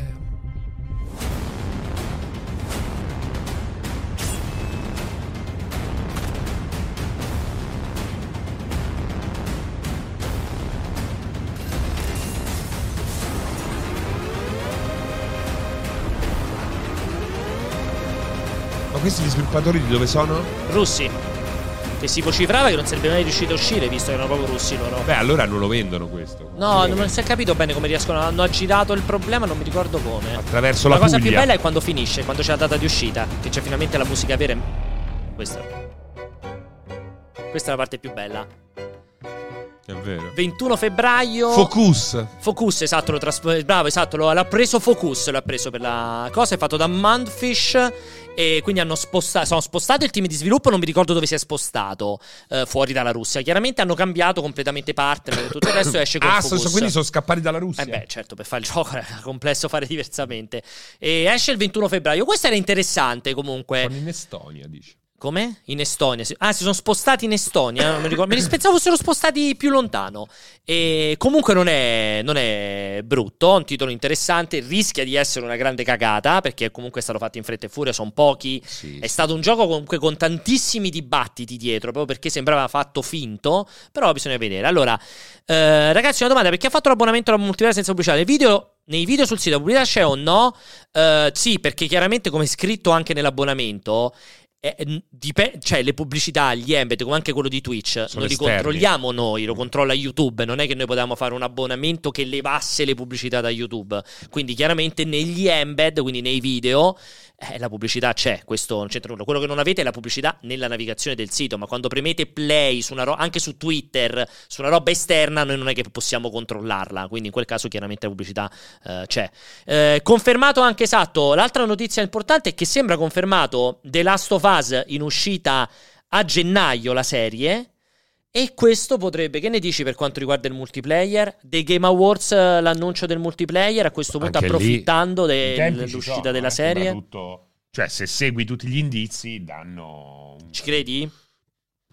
Speaker 1: Ma questi gli sviluppatori di dove sono?
Speaker 2: Russi. Che si vociferava che non sarebbe mai riuscito a uscire, visto che erano proprio russi loro.
Speaker 1: Beh, allora non lo vendono questo.
Speaker 2: No,
Speaker 1: Lo
Speaker 2: non si è capito bene come riescono. Hanno aggirato il problema, non mi ricordo come.
Speaker 1: Attraverso
Speaker 2: La
Speaker 1: la
Speaker 2: cosa
Speaker 1: Puglia.
Speaker 2: più bella è quando finisce, quando c'è la data di uscita, che c'è finalmente la musica vera. Questa. Questa è la parte più bella.
Speaker 1: È vero.
Speaker 2: 21 febbraio.
Speaker 1: Focus.
Speaker 2: Focus, esatto, lo traspo- bravo, esatto, lo- l'ha preso Focus, l'ha preso per la cosa, è fatto da Manfish e quindi hanno spostato, sono spostato il team di sviluppo, non mi ricordo dove si è spostato, eh, fuori dalla Russia. Chiaramente hanno cambiato completamente partner e tutto il resto esce con
Speaker 1: Ah, so-
Speaker 2: Focus.
Speaker 1: so- quindi sono scappati dalla Russia.
Speaker 2: Eh beh, certo, per fare il gioco era complesso fare diversamente. E esce il 21 febbraio. Questo era interessante comunque.
Speaker 1: Sono in Estonia, dici.
Speaker 2: Come? In Estonia. sì. Ah, si sono spostati in Estonia. Non mi ricordo. Me li pensavo fossero spostati più lontano. E comunque non è, non è brutto. È un titolo interessante. Rischia di essere una grande cagata. Perché comunque è stato fatto in fretta e furia. Sono pochi.
Speaker 1: Sì.
Speaker 2: È stato un gioco comunque con tantissimi dibattiti dietro, proprio perché sembrava fatto finto, però bisogna vedere. Allora, eh, ragazzi, una domanda, perché ha fatto l'abbonamento alla multiplayer senza pubblicità? Nei video, nei video sul sito la pubblicità c'è o no? Eh, sì, perché chiaramente come è scritto anche nell'abbonamento... eh, n- dipe- cioè le pubblicità, gli embed, come anche quello di Twitch,
Speaker 1: Sono
Speaker 2: non li
Speaker 1: esterni.
Speaker 2: controlliamo noi, lo controlla YouTube. Non è che noi potevamo fare un abbonamento che levasse le pubblicità da YouTube. Quindi chiaramente negli embed, quindi nei video, eh, la pubblicità c'è, questo non c'entra nulla. Quello che non avete è la pubblicità nella navigazione del sito, ma quando premete play su una ro- anche su Twitter, su una roba esterna, noi non è che possiamo controllarla, quindi in quel caso chiaramente la pubblicità eh, c'è. Eh, confermato anche esatto, l'altra notizia importante è che sembra confermato The Last of Us in uscita a gennaio la serie. E questo potrebbe, che ne dici per quanto riguarda il multiplayer? Dei Game Awards, eh, l'annuncio del multiplayer, a questo punto
Speaker 1: Anche lì,
Speaker 2: approfittando
Speaker 1: I
Speaker 2: de-
Speaker 1: tempi ci
Speaker 2: dell'uscita
Speaker 1: sono,
Speaker 2: della
Speaker 1: eh,
Speaker 2: serie.
Speaker 1: soprattutto- Cioè, se segui tutti gli indizi, danno. un-
Speaker 2: Ci credi?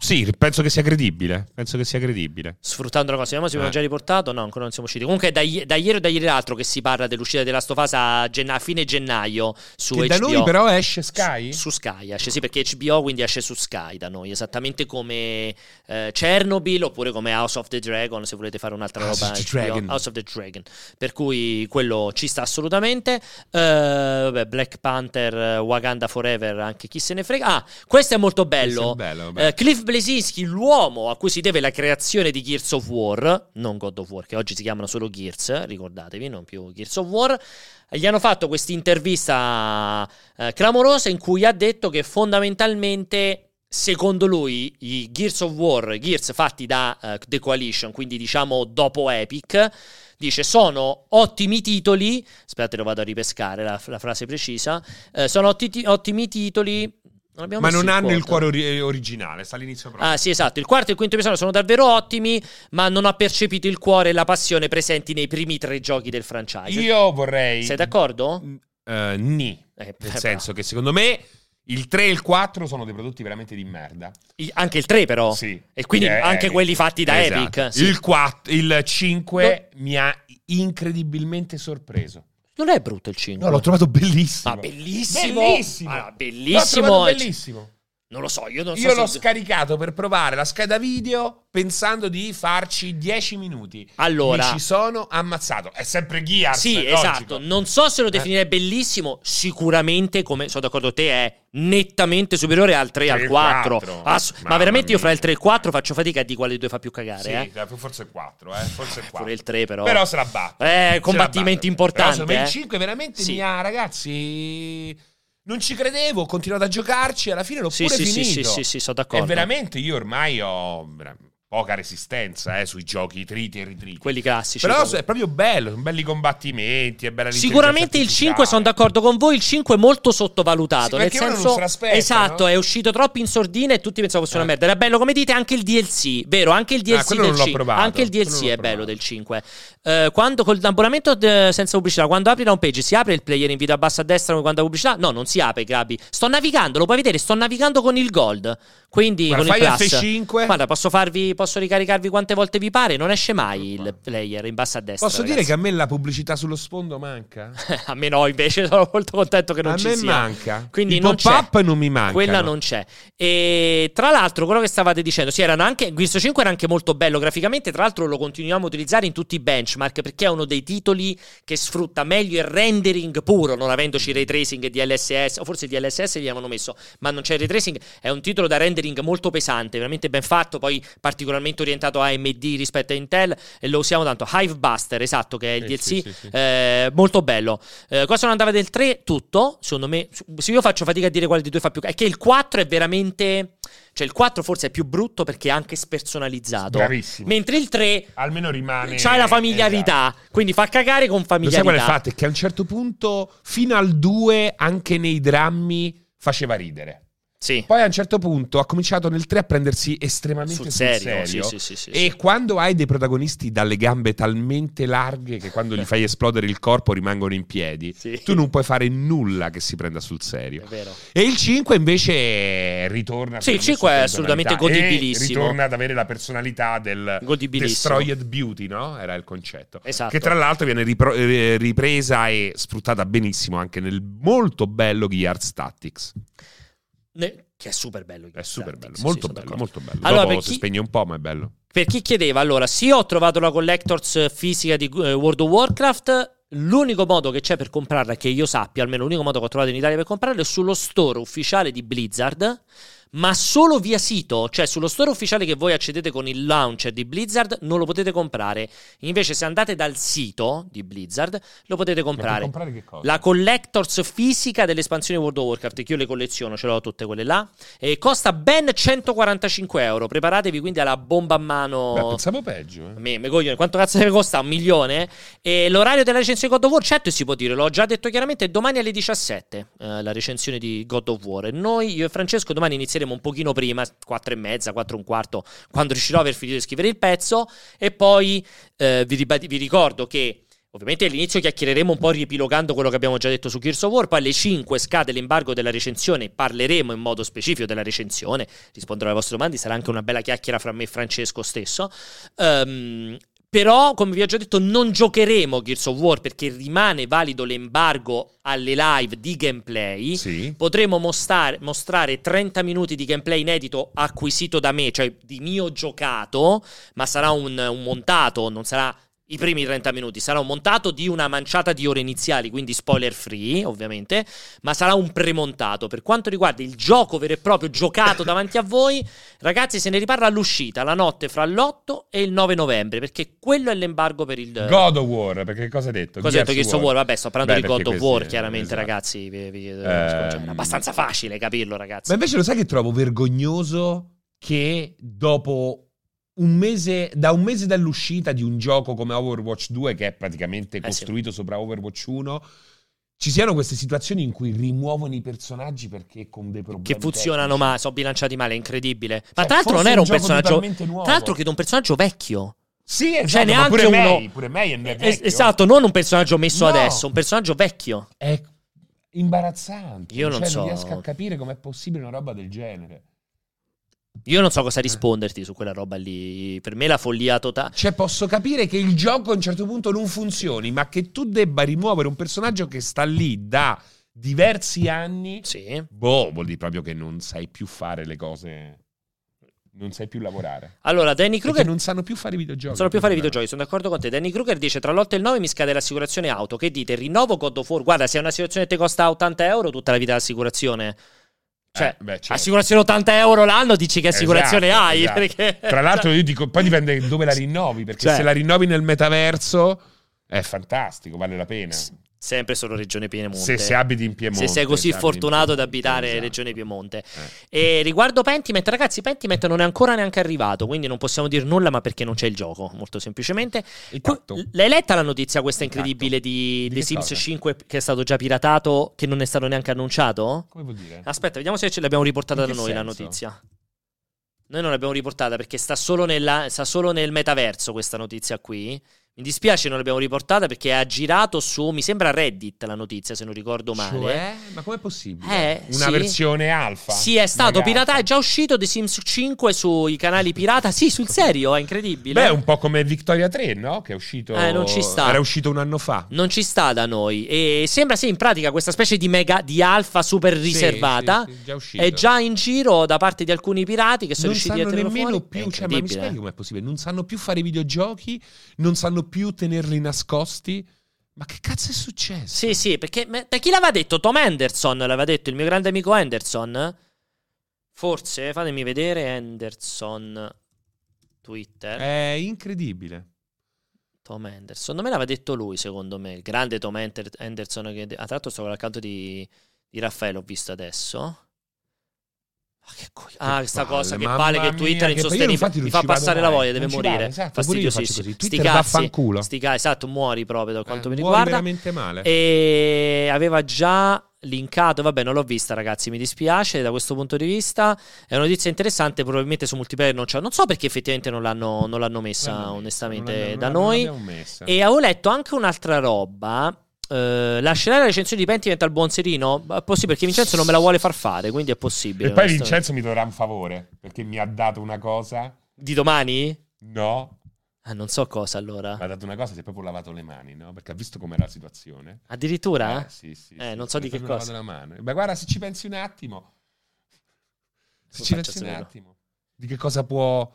Speaker 1: Sì, penso che sia credibile. Penso che sia credibile.
Speaker 2: Sfruttando la cosa, vediamo se abbiamo
Speaker 1: Eh.
Speaker 2: già riportato. No, ancora non siamo usciti. Comunque, è da, i- da ieri o da ieri l'altro che si parla dell'uscita della Last of Us a, genna- a fine gennaio su
Speaker 1: Che
Speaker 2: HBO.
Speaker 1: da noi però esce Sky?
Speaker 2: Su, su Sky esce, sì, perché HBO quindi esce su Sky da noi, esattamente come eh, Chernobyl oppure come House of the Dragon, se volete fare un'altra
Speaker 1: House
Speaker 2: roba
Speaker 1: of the
Speaker 2: HBO,
Speaker 1: Dragon.
Speaker 2: House of the Dragon. Per cui quello ci sta assolutamente. Eh, vabbè, Black Panther, eh, Wakanda Forever, anche chi se ne frega. Ah, questo è molto bello.
Speaker 1: bello, bello.
Speaker 2: Eh, Cliff Blazinski, l'uomo a cui si deve la creazione di Gears of War, non God of War, che oggi si chiamano solo Gears, eh, ricordatevi, non più Gears of War, gli hanno fatto questa intervista eh, clamorosa in cui ha detto che fondamentalmente. Secondo lui i Gears of War, Gears fatti da eh, The Coalition, quindi diciamo dopo Epic, dice sono ottimi titoli, aspettate lo vado a ripescare la, la frase precisa, eh, sono otti- ottimi titoli, non abbiamo
Speaker 1: Ma
Speaker 2: messo
Speaker 1: non hanno il
Speaker 2: quarto.
Speaker 1: cuore ori- eh, originale, sta all'inizio proprio.
Speaker 2: Ah, sì, esatto. Il quarto e il quinto episodio sono davvero ottimi, ma non ha percepito il cuore e la passione presenti nei primi tre giochi del franchise.
Speaker 1: Io vorrei.
Speaker 2: Ah, Sei d'accordo?
Speaker 1: Eh, ni.
Speaker 2: Eh,
Speaker 1: Nel
Speaker 2: beh,
Speaker 1: senso che secondo me il 3 e il 4 sono dei prodotti veramente di merda.
Speaker 2: I- Anche il 3, però.
Speaker 1: Sì.
Speaker 2: E quindi
Speaker 1: Eh,
Speaker 2: anche
Speaker 1: Epic.
Speaker 2: quelli fatti da
Speaker 1: Esatto.
Speaker 2: Epic. sì.
Speaker 1: Il, 4, il 5 mi ha incredibilmente sorpreso.
Speaker 2: Non è brutto il 5.
Speaker 1: No, l'ho trovato bellissimo.
Speaker 2: Ah, bellissimo.
Speaker 1: Bellissimo.
Speaker 2: Ah,
Speaker 1: L'ho trovato
Speaker 2: bellissimo. eh,
Speaker 1: bellissimo.
Speaker 2: Non lo so, io non so.
Speaker 1: Io l'ho
Speaker 2: se-
Speaker 1: scaricato per provare la scheda video pensando di farci 10 minuti.
Speaker 2: Allora.
Speaker 1: Mi ci sono ammazzato. È sempre Gears.
Speaker 2: Sì,
Speaker 1: logico.
Speaker 2: esatto. Non so se lo definirei bellissimo. Sicuramente, come sono d'accordo con te, è nettamente superiore al 3 e al
Speaker 1: Tre,
Speaker 2: 4.
Speaker 1: quattro.
Speaker 2: Ass- ma
Speaker 1: Mamma
Speaker 2: veramente io fra
Speaker 1: mia.
Speaker 2: il 3 e il 4 faccio fatica a di quale dei due fa più cagare.
Speaker 1: Sì,
Speaker 2: eh.
Speaker 1: eh, forse il 4, eh. Forse il 4.
Speaker 2: Pure il 3 però.
Speaker 1: Però se la batte.
Speaker 2: Eh,
Speaker 1: Se la
Speaker 2: combattimenti
Speaker 1: batte.
Speaker 2: importanti,
Speaker 1: Però, insomma,
Speaker 2: eh.
Speaker 1: il 5 veramente
Speaker 2: Sì.
Speaker 1: mi ha, ragazzi. Non ci credevo, ho continuato a giocarci. Alla fine l'ho
Speaker 2: Sì,
Speaker 1: pure
Speaker 2: sì, sì,
Speaker 1: finito.
Speaker 2: sì, sì, sì, sono d'accordo.
Speaker 1: E veramente io ormai ho vera- poca resistenza eh, sui giochi triti e ritriti.
Speaker 2: Quelli classici.
Speaker 1: Però
Speaker 2: proprio.
Speaker 1: è proprio bello, sono belli combattimenti, è bella
Speaker 2: Sicuramente il 5 sono d'accordo con voi, il 5 è molto sottovalutato,
Speaker 1: Sì,
Speaker 2: nel
Speaker 1: perché uno non
Speaker 2: senso
Speaker 1: se l'aspetta,
Speaker 2: Esatto,
Speaker 1: no?
Speaker 2: è uscito troppo in sordina e tutti pensavano fosse una
Speaker 1: Eh. Ah,
Speaker 2: merda. Era bello come dite anche il DLC, vero? Anche il DLC
Speaker 1: quello
Speaker 2: del
Speaker 1: non l'ho
Speaker 2: 5.
Speaker 1: provato,
Speaker 2: anche il
Speaker 1: quello
Speaker 2: DLC
Speaker 1: non l'ho
Speaker 2: è bello
Speaker 1: provato.
Speaker 2: del 5. Eh, quando col abbonamento eh, senza pubblicità, quando apri la home page si apre il player in video a basso a destra come quando ha pubblicità? No, non si apre, Gabi. Sto navigando, lo puoi vedere, sto navigando con il Gold. Quindi
Speaker 1: Guarda,
Speaker 2: con il
Speaker 1: fai
Speaker 2: Plus.
Speaker 1: F5.
Speaker 2: Guarda, posso farvi posso ricaricarvi quante volte vi pare, non esce mai il player in basso a destra.
Speaker 1: Posso dire
Speaker 2: ragazzi.
Speaker 1: che a me la pubblicità sullo sfondo manca?
Speaker 2: A me no, invece sono molto contento che non
Speaker 1: a
Speaker 2: ci
Speaker 1: me
Speaker 2: sia.
Speaker 1: manca.
Speaker 2: Quindi
Speaker 1: I
Speaker 2: non
Speaker 1: pop-up
Speaker 2: c'è.
Speaker 1: non mi mancano.
Speaker 2: Quella non c'è. E tra l'altro, quello che stavate dicendo, sì, erano anche. Questo 5 era anche molto bello graficamente. Tra l'altro, lo continuiamo a utilizzare in tutti i benchmark perché è uno dei titoli che sfrutta meglio il rendering puro, non avendoci ray tracing e DLSS. O forse DLSS gli avevano messo, ma non c'è il ray tracing. È un titolo da rendering molto pesante, veramente ben fatto. Poi particolarmente orientato a AMD rispetto a Intel. E lo usiamo tanto. Hive Buster, esatto, che è il
Speaker 1: Eh,
Speaker 2: DLC.
Speaker 1: sì, sì, sì.
Speaker 2: Eh, molto bello. Eh, cosa non andava del 3? Tutto, secondo me. Se io faccio fatica a dire quale di due fa più. È che il 4 è veramente. Cioè, il 4 forse è più brutto perché è anche spersonalizzato.
Speaker 1: Bravissimo.
Speaker 2: Mentre il 3
Speaker 1: Almeno rimane. esatto.
Speaker 2: c'hai la familiarità. Quindi fa cagare con
Speaker 1: Lo sai
Speaker 2: familiarità.
Speaker 1: qual è il fatto? È che a un certo punto, fino al 2, anche nei drammi, faceva ridere.
Speaker 2: Sì.
Speaker 1: Poi a un certo punto ha cominciato nel 3 a prendersi estremamente
Speaker 2: Sul
Speaker 1: sul,
Speaker 2: serio, sì, sì, sì, sì,
Speaker 1: e
Speaker 2: sì.
Speaker 1: quando hai dei protagonisti dalle gambe talmente larghe che quando gli fai esplodere il corpo rimangono in piedi,
Speaker 2: Sì.
Speaker 1: tu non puoi fare nulla che si prenda sul
Speaker 2: È
Speaker 1: serio.
Speaker 2: vero.
Speaker 1: E il 5 invece ritorna
Speaker 2: Sì, il
Speaker 1: sulla
Speaker 2: 5 è
Speaker 1: sua
Speaker 2: assolutamente
Speaker 1: personalità e
Speaker 2: godibilissimo.
Speaker 1: ritorna ad avere la personalità del
Speaker 2: Godibilissimo.
Speaker 1: Destroyed Beauty, no? Era il concetto.
Speaker 2: Esatto.
Speaker 1: Che tra l'altro viene ripro- eh, ripresa e sfruttata benissimo anche nel molto bello Gears Tactics.
Speaker 2: Ne- Che è super bello.
Speaker 1: È super bello,
Speaker 2: Sì,
Speaker 1: molto
Speaker 2: sono
Speaker 1: bello,
Speaker 2: d'accordo.
Speaker 1: molto bello.
Speaker 2: Allora,
Speaker 1: Dopo
Speaker 2: per
Speaker 1: si
Speaker 2: chi-
Speaker 1: spegne un po', ma è bello.
Speaker 2: Per chi chiedeva, allora, sì, ho trovato la collectors fisica di eh, World of Warcraft. L'unico modo che c'è per comprarla, che io sappia, almeno l'unico modo che ho trovato in Italia per comprarla, è sullo store ufficiale di Blizzard, ma solo via sito, cioè sullo store ufficiale che voi accedete con il launcher di Blizzard non lo potete comprare. Invece, se andate dal sito di Blizzard, lo potete comprare.
Speaker 1: che cosa?
Speaker 2: La collectors fisica dell'espansione World of Warcraft, che io le colleziono, ce l'ho tutte quelle là. E costa ben 145 euro. Preparatevi quindi alla bomba a mano.
Speaker 1: Beh, pensavo peggio.
Speaker 2: A
Speaker 1: eh.
Speaker 2: me, me coglione, quanto cazzo deve costare? Un milione? E l'orario della recensione di God of War, certo si può dire, l'ho già detto chiaramente, è domani alle 17, eh, la recensione di God of War. E noi, io e Francesco, domani inizieremo passeremo un pochino prima, 4 e mezza, 4 e un quarto, quando riuscirò a aver finito di scrivere il pezzo. E poi eh, vi, ribadi- vi ricordo che. Ovviamente all'inizio chiacchiereremo un po' riepilogando quello che abbiamo già detto su Gears of War, poi alle 5 scade l'embargo della recensione, parleremo in modo specifico della recensione, risponderò alle vostre domande, sarà anche una bella chiacchiera fra me e Francesco stesso. Ehm, però, come vi ho già detto, non giocheremo Gears of War perché rimane valido l'embargo alle live di gameplay
Speaker 1: Sì.
Speaker 2: potremo mostar- mostrare 30 minuti di gameplay inedito acquisito da me, cioè di mio giocato, ma sarà un, un montato, non sarà i primi 30 minuti, sarà un montato di una manciata di ore iniziali, quindi spoiler free ovviamente, ma sarà un premontato. Per quanto riguarda il gioco vero e proprio giocato davanti a voi, ragazzi se ne riparla all'uscita, la notte fra l'8 e il 9 novembre, perché quello è l'embargo per il...
Speaker 1: God of War, perché cosa ha detto?
Speaker 2: Cosa ho detto Gears of War? Vabbè, sto parlando
Speaker 1: Beh,
Speaker 2: di
Speaker 1: perché
Speaker 2: God of
Speaker 1: questi-
Speaker 2: War, chiaramente,
Speaker 1: esatto.
Speaker 2: ragazzi. vi- vi-
Speaker 1: Ehm.
Speaker 2: è abbastanza facile capirlo, ragazzi.
Speaker 1: Ma invece lo sai che trovo vergognoso che dopo un mese, da un mese dall'uscita di un gioco come Overwatch 2, che è praticamente
Speaker 2: Eh, sì.
Speaker 1: costruito sopra Overwatch 1, ci siano queste situazioni in cui rimuovono i personaggi perché con dei problemi.
Speaker 2: che funzionano
Speaker 1: tecnici.
Speaker 2: male, sono bilanciati male, è incredibile. Ma
Speaker 1: Cioè,
Speaker 2: tra l'altro
Speaker 1: forse
Speaker 2: non era un
Speaker 1: gioco
Speaker 2: personaggio.
Speaker 1: totalmente nuovo.
Speaker 2: Tra l'altro chiedo un personaggio vecchio.
Speaker 1: Sì, esatto,
Speaker 2: cioè,
Speaker 1: ma
Speaker 2: neanche
Speaker 1: pure
Speaker 2: uno-
Speaker 1: May, pure May è un vecchio.
Speaker 2: Es- esatto, non un personaggio messo
Speaker 1: No.
Speaker 2: adesso, un personaggio vecchio.
Speaker 1: È imbarazzante.
Speaker 2: Io non
Speaker 1: cioè,
Speaker 2: so.
Speaker 1: non riesco a capire com'è possibile una roba del genere.
Speaker 2: Io non so cosa risponderti su quella roba lì. Per me la follia totale.
Speaker 1: Cioè, posso capire che il gioco a un certo punto non funzioni, ma che tu debba rimuovere un personaggio che sta lì da diversi anni.
Speaker 2: Sì.
Speaker 1: Boh, vuol dire proprio che non sai più fare le cose. Non sai più lavorare.
Speaker 2: Allora, Danny
Speaker 1: Perché
Speaker 2: Kruger
Speaker 1: non sanno più fare i videogiochi.
Speaker 2: Non Sono più a fare videogiochi, sono d'accordo con te. Danny Kruger dice: Tra l'8 e il 9 mi scade l'assicurazione auto. Che dite? Rinnovo God of War. Guarda, se è un'assicurazione che ti costa 80 euro, tutta la vita l'assicurazione. Cioè,
Speaker 1: Eh, beh, certo.
Speaker 2: assicurazione 80 euro l'anno, dici che assicurazione
Speaker 1: Esatto,
Speaker 2: hai?
Speaker 1: esatto.
Speaker 2: Perché...
Speaker 1: Tra l'altro, io dico, poi dipende dove la rinnovi. Perché
Speaker 2: Cioè.
Speaker 1: se la rinnovi nel metaverso, è fantastico, vale la pena.
Speaker 2: S- sempre solo Regione Piemonte.
Speaker 1: Se, se abiti in Piemonte.
Speaker 2: Se sei così
Speaker 1: se abiti in
Speaker 2: fortunato da
Speaker 1: Piemonte,
Speaker 2: abitare
Speaker 1: esatto.
Speaker 2: Regione Piemonte.
Speaker 1: Eh.
Speaker 2: E riguardo Pentiment, ragazzi, Pentiment non è ancora neanche arrivato, quindi non possiamo dire nulla, ma perché non c'è il gioco, molto semplicemente.
Speaker 1: Il
Speaker 2: Que-
Speaker 1: tatto.
Speaker 2: L'hai letta la notizia questa
Speaker 1: Il
Speaker 2: incredibile
Speaker 1: tatto.
Speaker 2: di,
Speaker 1: Di
Speaker 2: The
Speaker 1: che
Speaker 2: Sims
Speaker 1: cosa?
Speaker 2: 5 che è stato già piratato, che non è stato neanche annunciato?
Speaker 1: Come vuol dire?
Speaker 2: Aspetta, vediamo se ce l'abbiamo riportata
Speaker 1: In
Speaker 2: da
Speaker 1: che
Speaker 2: noi la
Speaker 1: senso?
Speaker 2: notizia. Noi non l'abbiamo riportata perché sta solo, nella- sta solo nel metaverso questa notizia qui. Mi dispiace non l'abbiamo riportata perché ha girato su, mi sembra Reddit la notizia se non ricordo male.
Speaker 1: Cioè? Ma com'è possibile?
Speaker 2: Eh,
Speaker 1: Una
Speaker 2: sì.
Speaker 1: versione alfa.
Speaker 2: Sì, è stato
Speaker 1: magari.
Speaker 2: piratato, è già uscito The Sims 5 sui canali pirata. Sì, sul serio, è incredibile.
Speaker 1: Beh, è un po' come Victoria 3, no? Che è uscito.
Speaker 2: Eh, non ci sta.
Speaker 1: Era uscito un anno fa.
Speaker 2: Non ci sta da noi. E sembra sì, in pratica, questa specie di mega di alfa super riservata.
Speaker 1: Sì, sì, sì, già uscito.
Speaker 2: È già in giro da parte di alcuni pirati che sono
Speaker 1: non
Speaker 2: riusciti a
Speaker 1: sanno
Speaker 2: tenerlo
Speaker 1: nemmeno
Speaker 2: fuori. È
Speaker 1: più, cioè, ma mi
Speaker 2: incredibile.
Speaker 1: spieghi com'è possibile? Non sanno più fare i videogiochi, non sanno più tenerli nascosti. Ma che cazzo è successo?
Speaker 2: Sì, sì, perché ma- da chi l'aveva detto? Tom Henderson l'aveva detto, il mio grande amico Henderson. Forse, fatemi vedere Henderson Twitter.
Speaker 1: È incredibile.
Speaker 2: Tom Henderson, non me l'aveva detto lui, secondo me, il grande Tom Enter- Henderson che ah, tra l'altro sto con l'accanto di, di Raffaele, ho visto adesso. Ah, che co- ah, questa
Speaker 1: palle,
Speaker 2: cosa che
Speaker 1: mamma
Speaker 2: vale che
Speaker 1: mia,
Speaker 2: Twitter è
Speaker 1: che poi io infatti
Speaker 2: insostenibile,
Speaker 1: non
Speaker 2: mi fa
Speaker 1: ci vado
Speaker 2: passare la
Speaker 1: mai,
Speaker 2: voglia, deve
Speaker 1: non ci
Speaker 2: morire.
Speaker 1: vado, esatto, pure io faccio
Speaker 2: Fastidiosissimo.
Speaker 1: così.
Speaker 2: Sti
Speaker 1: Twitter
Speaker 2: cazzi,
Speaker 1: vaffanculo.
Speaker 2: sti cazzi, esatto, muori proprio per quanto
Speaker 1: Eh,
Speaker 2: mi
Speaker 1: muore
Speaker 2: riguarda.
Speaker 1: veramente male.
Speaker 2: E aveva già linkato, vabbè, non l'ho vista, ragazzi. Mi dispiace da questo punto di vista. È una notizia interessante. Probabilmente su multiplayer non c'è. Non so perché effettivamente non l'hanno, non l'hanno messa,
Speaker 1: Non l'hanno messa,
Speaker 2: onestamente,
Speaker 1: non l'hanno- non
Speaker 2: da
Speaker 1: l'hanno- non
Speaker 2: noi.
Speaker 1: l'abbiamo messa.
Speaker 2: E avevo letto anche un'altra roba. Eh, lascerai la recensione di Pentiment al buon serino? È possibile perché Vincenzo non me la vuole far fare, quindi è possibile.
Speaker 1: E poi
Speaker 2: onestamente.
Speaker 1: Vincenzo mi dovrà un favore perché mi ha dato una cosa.
Speaker 2: Di domani?
Speaker 1: No,
Speaker 2: Ah, non so cosa allora.
Speaker 1: mi ha dato una cosa. Si è proprio lavato le mani, no? Perché ha visto com'era la situazione.
Speaker 2: Addirittura?
Speaker 1: Eh, sì, sì,
Speaker 2: Eh,
Speaker 1: sì,
Speaker 2: non
Speaker 1: sì,
Speaker 2: so
Speaker 1: mi sono
Speaker 2: di che
Speaker 1: lavato
Speaker 2: cosa.
Speaker 1: la mano. Ma guarda, se ci pensi un attimo, se
Speaker 2: Lo
Speaker 1: ci
Speaker 2: faccio
Speaker 1: pensi un
Speaker 2: solo.
Speaker 1: attimo, di che cosa può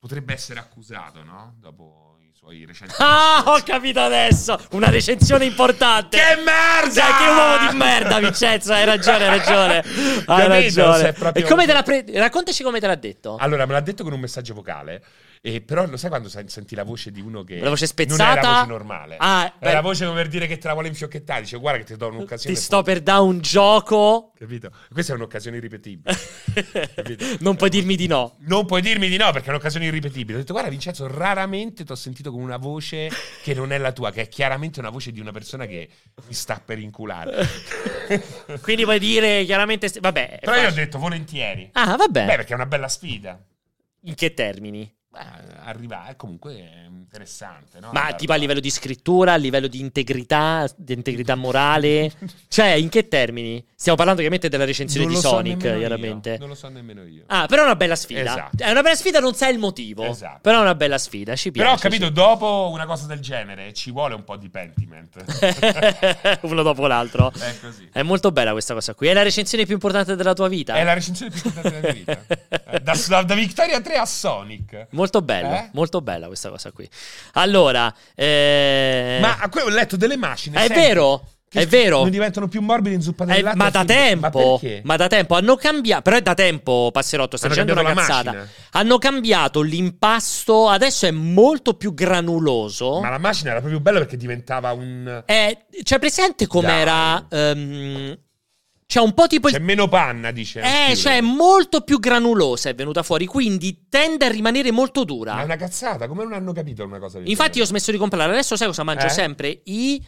Speaker 1: potrebbe essere accusato, no? Dopo i suoi recenti
Speaker 2: Ah, ho capito adesso! Una recensione importante!
Speaker 1: Che merda!
Speaker 2: Sai che uomo di merda, Vincenzo! Hai ragione, hai ragione.
Speaker 1: Capito?
Speaker 2: Hai
Speaker 1: Se
Speaker 2: ragione.
Speaker 1: è proprio- Ah,
Speaker 2: E come te l'ha pre- Raccontaci come te l'ha detto.
Speaker 1: Allora, me l'ha detto con un messaggio vocale E però lo sai quando sen- senti la voce di uno che.
Speaker 2: La voce
Speaker 1: Non è la
Speaker 2: spezzata?
Speaker 1: voce normale.
Speaker 2: Ah,
Speaker 1: è la
Speaker 2: beh.
Speaker 1: voce come per dire che te la vuole infiocchettare. Dice, guarda, che ti do un'occasione.
Speaker 2: Ti sto per dare un gioco.
Speaker 1: Capito? Questa è un'occasione irripetibile. Capito?
Speaker 2: non puoi dirmi di no.
Speaker 1: Non puoi dirmi di no perché è un'occasione irripetibile. Ho detto, guarda, Vincenzo, raramente ti ho sentito con una voce che non è la tua, che è chiaramente una voce di una persona che mi sta per inculare.
Speaker 2: Quindi puoi dire chiaramente. se- Vabbè.
Speaker 1: Però io ho detto volentieri.
Speaker 2: Ah, vabbè.
Speaker 1: Beh, perché è una bella sfida.
Speaker 2: In che termini?
Speaker 1: Beh, arrivare comunque è interessante, no?
Speaker 2: Ma
Speaker 1: Arrivare-
Speaker 2: tipo a livello di scrittura, a livello di integrità, di integrità morale? Cioè, in che termini? Stiamo parlando ovviamente della recensione
Speaker 1: Non
Speaker 2: di
Speaker 1: lo so
Speaker 2: Sonic,
Speaker 1: nemmeno io,
Speaker 2: chiaramente.
Speaker 1: Non lo so nemmeno io.
Speaker 2: Ah, però è una bella sfida.
Speaker 1: Esatto.
Speaker 2: È una bella sfida, non sai il motivo.
Speaker 1: Esatto.
Speaker 2: Però è una bella sfida, ci piace.
Speaker 1: Però ho capito, dopo una cosa del genere ci vuole un po' di pentiment.
Speaker 2: sì. Uno dopo l'altro.
Speaker 1: È così.
Speaker 2: È molto bella questa cosa qui. È la recensione più importante della tua vita.
Speaker 1: È la recensione più importante della mia vita. Eh, Da, da- da Victoria 3 a Sonic.
Speaker 2: Molto bella,
Speaker 1: Eh?
Speaker 2: molto bella questa cosa qui. Allora, eh,
Speaker 1: Ma a quello ho letto delle macine.
Speaker 2: Ah, è
Speaker 1: senti,
Speaker 2: vero,
Speaker 1: che
Speaker 2: è vero.
Speaker 1: Non diventano più morbide in zuppa del
Speaker 2: Eh,
Speaker 1: latte.
Speaker 2: ma
Speaker 1: al
Speaker 2: da
Speaker 1: frigo. Ma
Speaker 2: tempo,
Speaker 1: perché?
Speaker 2: ma da tempo hanno cambiato. Però è da tempo, Passerotto. Sta
Speaker 1: Hanno
Speaker 2: dicendo una
Speaker 1: cambiato la
Speaker 2: cazzata.
Speaker 1: macina.
Speaker 2: Hanno cambiato l'impasto. Adesso è molto più granuloso.
Speaker 1: Ma la macina era proprio bella perché diventava un.
Speaker 2: Eh, cioè, presente com'era? ehm, cioè, un po' tipo il
Speaker 1: C'è meno panna, dice.
Speaker 2: Eh,
Speaker 1: Schiuri.
Speaker 2: cioè, è molto più granulosa è venuta fuori, quindi tende a rimanere molto
Speaker 1: Ma è
Speaker 2: dura.
Speaker 1: una cazzata. Come non hanno capito una cosa del
Speaker 2: Infatti, io ho
Speaker 1: genere?
Speaker 2: smesso di comprare. Adesso sai cosa mangio
Speaker 1: Eh?
Speaker 2: sempre? I.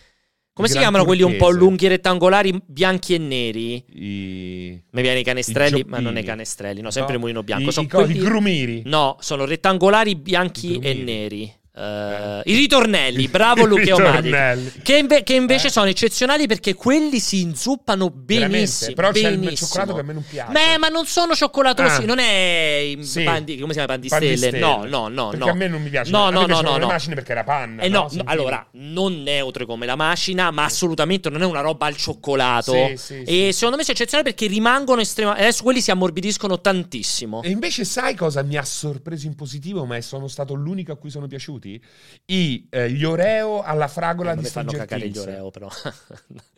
Speaker 2: Come
Speaker 1: I
Speaker 2: si
Speaker 1: gran
Speaker 2: chiamano quelli un po'
Speaker 1: turchese.
Speaker 2: lunghi rettangolari, bianchi e neri?
Speaker 1: I.
Speaker 2: Mi viene i
Speaker 1: I
Speaker 2: canestrelli, ma non
Speaker 1: gioppini.
Speaker 2: i canestrelli, no, sempre
Speaker 1: No.
Speaker 2: il mulino bianco.
Speaker 1: I-
Speaker 2: sono
Speaker 1: i co- i
Speaker 2: quelli-
Speaker 1: grumiri.
Speaker 2: No, sono rettangolari bianchi
Speaker 1: I
Speaker 2: e
Speaker 1: grumiri.
Speaker 2: neri. Eh, I ritornelli, bravo
Speaker 1: I
Speaker 2: Lucheo
Speaker 1: ritornelli.
Speaker 2: Madi. Che, inve- che invece
Speaker 1: Eh?
Speaker 2: sono eccezionali perché quelli si inzuppano
Speaker 1: Veramente,
Speaker 2: benissimo.
Speaker 1: Però c'è il
Speaker 2: benissimo.
Speaker 1: cioccolato che a me non piace.
Speaker 2: Beh, ma non sono cioccolatosi,
Speaker 1: Ah.
Speaker 2: non è
Speaker 1: Sì.
Speaker 2: pandi- come si chiama pandistelle?
Speaker 1: Pandistelle.
Speaker 2: No, no, no,
Speaker 1: Perché
Speaker 2: no.
Speaker 1: a me non mi piace.
Speaker 2: No,
Speaker 1: A me
Speaker 2: no, no,
Speaker 1: piacevano
Speaker 2: no,
Speaker 1: le
Speaker 2: no.
Speaker 1: macine perché era panna,
Speaker 2: Eh
Speaker 1: no?
Speaker 2: no, no,
Speaker 1: Sentivo.
Speaker 2: allora, non neutre come la macina, ma assolutamente non è una roba al cioccolato.
Speaker 1: Sì, sì,
Speaker 2: e
Speaker 1: sì.
Speaker 2: secondo me sono eccezionali perché rimangono estremamente adesso quelli si ammorbidiscono tantissimo.
Speaker 1: E invece sai cosa mi ha sorpreso in positivo, ma sono stato l'unico a cui sono piaciuti? I, eh, gli Oreo alla fragola
Speaker 2: Eh, non
Speaker 1: di
Speaker 2: mi fanno
Speaker 1: Stranger
Speaker 2: cagare
Speaker 1: Things.
Speaker 2: gli oreo però.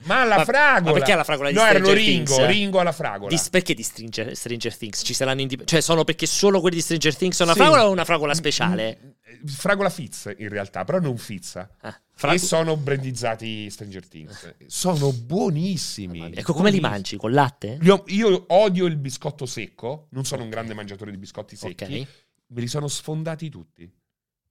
Speaker 1: Ma alla
Speaker 2: Ma-
Speaker 1: fragola!
Speaker 2: ma perché alla fragola di
Speaker 1: No, erano
Speaker 2: Stranger
Speaker 1: Ringo,
Speaker 2: Things?
Speaker 1: Ringo alla fragola.
Speaker 2: Di- perché di Stranger, Stranger Things? Ci saranno indip- cioè sono perché solo quelli di Stranger Things sono una
Speaker 1: Sì.
Speaker 2: fragola o una fragola speciale?
Speaker 1: Mm, mm, Fragola Fizz, in realtà, però non Fizza.
Speaker 2: Ah, fra-
Speaker 1: E sono brandizzati Stranger Things. Sono buonissimi.
Speaker 2: Eh. Ecco come
Speaker 1: Buonissimi.
Speaker 2: li mangi col latte?
Speaker 1: Io, io odio il biscotto secco, non sono un grande mangiatore di biscotti secchi.
Speaker 2: Ok.
Speaker 1: Me li sono sfondati tutti,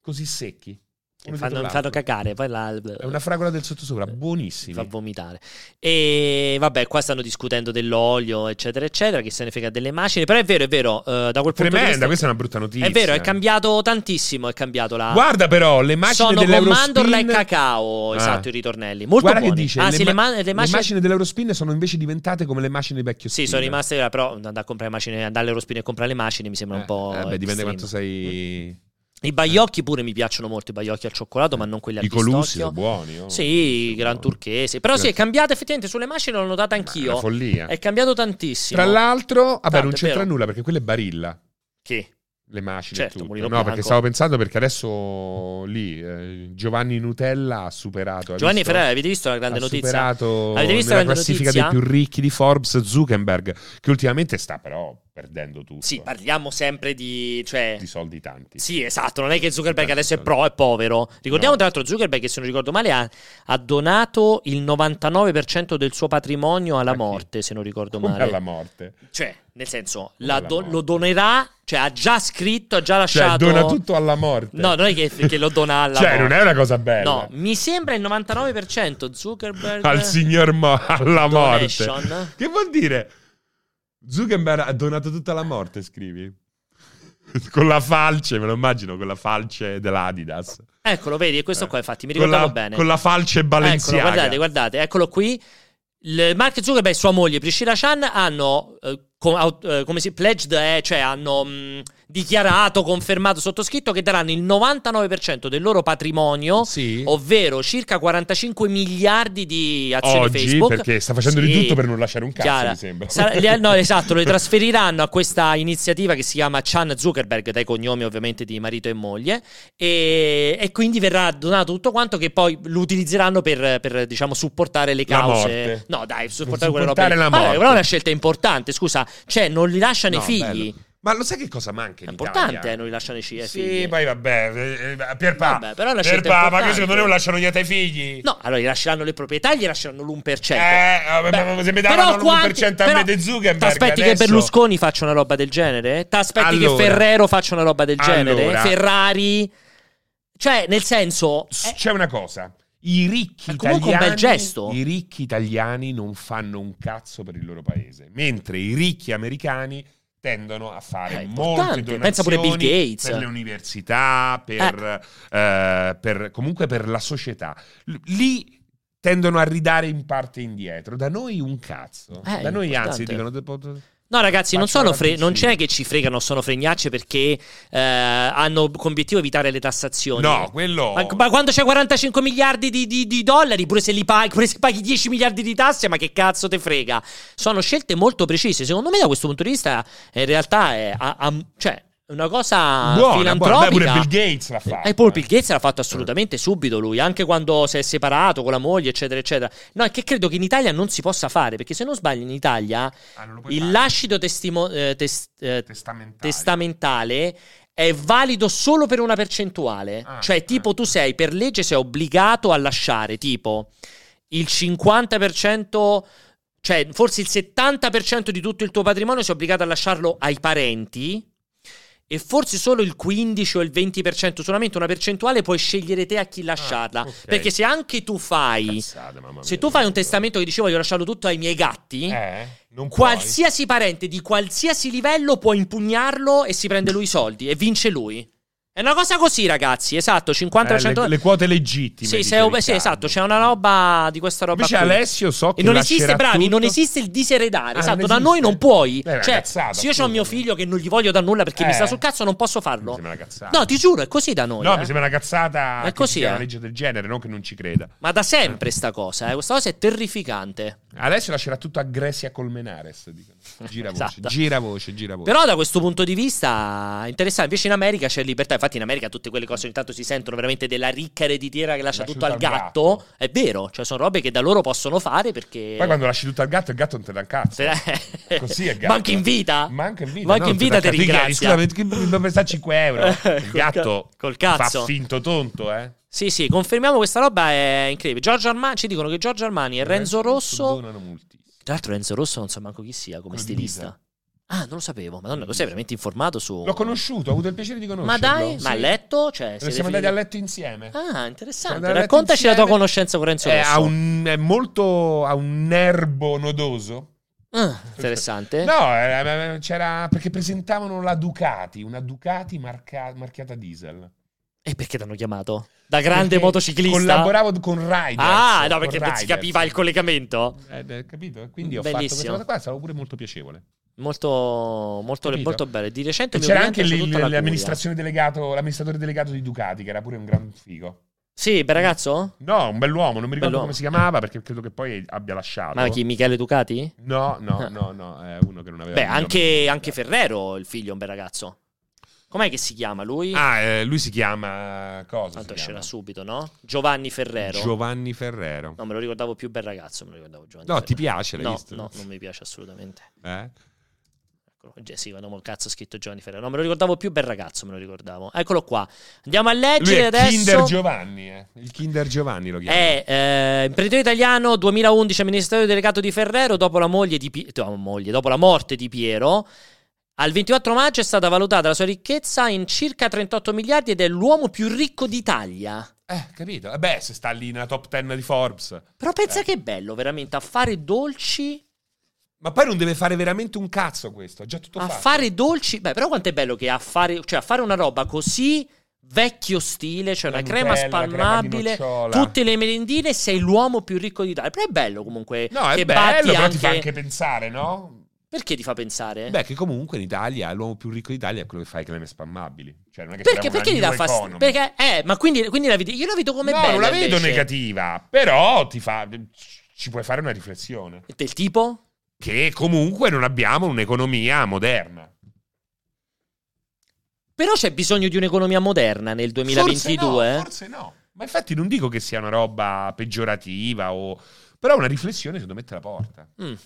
Speaker 1: così secchi.
Speaker 2: Mi
Speaker 1: Uno
Speaker 2: fanno,
Speaker 1: dietro
Speaker 2: mi fanno
Speaker 1: l'altro.
Speaker 2: cagare, poi la...
Speaker 1: È una fragola del sottosopra,
Speaker 2: Mi
Speaker 1: buonissima.
Speaker 2: fa vomitare. E vabbè, qua stanno discutendo dell'olio, eccetera, eccetera. Chi se ne frega delle macine. Però è vero, è vero. eh, da quel punto di
Speaker 1: Tremenda,
Speaker 2: vista.
Speaker 1: questa è una brutta notizia.
Speaker 2: È vero, è cambiato tantissimo. È cambiato la.
Speaker 1: Guarda però, le macchine
Speaker 2: Sono con
Speaker 1: dell'Eurospin...
Speaker 2: mandorla e cacao.
Speaker 1: Ah.
Speaker 2: Esatto, i ritornelli. Molto
Speaker 1: Guarda
Speaker 2: buoni.
Speaker 1: che dice,
Speaker 2: ah,
Speaker 1: le,
Speaker 2: sì, le,
Speaker 1: ma-
Speaker 2: ma- le
Speaker 1: le
Speaker 2: macine.
Speaker 1: macchine dell'Eurospin sono invece diventate come le macine del vecchio
Speaker 2: Sì,
Speaker 1: spin.
Speaker 2: sono rimaste. eh, Però andare a comprare macine, andare all'Eurospin e comprare le macine mi sembra un po'.
Speaker 1: Eh, beh, dipende
Speaker 2: extreme.
Speaker 1: quanto sei... eh.
Speaker 2: I baiocchi pure mi piacciono molto. I baiocchi al cioccolato, ma non quelli al
Speaker 1: I colussi
Speaker 2: pistocchio.
Speaker 1: sono buoni. oh.
Speaker 2: Sì,
Speaker 1: Sono
Speaker 2: gran
Speaker 1: buoni.
Speaker 2: turchese. Però
Speaker 1: Gran-
Speaker 2: sì, è cambiato effettivamente sulle macine, l'ho notata
Speaker 1: È
Speaker 2: anch'io.
Speaker 1: una Eh, follia.
Speaker 2: È cambiato tantissimo.
Speaker 1: Tra l'altro, vabbè,
Speaker 2: Tanto,
Speaker 1: non
Speaker 2: è
Speaker 1: c'entra
Speaker 2: vero.
Speaker 1: nulla perché quella è Barilla.
Speaker 2: Che?
Speaker 1: Le macine
Speaker 2: Certo,
Speaker 1: e tutto.
Speaker 2: Mulino
Speaker 1: No,
Speaker 2: Bianco.
Speaker 1: perché stavo pensando perché adesso lì eh, Giovanni Nutella ha superato. hai
Speaker 2: Giovanni
Speaker 1: visto?
Speaker 2: Ferrari, avete visto la grande
Speaker 1: ha
Speaker 2: notizia?
Speaker 1: superato
Speaker 2: Avete visto
Speaker 1: nella
Speaker 2: la grande
Speaker 1: classifica
Speaker 2: notizia?
Speaker 1: dei più ricchi di Forbes Zuckerberg, che ultimamente sta però perdendo tutto.
Speaker 2: Sì, parliamo sempre di. Cioè,
Speaker 1: di soldi tanti.
Speaker 2: sì, esatto. Non è che Zuckerberg
Speaker 1: Tanti
Speaker 2: adesso è
Speaker 1: soldi.
Speaker 2: pro, è povero. Ricordiamo,
Speaker 1: No.
Speaker 2: tra l'altro, Zuckerberg, che se non ricordo male, ha, ha donato il 99% del suo patrimonio alla
Speaker 1: A chi?
Speaker 2: morte. Se non ricordo
Speaker 1: Come
Speaker 2: male,
Speaker 1: alla morte.
Speaker 2: cioè, nel senso,
Speaker 1: Come
Speaker 2: la
Speaker 1: alla
Speaker 2: do-
Speaker 1: morte.
Speaker 2: lo donerà. Cioè, ha già scritto, ha già
Speaker 1: Cioè,
Speaker 2: lasciato.
Speaker 1: dona tutto alla morte.
Speaker 2: No, non è che, che lo dona alla
Speaker 1: Cioè,
Speaker 2: morte.
Speaker 1: non è una cosa bella.
Speaker 2: No, mi sembra il 99% Zuckerberg.
Speaker 1: Al signor Mo- alla morte.
Speaker 2: Donation.
Speaker 1: Che vuol dire? Zuckerberg ha donato tutta la morte, scrivi. Con la falce, me lo immagino, con la falce dell'Adidas.
Speaker 2: Eccolo, vedi, e questo qua, infatti, mi
Speaker 1: Eh. con
Speaker 2: ricordavo
Speaker 1: la,
Speaker 2: bene.
Speaker 1: Con la falce
Speaker 2: Eccolo,
Speaker 1: balenziana.
Speaker 2: guardate, guardate, eccolo qui. Il Mark Zuckerberg e sua moglie Priscilla Chan hanno, eh, com- aut- eh, come si pledged, eh, cioè hanno mh, dichiarato, confermato, sottoscritto che daranno il 99% del loro patrimonio,
Speaker 1: Sì.
Speaker 2: ovvero circa 45 miliardi di azioni
Speaker 1: Oggi,
Speaker 2: Facebook.
Speaker 1: perché sta facendo di
Speaker 2: Sì.
Speaker 1: tutto per non lasciare un cazzo,
Speaker 2: Chiara.
Speaker 1: mi sembra.
Speaker 2: Sarà- le- no, esatto, le trasferiranno a questa iniziativa che si chiama Chan Zuckerberg, dai cognomi ovviamente di marito e moglie, e, e quindi verrà donato tutto quanto che poi lo utilizzeranno per, per, diciamo, supportare le
Speaker 1: La
Speaker 2: cause.
Speaker 1: morte.
Speaker 2: No, dai,
Speaker 1: Per
Speaker 2: supportare, quelle robe.
Speaker 1: supportare la
Speaker 2: Vabbè,
Speaker 1: morte.
Speaker 2: però è una scelta importante, scusa, cioè non li lasciano
Speaker 1: No,
Speaker 2: i figli.
Speaker 1: bello. Ma lo sai che cosa manca
Speaker 2: È
Speaker 1: in
Speaker 2: importante, eh,
Speaker 1: Italia?
Speaker 2: non li lasciano i figli.
Speaker 1: Sì, poi vabbè, eh, eh, Pierpa,
Speaker 2: Vabbè, però è una scelta
Speaker 1: Pierpa, ma
Speaker 2: importante.
Speaker 1: che secondo me non lasciano niente ai figli?
Speaker 2: No, certo. allora gli lasceranno le proprietà, gli lasceranno l'1%.
Speaker 1: Eh, vabbè, ma se mi davano l'1% a me di Zuckerberg,
Speaker 2: Ti aspetti che
Speaker 1: adesso-
Speaker 2: Berlusconi faccia una roba del genere? Ti aspetti
Speaker 1: Allora.
Speaker 2: che Ferrero faccia una roba del genere?
Speaker 1: Allora.
Speaker 2: Ferrari? Cioè, nel senso...
Speaker 1: S-
Speaker 2: eh,
Speaker 1: C'è una cosa. I ricchi
Speaker 2: È comunque un
Speaker 1: italiani,
Speaker 2: bel gesto.
Speaker 1: I ricchi italiani non fanno un cazzo per il loro paese, mentre i ricchi americani tendono a fare
Speaker 2: Eh,
Speaker 1: molte
Speaker 2: importante.
Speaker 1: donazioni
Speaker 2: Pensa pure Bill Gates.
Speaker 1: per le università, per, eh, per- comunque per la società. L- Lì tendono a ridare in parte indietro. Da noi un cazzo.
Speaker 2: Eh,
Speaker 1: da noi anzi
Speaker 2: importante.
Speaker 1: dicono... "Te- po- te-
Speaker 2: No, ragazzi, non,
Speaker 1: Faccio
Speaker 2: sono
Speaker 1: la
Speaker 2: fre- non
Speaker 1: piscina.
Speaker 2: c'è che ci fregano, sono fregnacce perché eh, hanno come obiettivo evitare le tassazioni.
Speaker 1: No, quello...
Speaker 2: Ma, ma quando c'è 45 miliardi di, di- di dollari, pure se li paghi, pure se paghi 10 miliardi di tasse, ma che cazzo te frega? Sono scelte molto precise. Secondo me, da questo punto di vista, eh, in realtà è a- a- cioè, una cosa
Speaker 1: buona, buona. Beh,
Speaker 2: filantropica.
Speaker 1: pure Bill Gates l'ha fatto. eh.
Speaker 2: E poi Bill Gates l'ha fatto assolutamente subito lui, anche quando si è separato con la moglie, eccetera, eccetera. No, è che credo che in Italia non si possa fare, perché se non sbaglio in Italia
Speaker 1: Ah, non lo puoi
Speaker 2: il
Speaker 1: fare.
Speaker 2: lascito testimo- eh, tes- eh,
Speaker 1: Testamentale.
Speaker 2: testamentale è valido solo per una percentuale.
Speaker 1: Ah,
Speaker 2: cioè, tipo, tu sei per legge sei obbligato a lasciare tipo il 50%. Cioè, forse il 70% di tutto il tuo patrimonio sei obbligato a lasciarlo ai parenti. E forse solo il 15 o il 20%, solamente una percentuale, puoi scegliere te a chi lasciarla.
Speaker 1: Ah, ok.
Speaker 2: Perché se anche tu fai.
Speaker 1: Cazzate, mamma
Speaker 2: Se
Speaker 1: mia.
Speaker 2: tu fai un testamento che dici voglio lasciarlo tutto ai miei gatti,
Speaker 1: Eh, non puoi.
Speaker 2: Qualsiasi parente di qualsiasi livello può impugnarlo e si prende lui i soldi e vince lui. È una cosa così, ragazzi. Esatto, 50%.
Speaker 1: Eh, le, le quote legittime.
Speaker 2: sì,
Speaker 1: dice
Speaker 2: se-
Speaker 1: Riccardo.
Speaker 2: sì, esatto, c'è una roba di questa roba.
Speaker 1: Invece
Speaker 2: qui.
Speaker 1: Alessio so che
Speaker 2: E non
Speaker 1: lascerà
Speaker 2: esiste, bravi, non
Speaker 1: tutto.
Speaker 2: esiste il diseredare.
Speaker 1: Ah,
Speaker 2: esatto,
Speaker 1: non
Speaker 2: da
Speaker 1: esiste.
Speaker 2: noi non puoi.
Speaker 1: Beh, è una
Speaker 2: cioè,
Speaker 1: cazzata,
Speaker 2: se io ho mio
Speaker 1: assolutamente.
Speaker 2: figlio che non gli voglio da nulla perché mi
Speaker 1: Eh.
Speaker 2: sta sul cazzo, non posso farlo.
Speaker 1: Mi sembra una cazzata.
Speaker 2: No, ti giuro, è così da noi.
Speaker 1: No,
Speaker 2: eh.
Speaker 1: mi sembra una cazzata.
Speaker 2: È
Speaker 1: che
Speaker 2: così,
Speaker 1: ci sia
Speaker 2: eh.
Speaker 1: una legge del genere, non che non ci creda.
Speaker 2: Ma da sempre sta cosa, eh. Questa cosa è terrificante.
Speaker 1: Alessio lascerà tutto a Grecia Colmenares. Dicono. Gira voce,
Speaker 2: Esatto.
Speaker 1: gira voce, gira voce.
Speaker 2: Però da questo punto di vista è interessante. Invece in America c'è libertà. Infatti in America tutte quelle cose ogni tanto si sentono veramente della ricca ereditiera che lascia
Speaker 1: Lascia
Speaker 2: tutto al
Speaker 1: tutto al
Speaker 2: gatto.
Speaker 1: gatto.
Speaker 2: È vero, cioè sono robe che da loro possono fare perché...
Speaker 1: Poi quando lasci tutto al gatto, il gatto non te dà un cazzo.
Speaker 2: Se-
Speaker 1: Così è il gatto.
Speaker 2: Ma anche in vita.
Speaker 1: Ma anche in vita.
Speaker 2: Ma anche
Speaker 1: no,
Speaker 2: in
Speaker 1: ti
Speaker 2: vita
Speaker 1: dà
Speaker 2: ti
Speaker 1: un cazzo.
Speaker 2: ringrazia.
Speaker 1: Scusami, che mi presta 5 euro. Il
Speaker 2: Col ca-
Speaker 1: gatto
Speaker 2: col cazzo.
Speaker 1: fa finto tonto, eh.
Speaker 2: Sì, sì, confermiamo questa roba è incredibile. Giorgio Armani, ci dicono che Giorgio
Speaker 1: Eh,
Speaker 2: Armani e Renzo Rosso...
Speaker 1: Donano moltissimo.
Speaker 2: Tra l'altro Renzo Rosso non so manco chi sia come
Speaker 1: Quello di
Speaker 2: stilista. Ah, non lo sapevo. Madonna, tu sei veramente informato su...
Speaker 1: L'ho conosciuto, ho avuto il piacere di
Speaker 2: Ma
Speaker 1: conoscerlo.
Speaker 2: dai,
Speaker 1: sì.
Speaker 2: ma a letto? Cioè, siete
Speaker 1: Siamo
Speaker 2: finiti-
Speaker 1: andati a letto insieme.
Speaker 2: Ah, interessante.
Speaker 1: Guarda,
Speaker 2: Raccontaci la
Speaker 1: insieme-
Speaker 2: tua conoscenza con Renzo
Speaker 1: Eh,
Speaker 2: Rosso.
Speaker 1: ha un, è molto. ha un nerbo nodoso.
Speaker 2: Ah, interessante.
Speaker 1: No, eh, eh, c'era. perché presentavano la Ducati, una Ducati marca- marchiata diesel.
Speaker 2: E perché ti hanno chiamato? Da grande
Speaker 1: Perché
Speaker 2: motociclista?
Speaker 1: Collaboravo con Riders.
Speaker 2: Ah, no,
Speaker 1: con
Speaker 2: perché non si
Speaker 1: Riders.
Speaker 2: captiva il collegamento.
Speaker 1: Eh, eh, capito? Quindi ho
Speaker 2: Bellissimo.
Speaker 1: fatto questa cosa qua, è stato pure molto piacevole.
Speaker 2: Molto, molto,
Speaker 1: Capito.
Speaker 2: molto bello. Di recente
Speaker 1: E
Speaker 2: mi
Speaker 1: c'era
Speaker 2: orienta
Speaker 1: anche
Speaker 2: su
Speaker 1: l-
Speaker 2: tutta la
Speaker 1: l'amministrazione delegato, l'amministratore delegato di Ducati, che era pure un gran figo.
Speaker 2: Puglia. Sì, bel ragazzo?
Speaker 1: No, un bell'uomo, non mi ricordo
Speaker 2: Bell'uomo.
Speaker 1: come si chiamava, perché credo che poi abbia lasciato.
Speaker 2: Ma chi? Michele Ducati?
Speaker 1: No, no,
Speaker 2: Ah.
Speaker 1: no, no, è uno che non aveva.
Speaker 2: Beh,
Speaker 1: il nome.
Speaker 2: anche, anche Ferrero, il figlio, è un bel ragazzo. Com'è che si chiama lui?
Speaker 1: Ah, eh, lui si chiama. Cosa?
Speaker 2: Tanto
Speaker 1: si
Speaker 2: escerà
Speaker 1: chiama?
Speaker 2: subito, no? Giovanni Ferrero.
Speaker 1: Giovanni Ferrero.
Speaker 2: no, me lo ricordavo più bel ragazzo, me lo ricordavo Giovanni
Speaker 1: No,
Speaker 2: Ferrero.
Speaker 1: ti piace, l'hai
Speaker 2: No,
Speaker 1: visto?
Speaker 2: no, non mi piace assolutamente.
Speaker 1: Eh?
Speaker 2: Eccolo, Ge- Sì, quando ho cazzo ho scritto Giovanni Ferrero. No, me lo ricordavo più bel ragazzo, me lo ricordavo. Eccolo qua. Andiamo a
Speaker 1: Lui
Speaker 2: leggere
Speaker 1: è
Speaker 2: adesso.
Speaker 1: Kinder Giovanni, eh. Il Kinder Giovanni lo chiama.
Speaker 2: È eh, imprenditore italiano 2011 amministratore delegato di Ferrero dopo la moglie di Pi- no, moglie, dopo la morte di Piero. Al 24 maggio è stata valutata la sua ricchezza in circa 38 miliardi ed è l'uomo più ricco d'Italia.
Speaker 1: Eh, capito? Eh beh, se sta lì nella top 10 di Forbes.
Speaker 2: Però
Speaker 1: Eh.
Speaker 2: pensa che è bello veramente a fare dolci,
Speaker 1: Ma poi non deve fare veramente un cazzo questo. È già tutto
Speaker 2: a
Speaker 1: fatto.
Speaker 2: fare dolci. Beh, però quanto è bello che a fare, cioè a fare una roba così vecchio stile, cioè
Speaker 1: La
Speaker 2: una
Speaker 1: Nutella,
Speaker 2: crema
Speaker 1: la Eh, crema di
Speaker 2: spalmabile,
Speaker 1: nocciola.
Speaker 2: tutte le merendine, sei l'uomo più ricco d'Italia. Però è bello comunque
Speaker 1: No, è
Speaker 2: che batti
Speaker 1: bello, però
Speaker 2: anche... Eh.
Speaker 1: ti fa anche pensare, no?
Speaker 2: Perché ti fa pensare?
Speaker 1: Beh, che comunque in Italia l'uomo più ricco d'Italia è quello che fa i creme spammabili. Cioè, non è che
Speaker 2: perché
Speaker 1: siamo
Speaker 2: perché gli
Speaker 1: una
Speaker 2: dà
Speaker 1: new
Speaker 2: fastidio?
Speaker 1: economy.
Speaker 2: Perché eh, ma quindi, quindi la vedi- io la vedo come
Speaker 1: no,
Speaker 2: bella
Speaker 1: non la vedo
Speaker 2: invece.
Speaker 1: negativa, però ti fa ci puoi fare una riflessione
Speaker 2: Del tipo?
Speaker 1: che comunque non abbiamo un'economia moderna.
Speaker 2: Però c'è bisogno di un'economia moderna nel eh? 2022.
Speaker 1: Forse no, forse no. Ma infatti non dico che sia una roba peggiorativa o però una riflessione secondo me te la porta.
Speaker 2: Mm.
Speaker 1: te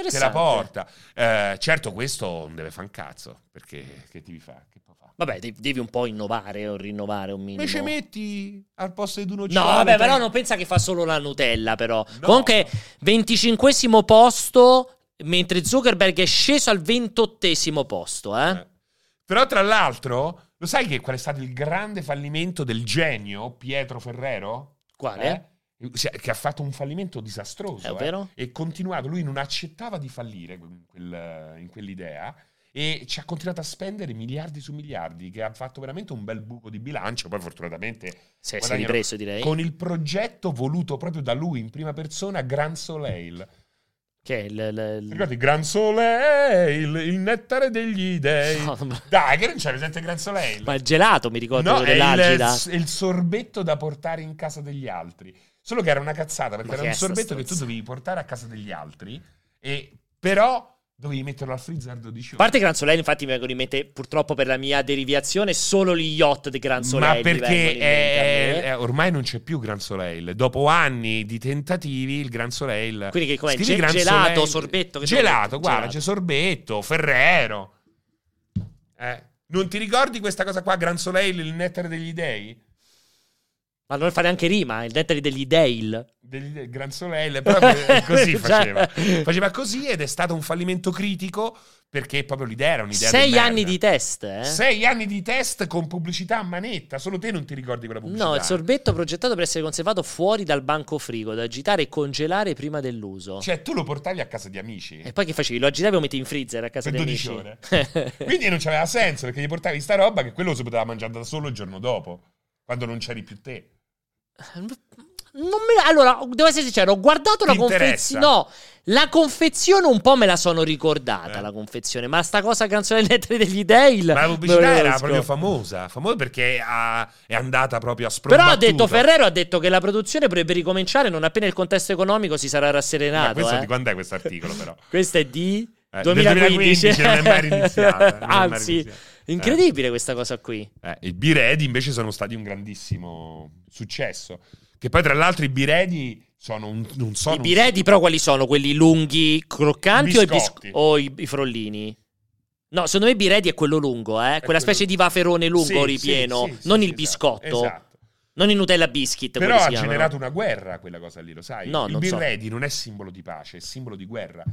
Speaker 2: Interessante.
Speaker 1: la porta. Eh, certo, questo non deve fare un cazzo, perché che ti fa? Che può fare?
Speaker 2: Vabbè, de- devi un po' innovare o rinnovare un minimo.
Speaker 1: Invece metti al posto di uno
Speaker 2: No,
Speaker 1: ciao,
Speaker 2: vabbè,
Speaker 1: te-
Speaker 2: però non pensa che fa solo la Nutella, però.
Speaker 1: No.
Speaker 2: Comunque, 25 posto, mentre Zuckerberg è sceso al 28 posto, eh.
Speaker 1: Eh. Però tra l'altro, lo sai che qual è stato il grande fallimento del genio Pietro Ferrero?
Speaker 2: Quale?
Speaker 1: Eh? Si- Che ha fatto un fallimento disastroso.
Speaker 2: È
Speaker 1: eh.
Speaker 2: vero?
Speaker 1: E continuato, lui non accettava di fallire in, quel- in quell'idea e ci ha continuato a spendere miliardi su miliardi, che ha fatto veramente un bel buco di bilancio. Poi fortunatamente
Speaker 2: Si è- si è
Speaker 1: guadagnano-
Speaker 2: ripreso, direi.
Speaker 1: con il progetto voluto proprio da lui in prima persona, Gran Soleil.
Speaker 2: Che è il... il- il-
Speaker 1: Ricordi Gran Soleil, il nettare degli dei.
Speaker 2: No, ma-
Speaker 1: Dai, che non c'è presente Gran Soleil?
Speaker 2: Ma il gelato, mi ricordo,
Speaker 1: No, è il,
Speaker 2: dell'Algida.
Speaker 1: è il sorbetto da portare in casa degli altri. Solo che era una cazzata, perché
Speaker 2: Ma
Speaker 1: era
Speaker 2: che
Speaker 1: un
Speaker 2: è sta
Speaker 1: sorbetto che tu
Speaker 2: stronza?
Speaker 1: dovevi portare a casa degli altri, e però dovevi metterlo al freezer 12
Speaker 2: A
Speaker 1: ore.
Speaker 2: parte Gran Soleil, infatti, mi vengono in mente, purtroppo per la mia derivazione, solo gli yacht di Gran Soleil.
Speaker 1: Ma
Speaker 2: mi
Speaker 1: perché
Speaker 2: vengono in mente a
Speaker 1: è-
Speaker 2: me.
Speaker 1: è- ormai non c'è più Gran Soleil. Dopo anni di tentativi, il Gran Soleil.
Speaker 2: Quindi che com'è?
Speaker 1: Scrivi
Speaker 2: Ge-
Speaker 1: Gran
Speaker 2: gelato, sorbetto, che
Speaker 1: gelato,
Speaker 2: sorbetto?
Speaker 1: guarda,
Speaker 2: Gelato.
Speaker 1: c'è sorbetto, Ferrero. Eh, Non ti ricordi questa cosa qua, Gran Soleil, il nettare degli dei?
Speaker 2: Ma non fa neanche rima, il nettare degli Dale.
Speaker 1: Degli dei- Gran Soleil, proprio così
Speaker 2: Cioè-
Speaker 1: faceva. Faceva così ed è stato un fallimento critico perché proprio l'idea era un'idea
Speaker 2: Sei
Speaker 1: del
Speaker 2: anni
Speaker 1: merda.
Speaker 2: di test, eh?
Speaker 1: Sei anni di test con pubblicità a manetta, solo te non ti ricordi quella pubblicità.
Speaker 2: No, il sorbetto progettato per essere conservato fuori dal banco frigo, da agitare e congelare prima dell'uso.
Speaker 1: Cioè, tu lo portavi a casa di amici.
Speaker 2: E poi che facevi? Lo agitavi o lo metti in freezer a casa
Speaker 1: per
Speaker 2: dei
Speaker 1: 12
Speaker 2: amici?
Speaker 1: ore. Quindi non c'aveva senso perché gli portavi sta roba che quello si poteva mangiare da solo il giorno dopo, quando non c'eri più te.
Speaker 2: Non me la- Allora, devo essere sincero, ho guardato la
Speaker 1: Ti interessa?
Speaker 2: confezione. No, la confezione un po' me la sono ricordata,
Speaker 1: Eh.
Speaker 2: la confezione, ma sta cosa canzone lettere degli Dale.
Speaker 1: Ma la
Speaker 2: me
Speaker 1: pubblicità
Speaker 2: lo
Speaker 1: era
Speaker 2: conosco.
Speaker 1: proprio famosa, famosa perché ha- è andata proprio a
Speaker 2: Però
Speaker 1: sprombattuto.
Speaker 2: ha detto Ferrero ha detto che la produzione potrebbe ricominciare non appena il contesto economico si sarà rasserenato.
Speaker 1: Ma questo
Speaker 2: eh.
Speaker 1: di quando è questo articolo però?
Speaker 2: Questa è di
Speaker 1: Eh, del
Speaker 2: 2015.
Speaker 1: 2015, non è mai iniziata, non è mai
Speaker 2: Anzi,
Speaker 1: iniziata.
Speaker 2: incredibile questa cosa qui.
Speaker 1: Eh, I Biredi invece sono stati un grandissimo successo. Che poi tra l'altro i Biredi sono un, non sono
Speaker 2: I
Speaker 1: un-
Speaker 2: biredi però quali sono? Quelli lunghi, croccanti o, i, bis-
Speaker 1: Biscotti.
Speaker 2: o i- i frollini? No, secondo me biredi è quello lungo, eh? Quella
Speaker 1: quello-
Speaker 2: specie di vaferone lungo
Speaker 1: Sì,
Speaker 2: ripieno,
Speaker 1: sì, sì,
Speaker 2: non
Speaker 1: sì,
Speaker 2: il
Speaker 1: esatto,
Speaker 2: biscotto,
Speaker 1: esatto.
Speaker 2: non il Nutella biscuit.
Speaker 1: Però
Speaker 2: quelli si
Speaker 1: ha
Speaker 2: chiamano.
Speaker 1: generato una guerra quella cosa lì, lo sai?
Speaker 2: No,
Speaker 1: il
Speaker 2: non so.
Speaker 1: Birredi non è simbolo di pace, è simbolo di guerra.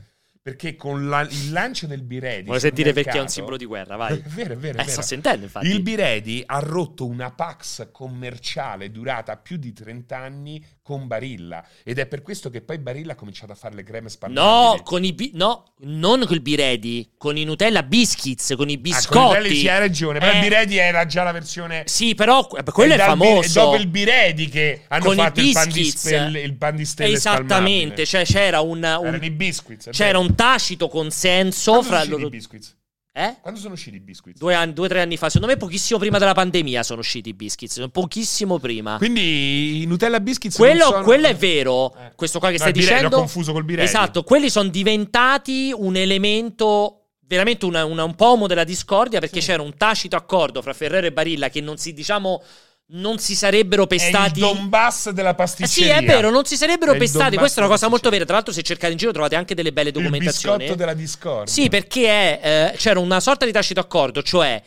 Speaker 1: Perché con la- il lancio del Birredi.
Speaker 2: Volevo
Speaker 1: sul
Speaker 2: sentire perché
Speaker 1: mercato-
Speaker 2: è un simbolo di guerra, vai.
Speaker 1: È vero, è vero. è
Speaker 2: Eh, sto
Speaker 1: vero.
Speaker 2: sentendo, infatti.
Speaker 1: Il Biredi ha rotto una pax commerciale durata più di 30 anni con Barilla. Ed è per questo che poi Barilla ha cominciato a fare le creme spalmabili.
Speaker 2: No, con i bi- no, non col biredi, con i Nutella biscuits, con i
Speaker 1: Ah,
Speaker 2: biscotti.
Speaker 1: con Pirelli c'hai ragione, però
Speaker 2: Eh,
Speaker 1: il Biredi era già la versione...
Speaker 2: Sì, però eh, quello
Speaker 1: E
Speaker 2: è
Speaker 1: dal Bir-
Speaker 2: famoso.
Speaker 1: dopo il Biredi che hanno
Speaker 2: con
Speaker 1: fatto
Speaker 2: i
Speaker 1: il pan di
Speaker 2: biscuits. Eh,
Speaker 1: spelle- il pan di stelle
Speaker 2: Esattamente,
Speaker 1: spalmabile.
Speaker 2: cioè c'era un, un-
Speaker 1: Erano i biscuits. è
Speaker 2: c'era
Speaker 1: vero.
Speaker 2: un tacito consenso
Speaker 1: Quando
Speaker 2: fra
Speaker 1: sono usciti
Speaker 2: loro.
Speaker 1: i biscuits?
Speaker 2: Eh?
Speaker 1: Quando sono usciti i biscuits?
Speaker 2: Due, anni- due, tre anni fa, secondo me pochissimo prima della pandemia sono usciti i biscuits, pochissimo prima.
Speaker 1: Quindi i Nutella biscuits
Speaker 2: Quello,
Speaker 1: non sono-
Speaker 2: quello è vero,
Speaker 1: Eh.
Speaker 2: questo qua che
Speaker 1: No,
Speaker 2: stai
Speaker 1: il Birelli,
Speaker 2: dicendo.
Speaker 1: l'ho confuso col Birelli.
Speaker 2: Esatto, quelli sono diventati un elemento. Veramente una- una- un pomo della discordia perché c'era un tacito accordo fra Ferrero e Barilla che non si, diciamo, non si sarebbero
Speaker 1: È
Speaker 2: pestati.
Speaker 1: il Donbass della
Speaker 2: Eh sì,
Speaker 1: pasticceria.
Speaker 2: è vero, non si sarebbero
Speaker 1: È il
Speaker 2: pestati.
Speaker 1: Donbass
Speaker 2: Questa è una cosa
Speaker 1: della
Speaker 2: molto vera. Tra l'altro, se cercate in giro trovate anche delle belle
Speaker 1: Il
Speaker 2: documentazioni. eh.
Speaker 1: biscotto della discordia.
Speaker 2: Sì, perché è, eh, c'era una sorta di tacito accordo, cioè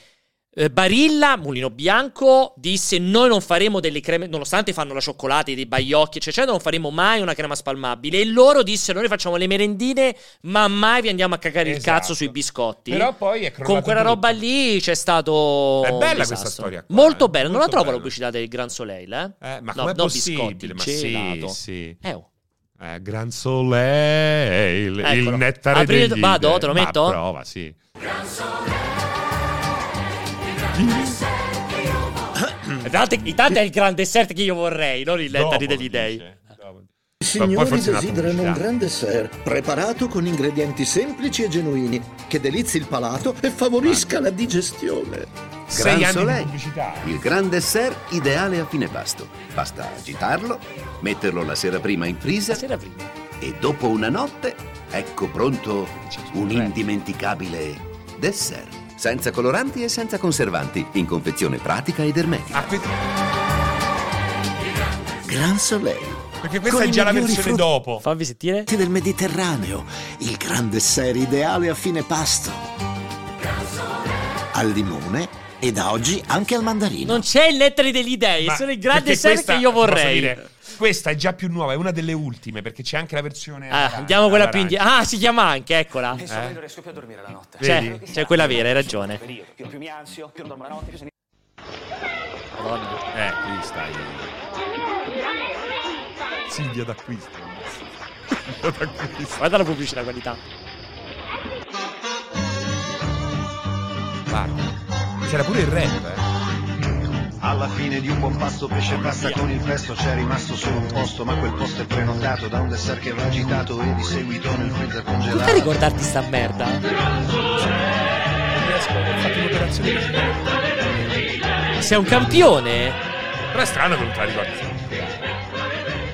Speaker 2: eh, Barilla, Mulino Bianco, disse noi non faremo delle creme, nonostante fanno la cioccolata, dei baiocchi, eccetera, eccetera, non faremo mai una crema spalmabile. E loro dissero noi facciamo le merendine, ma mai vi andiamo a cagare il
Speaker 1: Esatto.
Speaker 2: cazzo sui biscotti.
Speaker 1: Però poi è crollato
Speaker 2: Con quella
Speaker 1: tutto.
Speaker 2: roba lì c'è stato.
Speaker 1: È
Speaker 2: un
Speaker 1: bella
Speaker 2: disastro.
Speaker 1: questa storia qua,
Speaker 2: Molto
Speaker 1: eh,
Speaker 2: bella. Non
Speaker 1: molto
Speaker 2: la trovo
Speaker 1: bella.
Speaker 2: la pubblicità del Gran Soleil, eh?
Speaker 1: Eh, ma
Speaker 2: no,
Speaker 1: com'è
Speaker 2: no,
Speaker 1: possibile?
Speaker 2: biscotti,
Speaker 1: Ma
Speaker 2: gelato.
Speaker 1: sì, sì.
Speaker 2: Eh, oh.
Speaker 1: Eh, Gran Soleil, il-
Speaker 2: Eccolo.
Speaker 1: il nettare
Speaker 2: Aprire-
Speaker 1: degli
Speaker 2: vado, te lo
Speaker 1: Ma
Speaker 2: metto?
Speaker 1: prova, sì.
Speaker 2: Intanto, intanto è il gran dessert che io vorrei, non il lettari
Speaker 1: Dopo lo
Speaker 2: degli dei.
Speaker 1: dice, dopo. Ma poi
Speaker 10: Signori
Speaker 1: forse è una
Speaker 10: desiderano un
Speaker 1: pubblicità.
Speaker 10: gran dessert preparato con ingredienti semplici e genuini che delizi il palato e favorisca la digestione.
Speaker 1: Sei
Speaker 11: Gran
Speaker 1: anni di
Speaker 11: Soleil.
Speaker 1: pubblicità.
Speaker 11: Il gran dessert ideale a fine pasto. Basta agitarlo, metterlo la sera prima in
Speaker 2: La
Speaker 11: freezer
Speaker 2: sera prima.
Speaker 11: e dopo una notte ecco pronto un
Speaker 1: eh.
Speaker 11: indimenticabile dessert. Senza coloranti e senza conservanti, in confezione pratica ed ermetica.
Speaker 1: Ah, que-
Speaker 11: Gran Soleil.
Speaker 1: Perché questa è già la versione dopo.
Speaker 2: Fammi sentire.
Speaker 12: del Mediterraneo, il gran dessert ideale a fine pasto. Al limone e da oggi anche al mandarino.
Speaker 2: Non c'è il lettere degli dei,
Speaker 1: Ma-
Speaker 2: sono i grandi
Speaker 1: perché
Speaker 2: serie
Speaker 1: questa,
Speaker 2: che io
Speaker 1: posso
Speaker 2: vorrei.
Speaker 1: dire, questa è già più nuova, è una delle ultime, perché c'è anche la versione.
Speaker 2: Ah, andiamo quella più Ah, indietro. Ah, si chiama anche, eccola.
Speaker 1: Eh?
Speaker 13: non riesco più a dormire la notte.
Speaker 2: C'è, c'è quella vera, hai ragione.
Speaker 13: Più, più mi ansio, più non dormo la notte, più sono
Speaker 1: Eh, qui stai. Silvia d'acquisto.
Speaker 2: Guarda la pubblicità qualità.
Speaker 1: Guarda. C'era pure il rap, eh.
Speaker 14: Alla fine di un buon pasto pesce e pasta con il pesto c'è rimasto solo un posto, ma quel posto è prenotato da un dessert che va agitato e di seguito nel freezer
Speaker 2: Non
Speaker 14: congelato.
Speaker 2: fai ricordarti sta merda. Sei un campione.
Speaker 1: Però è strano che non te la ricordi.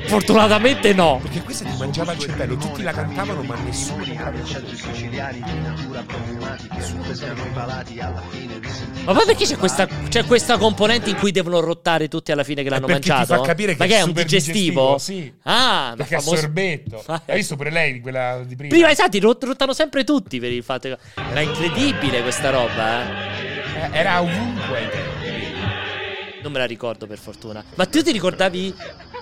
Speaker 2: Fortunatamente no.
Speaker 1: Perché questa ti mangiava il cervello, tutti la cantavano, ma nessuno la
Speaker 2: Ma poi perché c'è questa, c'è questa componente in cui devono rottare tutti alla fine che l'hanno
Speaker 1: Eh, perché ti
Speaker 2: mangiato?
Speaker 1: fa capire che
Speaker 2: Ma che
Speaker 1: è
Speaker 2: è un
Speaker 1: super
Speaker 2: digestivo?
Speaker 1: digestivo, sì.
Speaker 2: Ah, la
Speaker 1: Perché è
Speaker 2: famosa-
Speaker 1: sorbetto.
Speaker 2: Ah,
Speaker 1: Hai visto pure lei quella di prima?
Speaker 2: Prima, esatto, rot- rottano sempre tutti per il fatto che... Era incredibile questa roba, eh.
Speaker 1: Eh, Era ovunque.
Speaker 2: Non me la ricordo per fortuna. Ma tu ti ricordavi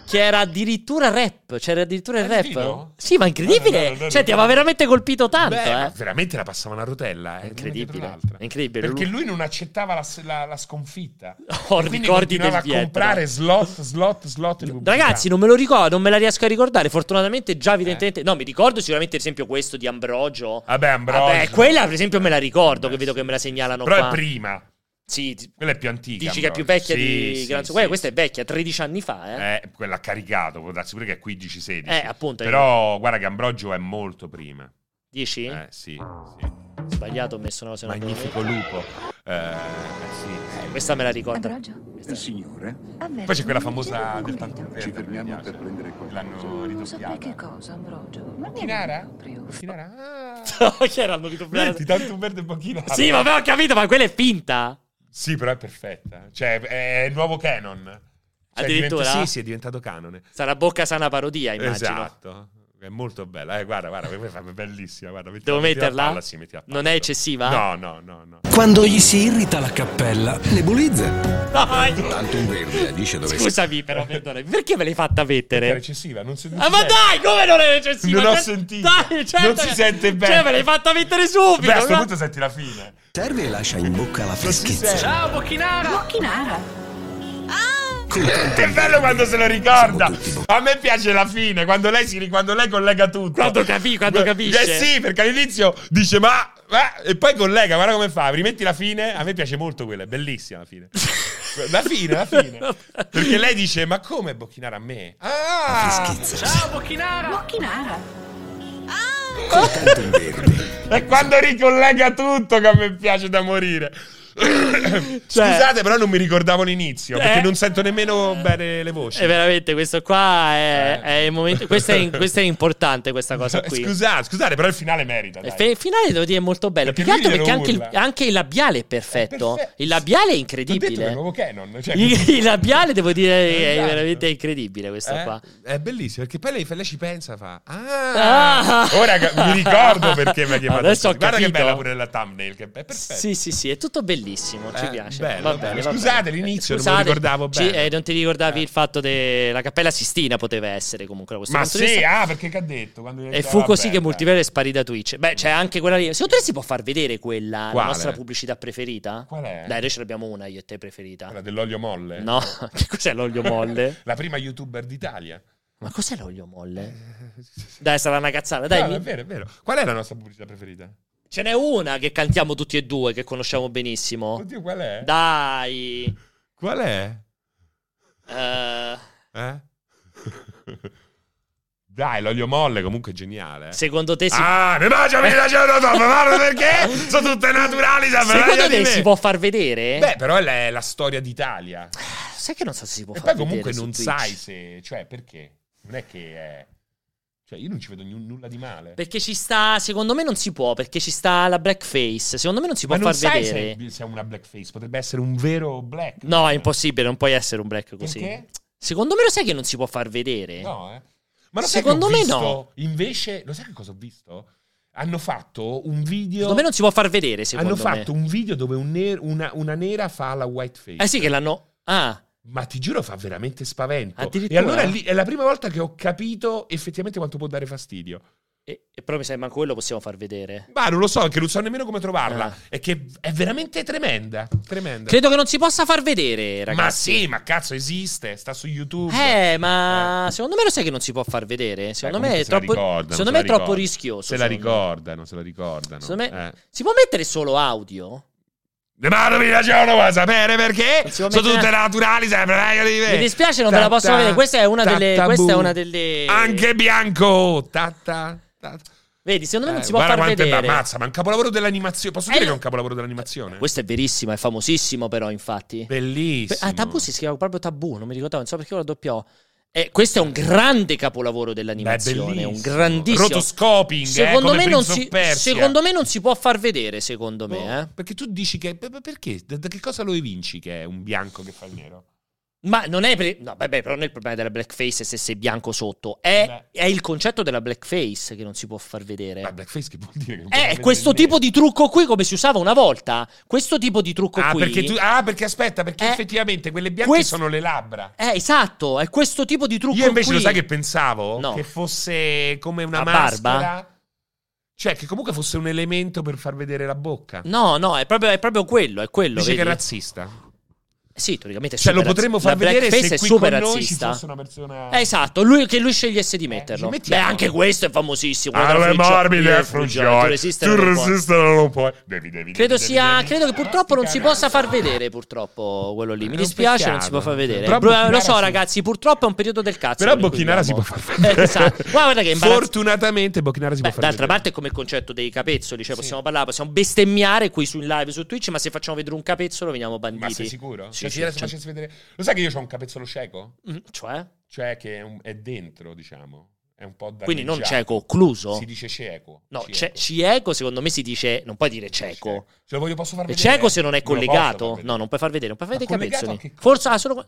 Speaker 2: che era addirittura rap? C'era addirittura il rap?
Speaker 1: Addirittura?
Speaker 2: Sì, ma incredibile!
Speaker 1: No, no, no, no,
Speaker 2: cioè,
Speaker 1: no.
Speaker 2: ti aveva veramente colpito tanto,
Speaker 1: Beh, ma
Speaker 2: eh.
Speaker 1: veramente la passavano a rotella. eh,
Speaker 2: Incredibile.
Speaker 1: una dietro l'altra.
Speaker 2: Incredibile.
Speaker 1: Perché
Speaker 2: Lui-
Speaker 1: lui non accettava la, la- la sconfitta.
Speaker 2: Ho
Speaker 1: Quindi
Speaker 2: ricordi del
Speaker 1: continuava a
Speaker 2: Vietnam.
Speaker 1: comprare slot, slot, slot di pubblicità. Eh.
Speaker 2: Ragazzi, non me lo ricordo, non me la riesco a ricordare. Fortunatamente, già evidentemente. No, mi ricordo sicuramente, ad esempio, questo di Ambrogio.
Speaker 1: Vabbè, Ambrogio.
Speaker 2: Vabbè, quella, per esempio, me la ricordo, che vedo che me la segnalano
Speaker 1: Però
Speaker 2: qua.
Speaker 1: è prima.
Speaker 2: Sì, ti-
Speaker 1: Quella è più antica.
Speaker 2: dici che è più
Speaker 1: Ambrogio.
Speaker 2: vecchia di
Speaker 1: Sì,
Speaker 2: Gran
Speaker 1: sì,
Speaker 2: Guarda,
Speaker 1: sì,
Speaker 2: questa è vecchia, 13 anni fa, eh.
Speaker 1: Eh, quella ha caricato, può darsi pure che è 15-16.
Speaker 2: Eh, appunto,
Speaker 1: Però guarda che Ambrogio è molto prima.
Speaker 2: 10?
Speaker 1: Eh, sì. sì.
Speaker 2: Sbagliato, ho messo una cosa in
Speaker 1: Magnifico lupo. Eh, sì.
Speaker 2: Questa me la ricordo.
Speaker 9: Signore,
Speaker 1: Eh Poi c'è quella famosa del tanto verde.
Speaker 9: ci fermiamo per prendere qualcosa.
Speaker 1: L'hanno ridoppiata.
Speaker 8: cosa, Ambrogio? Ma
Speaker 1: Chinara? Chinara? Ah.
Speaker 2: che erano
Speaker 1: Vedi,
Speaker 2: ridoppiati.
Speaker 1: tanto verde e pochino.
Speaker 2: Sì, vabbè, ho capito, ma quella è finta.
Speaker 1: Sì, però è perfetta. Cioè, è il nuovo canon. Cioè,
Speaker 2: Addirittura?
Speaker 1: diventa- Sì, sì, è diventato canone.
Speaker 2: Sarà bocca sana parodia, immagino.
Speaker 1: Esatto. È molto bella. Eh, guarda, guarda, è bellissima. Guarda, metti-
Speaker 2: Devo
Speaker 1: metti la
Speaker 2: metterla?
Speaker 1: palla, sì, metti la palla.
Speaker 2: Non è eccessiva? Eh.
Speaker 1: No, no, no, no.
Speaker 12: Quando gli si irrita la cappella, nebulizza.
Speaker 2: Dai.
Speaker 12: Tanto un verde dice dove
Speaker 2: Scusami, però, perdonami. Perché me l'hai fatta
Speaker 1: Era
Speaker 2: mettere?
Speaker 1: eccessiva, non si non
Speaker 2: Ah,
Speaker 1: si
Speaker 2: ma
Speaker 1: sente.
Speaker 2: dai, come non è eccessiva?
Speaker 1: Non ho
Speaker 2: Cioè-
Speaker 1: sentito.
Speaker 2: Dai, certo
Speaker 1: Non si
Speaker 2: che-
Speaker 1: sente bene.
Speaker 2: Cioè, me l'hai fatta mettere subito.
Speaker 1: Beh, a sto
Speaker 2: no?
Speaker 1: punto senti la fine.
Speaker 12: serve e lascia in bocca la freschezza.
Speaker 1: Ciao,
Speaker 5: Macchinara.
Speaker 12: Eh.
Speaker 1: Che bello quando se lo ricorda. A me piace la fine, quando lei, si, quando lei collega tutto.
Speaker 2: Quando capi- quando
Speaker 1: Eh,
Speaker 2: capisce.
Speaker 1: Eh sì, perché all'inizio dice ma... ma- e poi collega, guarda come fa, rimetti la fine. A me piace molto quella, è bellissima la fine. La fine, la fine. Perché lei dice, ma come bocchinare a me? Ah!
Speaker 5: Macchinara.
Speaker 1: E quando ricollega tutto che a me piace da morire. Scusate, però non mi ricordavo l'inizio, perché
Speaker 2: Cioè Eh.
Speaker 1: non sento nemmeno bene le voci.
Speaker 2: E Eh, veramente, questo qua è,
Speaker 1: Eh.
Speaker 2: è il momento. Questo è, questo è importante, questa cosa qui.
Speaker 1: Scusate, scusate, però il finale merita.
Speaker 2: Il
Speaker 1: dai.
Speaker 2: fe- finale devo dire è molto bello.
Speaker 1: Perché
Speaker 2: Più che altro
Speaker 1: lui
Speaker 2: perché
Speaker 1: glielo
Speaker 2: anche il,
Speaker 1: urla.
Speaker 2: anche il labiale è perfetto.
Speaker 1: perfetto.
Speaker 2: Il labiale è
Speaker 1: T'ho detto che è il
Speaker 2: incredibile.
Speaker 1: nuovo canon. Cioè,
Speaker 2: Il, il labiale devo dire è
Speaker 1: Esatto.
Speaker 2: veramente incredibile questo
Speaker 1: Eh?
Speaker 2: qua.
Speaker 1: È bellissimo perché poi lei, lei ci pensa fa ah,
Speaker 2: Ah!
Speaker 1: ora che- mi ricordo perché mi ha chiamato
Speaker 2: Adesso ho
Speaker 1: così. guarda che
Speaker 2: capito.
Speaker 1: bella pure la thumbnail che è perfetta
Speaker 2: Sì, sì, sì, è tutto bellissimo, ci
Speaker 1: Eh,
Speaker 2: piace.
Speaker 1: bello,
Speaker 2: Va
Speaker 1: bello.
Speaker 2: bene, va
Speaker 1: Scusate,
Speaker 2: bene.
Speaker 1: l'inizio non me lo ricordavo
Speaker 2: ci-
Speaker 1: bene.
Speaker 2: eh, non ti ricordavi
Speaker 1: Eh.
Speaker 2: il fatto della Cappella Sistina poteva essere comunque da questo
Speaker 1: ma
Speaker 2: punto
Speaker 1: sì
Speaker 2: di vista.
Speaker 1: ah perché che ha detto "Ah, Quando
Speaker 2: E fu così
Speaker 1: multiplica
Speaker 2: che Multiplayer è sparì da Twitch. Beh, c'è anche quella lì. Secondo te si può far vedere quella,
Speaker 1: Quale?
Speaker 2: la nostra pubblicità preferita?
Speaker 1: Qual è?
Speaker 2: Dai, noi ce l'abbiamo una, io e te preferita.
Speaker 1: quella dell'olio molle
Speaker 2: No, che cos'è l'olio molle?
Speaker 1: la prima youtuber d'Italia
Speaker 2: Ma cos'è l'olio molle? Dai, sarà una cazzata, dai.
Speaker 1: No,
Speaker 2: mi-
Speaker 1: è vero è vero qual è la nostra pubblicità preferita
Speaker 2: Ce n'è una che cantiamo tutti e due, che conosciamo benissimo.
Speaker 1: oddio qual è
Speaker 2: Dai.
Speaker 1: qual è
Speaker 2: Eh,
Speaker 1: eh? dai l'olio molle comunque è geniale eh.
Speaker 2: secondo te si
Speaker 1: Ah, mi mangia mi mangia una toppa, ma perché? Sono tutte naturali, sa,
Speaker 2: Secondo
Speaker 1: meglio di
Speaker 2: te
Speaker 1: me.
Speaker 2: si può far vedere?
Speaker 1: Beh, però è la storia d'Italia.
Speaker 2: sai che non so se si può
Speaker 1: E
Speaker 2: far
Speaker 1: poi
Speaker 2: vedere.
Speaker 1: comunque
Speaker 2: su
Speaker 1: non
Speaker 2: Twitch.
Speaker 1: sai se... Cioè, perché? Non è che è... Cioè, io non ci vedo nu- nulla di male.
Speaker 2: Perché ci sta, secondo me non si può, perché ci sta la blackface. Secondo me non si può
Speaker 1: Ma non
Speaker 2: far
Speaker 1: sai
Speaker 2: vedere.
Speaker 1: se, se è una blackface. Potrebbe essere un vero black.
Speaker 2: No, è impossibile, non puoi essere un black così.
Speaker 1: Perché?
Speaker 2: Secondo me lo sai che non si può far vedere.
Speaker 1: No, eh. Ma lo
Speaker 2: Secondo
Speaker 1: sai
Speaker 2: me
Speaker 1: che ho
Speaker 2: no.
Speaker 1: visto? Invece, lo sai che cosa ho visto? Hanno fatto un video.
Speaker 2: Secondo me non si può far vedere, secondo
Speaker 1: Hanno
Speaker 2: me.
Speaker 1: fatto un video dove un ner- una, una nera fa la white face.
Speaker 2: Eh sì, che l'hanno. Ah,
Speaker 1: Ma ti giuro, fa veramente spavento. E
Speaker 2: Addirittura?
Speaker 1: allora lì è la prima volta che ho capito effettivamente quanto può dare fastidio.
Speaker 2: e, e però mi sa che manco quello possiamo far vedere.
Speaker 1: Ma non lo so, che non so nemmeno come trovarla.
Speaker 2: Ah.
Speaker 1: È che è veramente tremenda. Tremenda.
Speaker 2: Credo che non si possa far vedere,
Speaker 1: ma
Speaker 2: ragazzi.
Speaker 1: sì, ma cazzo, esiste. Sta su YouTube.
Speaker 2: Eh, ma secondo me lo sai che non si può far vedere. Secondo me
Speaker 1: Eh, Ecco, Comunque
Speaker 2: è
Speaker 1: se la
Speaker 2: troppo,
Speaker 1: ricordano,
Speaker 2: secondo
Speaker 1: se la
Speaker 2: me è
Speaker 1: ricordano.
Speaker 2: troppo rischioso.
Speaker 1: Se la
Speaker 2: secondo me.
Speaker 1: ricordano, se la ricordano.
Speaker 2: Secondo me-
Speaker 1: Eh.
Speaker 2: Si può mettere solo audio?
Speaker 1: Ma non mi piaceva, non vuoi sapere perché?
Speaker 2: Non si può
Speaker 1: Sono
Speaker 2: mettere-
Speaker 1: tutte naturali, sempre eh, meglio di me.
Speaker 2: Mi dispiace, non ve la posso
Speaker 1: Ta-ta,
Speaker 2: vedere. Questa è una delle.
Speaker 1: ta-ta,
Speaker 2: Questa è
Speaker 1: bu.
Speaker 2: una delle.
Speaker 1: Anche bianco. Tatta.
Speaker 2: Vedi, secondo me non
Speaker 1: Eh,
Speaker 2: si può
Speaker 1: guarda
Speaker 2: far
Speaker 1: quanto è-
Speaker 2: vedere.
Speaker 1: Ammazza, ma è un capolavoro dell'animazione. Posso
Speaker 2: Eh,
Speaker 1: dire
Speaker 2: no.
Speaker 1: che è un capolavoro dell'animazione?
Speaker 2: Questo è verissimo, è famosissimo, però, infatti.
Speaker 1: Bellissimo.
Speaker 2: Ah, tabù si scriveva proprio tabù, non mi ricordavo, non so perché ora doppia O. Eh, questo è un grande capolavoro
Speaker 1: Beh,
Speaker 2: dell'animazione,
Speaker 1: bellissimo.
Speaker 2: un grandissimo.
Speaker 1: Rotoscoping, eh,
Speaker 2: secondo
Speaker 1: come
Speaker 2: me non
Speaker 1: Prince of
Speaker 2: si,
Speaker 1: Persia. Boh.
Speaker 2: secondo me non si può far vedere, secondo me, eh.
Speaker 1: Perché tu dici che. per- per- Perché? Da, da che cosa lo evinci che è un bianco che fa il nero?
Speaker 2: Ma non è. per- No, vabbè, però non è il problema della blackface è se sei bianco sotto. È, è il concetto della blackface che non si può far vedere.
Speaker 1: Ma Ah, blackface che vuol dire? Che non puoi
Speaker 2: Eh,
Speaker 1: vedere
Speaker 2: questo
Speaker 1: il nero?
Speaker 2: tipo di trucco qui, come si usava una volta. Questo tipo di trucco
Speaker 1: Ah
Speaker 2: qui.
Speaker 1: perché, tu- ah, perché aspetta, perché
Speaker 2: Eh,
Speaker 1: effettivamente quelle bianche
Speaker 2: quest-
Speaker 1: sono le labbra.
Speaker 2: Eh, esatto, è questo tipo di trucco
Speaker 1: Io invece
Speaker 2: qui.
Speaker 1: lo sai che pensavo?
Speaker 2: No.
Speaker 1: Che fosse come una
Speaker 2: La
Speaker 1: maschera.
Speaker 2: barba?
Speaker 1: Cioè, che comunque fosse un elemento per far vedere la bocca.
Speaker 2: No, no, è proprio, è proprio quello, è quello.
Speaker 1: Dice che è
Speaker 2: Mm, vedi?
Speaker 1: razzista.
Speaker 2: Sì, teoricamente è
Speaker 1: Cioè, lo
Speaker 2: super
Speaker 1: potremmo
Speaker 2: razzi-
Speaker 1: far
Speaker 2: la
Speaker 1: vedere
Speaker 2: blackface
Speaker 1: se
Speaker 2: è
Speaker 1: qui
Speaker 2: super
Speaker 1: con noi ci
Speaker 2: razzista.
Speaker 1: fosse una persona... Eh,
Speaker 2: Eh, esatto, lui, che lui scegliesse di metterlo. Beh,
Speaker 1: mettiamo.
Speaker 2: anche questo è famosissimo.
Speaker 1: Ah,
Speaker 2: Guarda,
Speaker 1: le
Speaker 2: Frugio-
Speaker 1: morbide
Speaker 2: eh, Frugio, Tu resistere non puoi.
Speaker 1: non lo puoi. Devi, devi,
Speaker 2: Credo
Speaker 1: devi,
Speaker 2: sia.
Speaker 1: devi.
Speaker 2: Credo che purtroppo non si possa far vedere, purtroppo, quello lì. Mi
Speaker 1: È un
Speaker 2: dispiace,
Speaker 1: peccato.
Speaker 2: non si può far vedere.
Speaker 1: Però
Speaker 2: Bru- eh,
Speaker 1: Bocchinara
Speaker 2: lo so,
Speaker 1: sì.
Speaker 2: ragazzi, purtroppo è un periodo del cazzo.
Speaker 1: Però
Speaker 2: per cui
Speaker 1: Bocchinara si può
Speaker 2: viviamo.
Speaker 1: far vedere.
Speaker 2: Eh, esatto. Guarda che imbarazzo.
Speaker 1: Fortunatamente Bocchinara si
Speaker 2: Beh,
Speaker 1: può far
Speaker 2: d'altra
Speaker 1: vedere.
Speaker 2: parte è come il concetto dei capezzoli, cioè possiamo parlare, possiamo bestemmiare qui su in live su Twitch, ma se facciamo vedere un capezzolo veniamo banditi.
Speaker 1: Ma sei sicuro?
Speaker 2: Sì,
Speaker 1: Cioè,
Speaker 2: sì,
Speaker 1: se adesso
Speaker 2: cioè-
Speaker 1: facessi vedere- Lo sai che io ho un capezzolo cieco?
Speaker 2: Mm, Cioè?
Speaker 1: Cioè che è, un- è dentro, diciamo. È un po' da
Speaker 2: Quindi non cieco, occluso?
Speaker 1: Si dice cieco.
Speaker 2: No,
Speaker 1: cieco.
Speaker 2: ce- cieco secondo me si dice, non puoi dire
Speaker 1: Ce
Speaker 2: cieco.
Speaker 1: ecco. lo voglio posso far
Speaker 2: È
Speaker 1: vedere?
Speaker 2: cieco se non è
Speaker 1: lo posso far
Speaker 2: collegato.
Speaker 1: vedere.
Speaker 2: No, non puoi far vedere, non puoi far
Speaker 1: Ma
Speaker 2: vedere i
Speaker 1: collegato a
Speaker 2: capezzoli.
Speaker 1: che
Speaker 2: Forse ah, solo